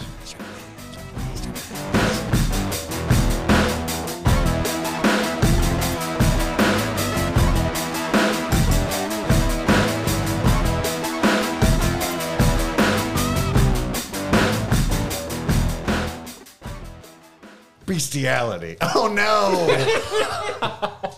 S1: Bestiality. Oh no!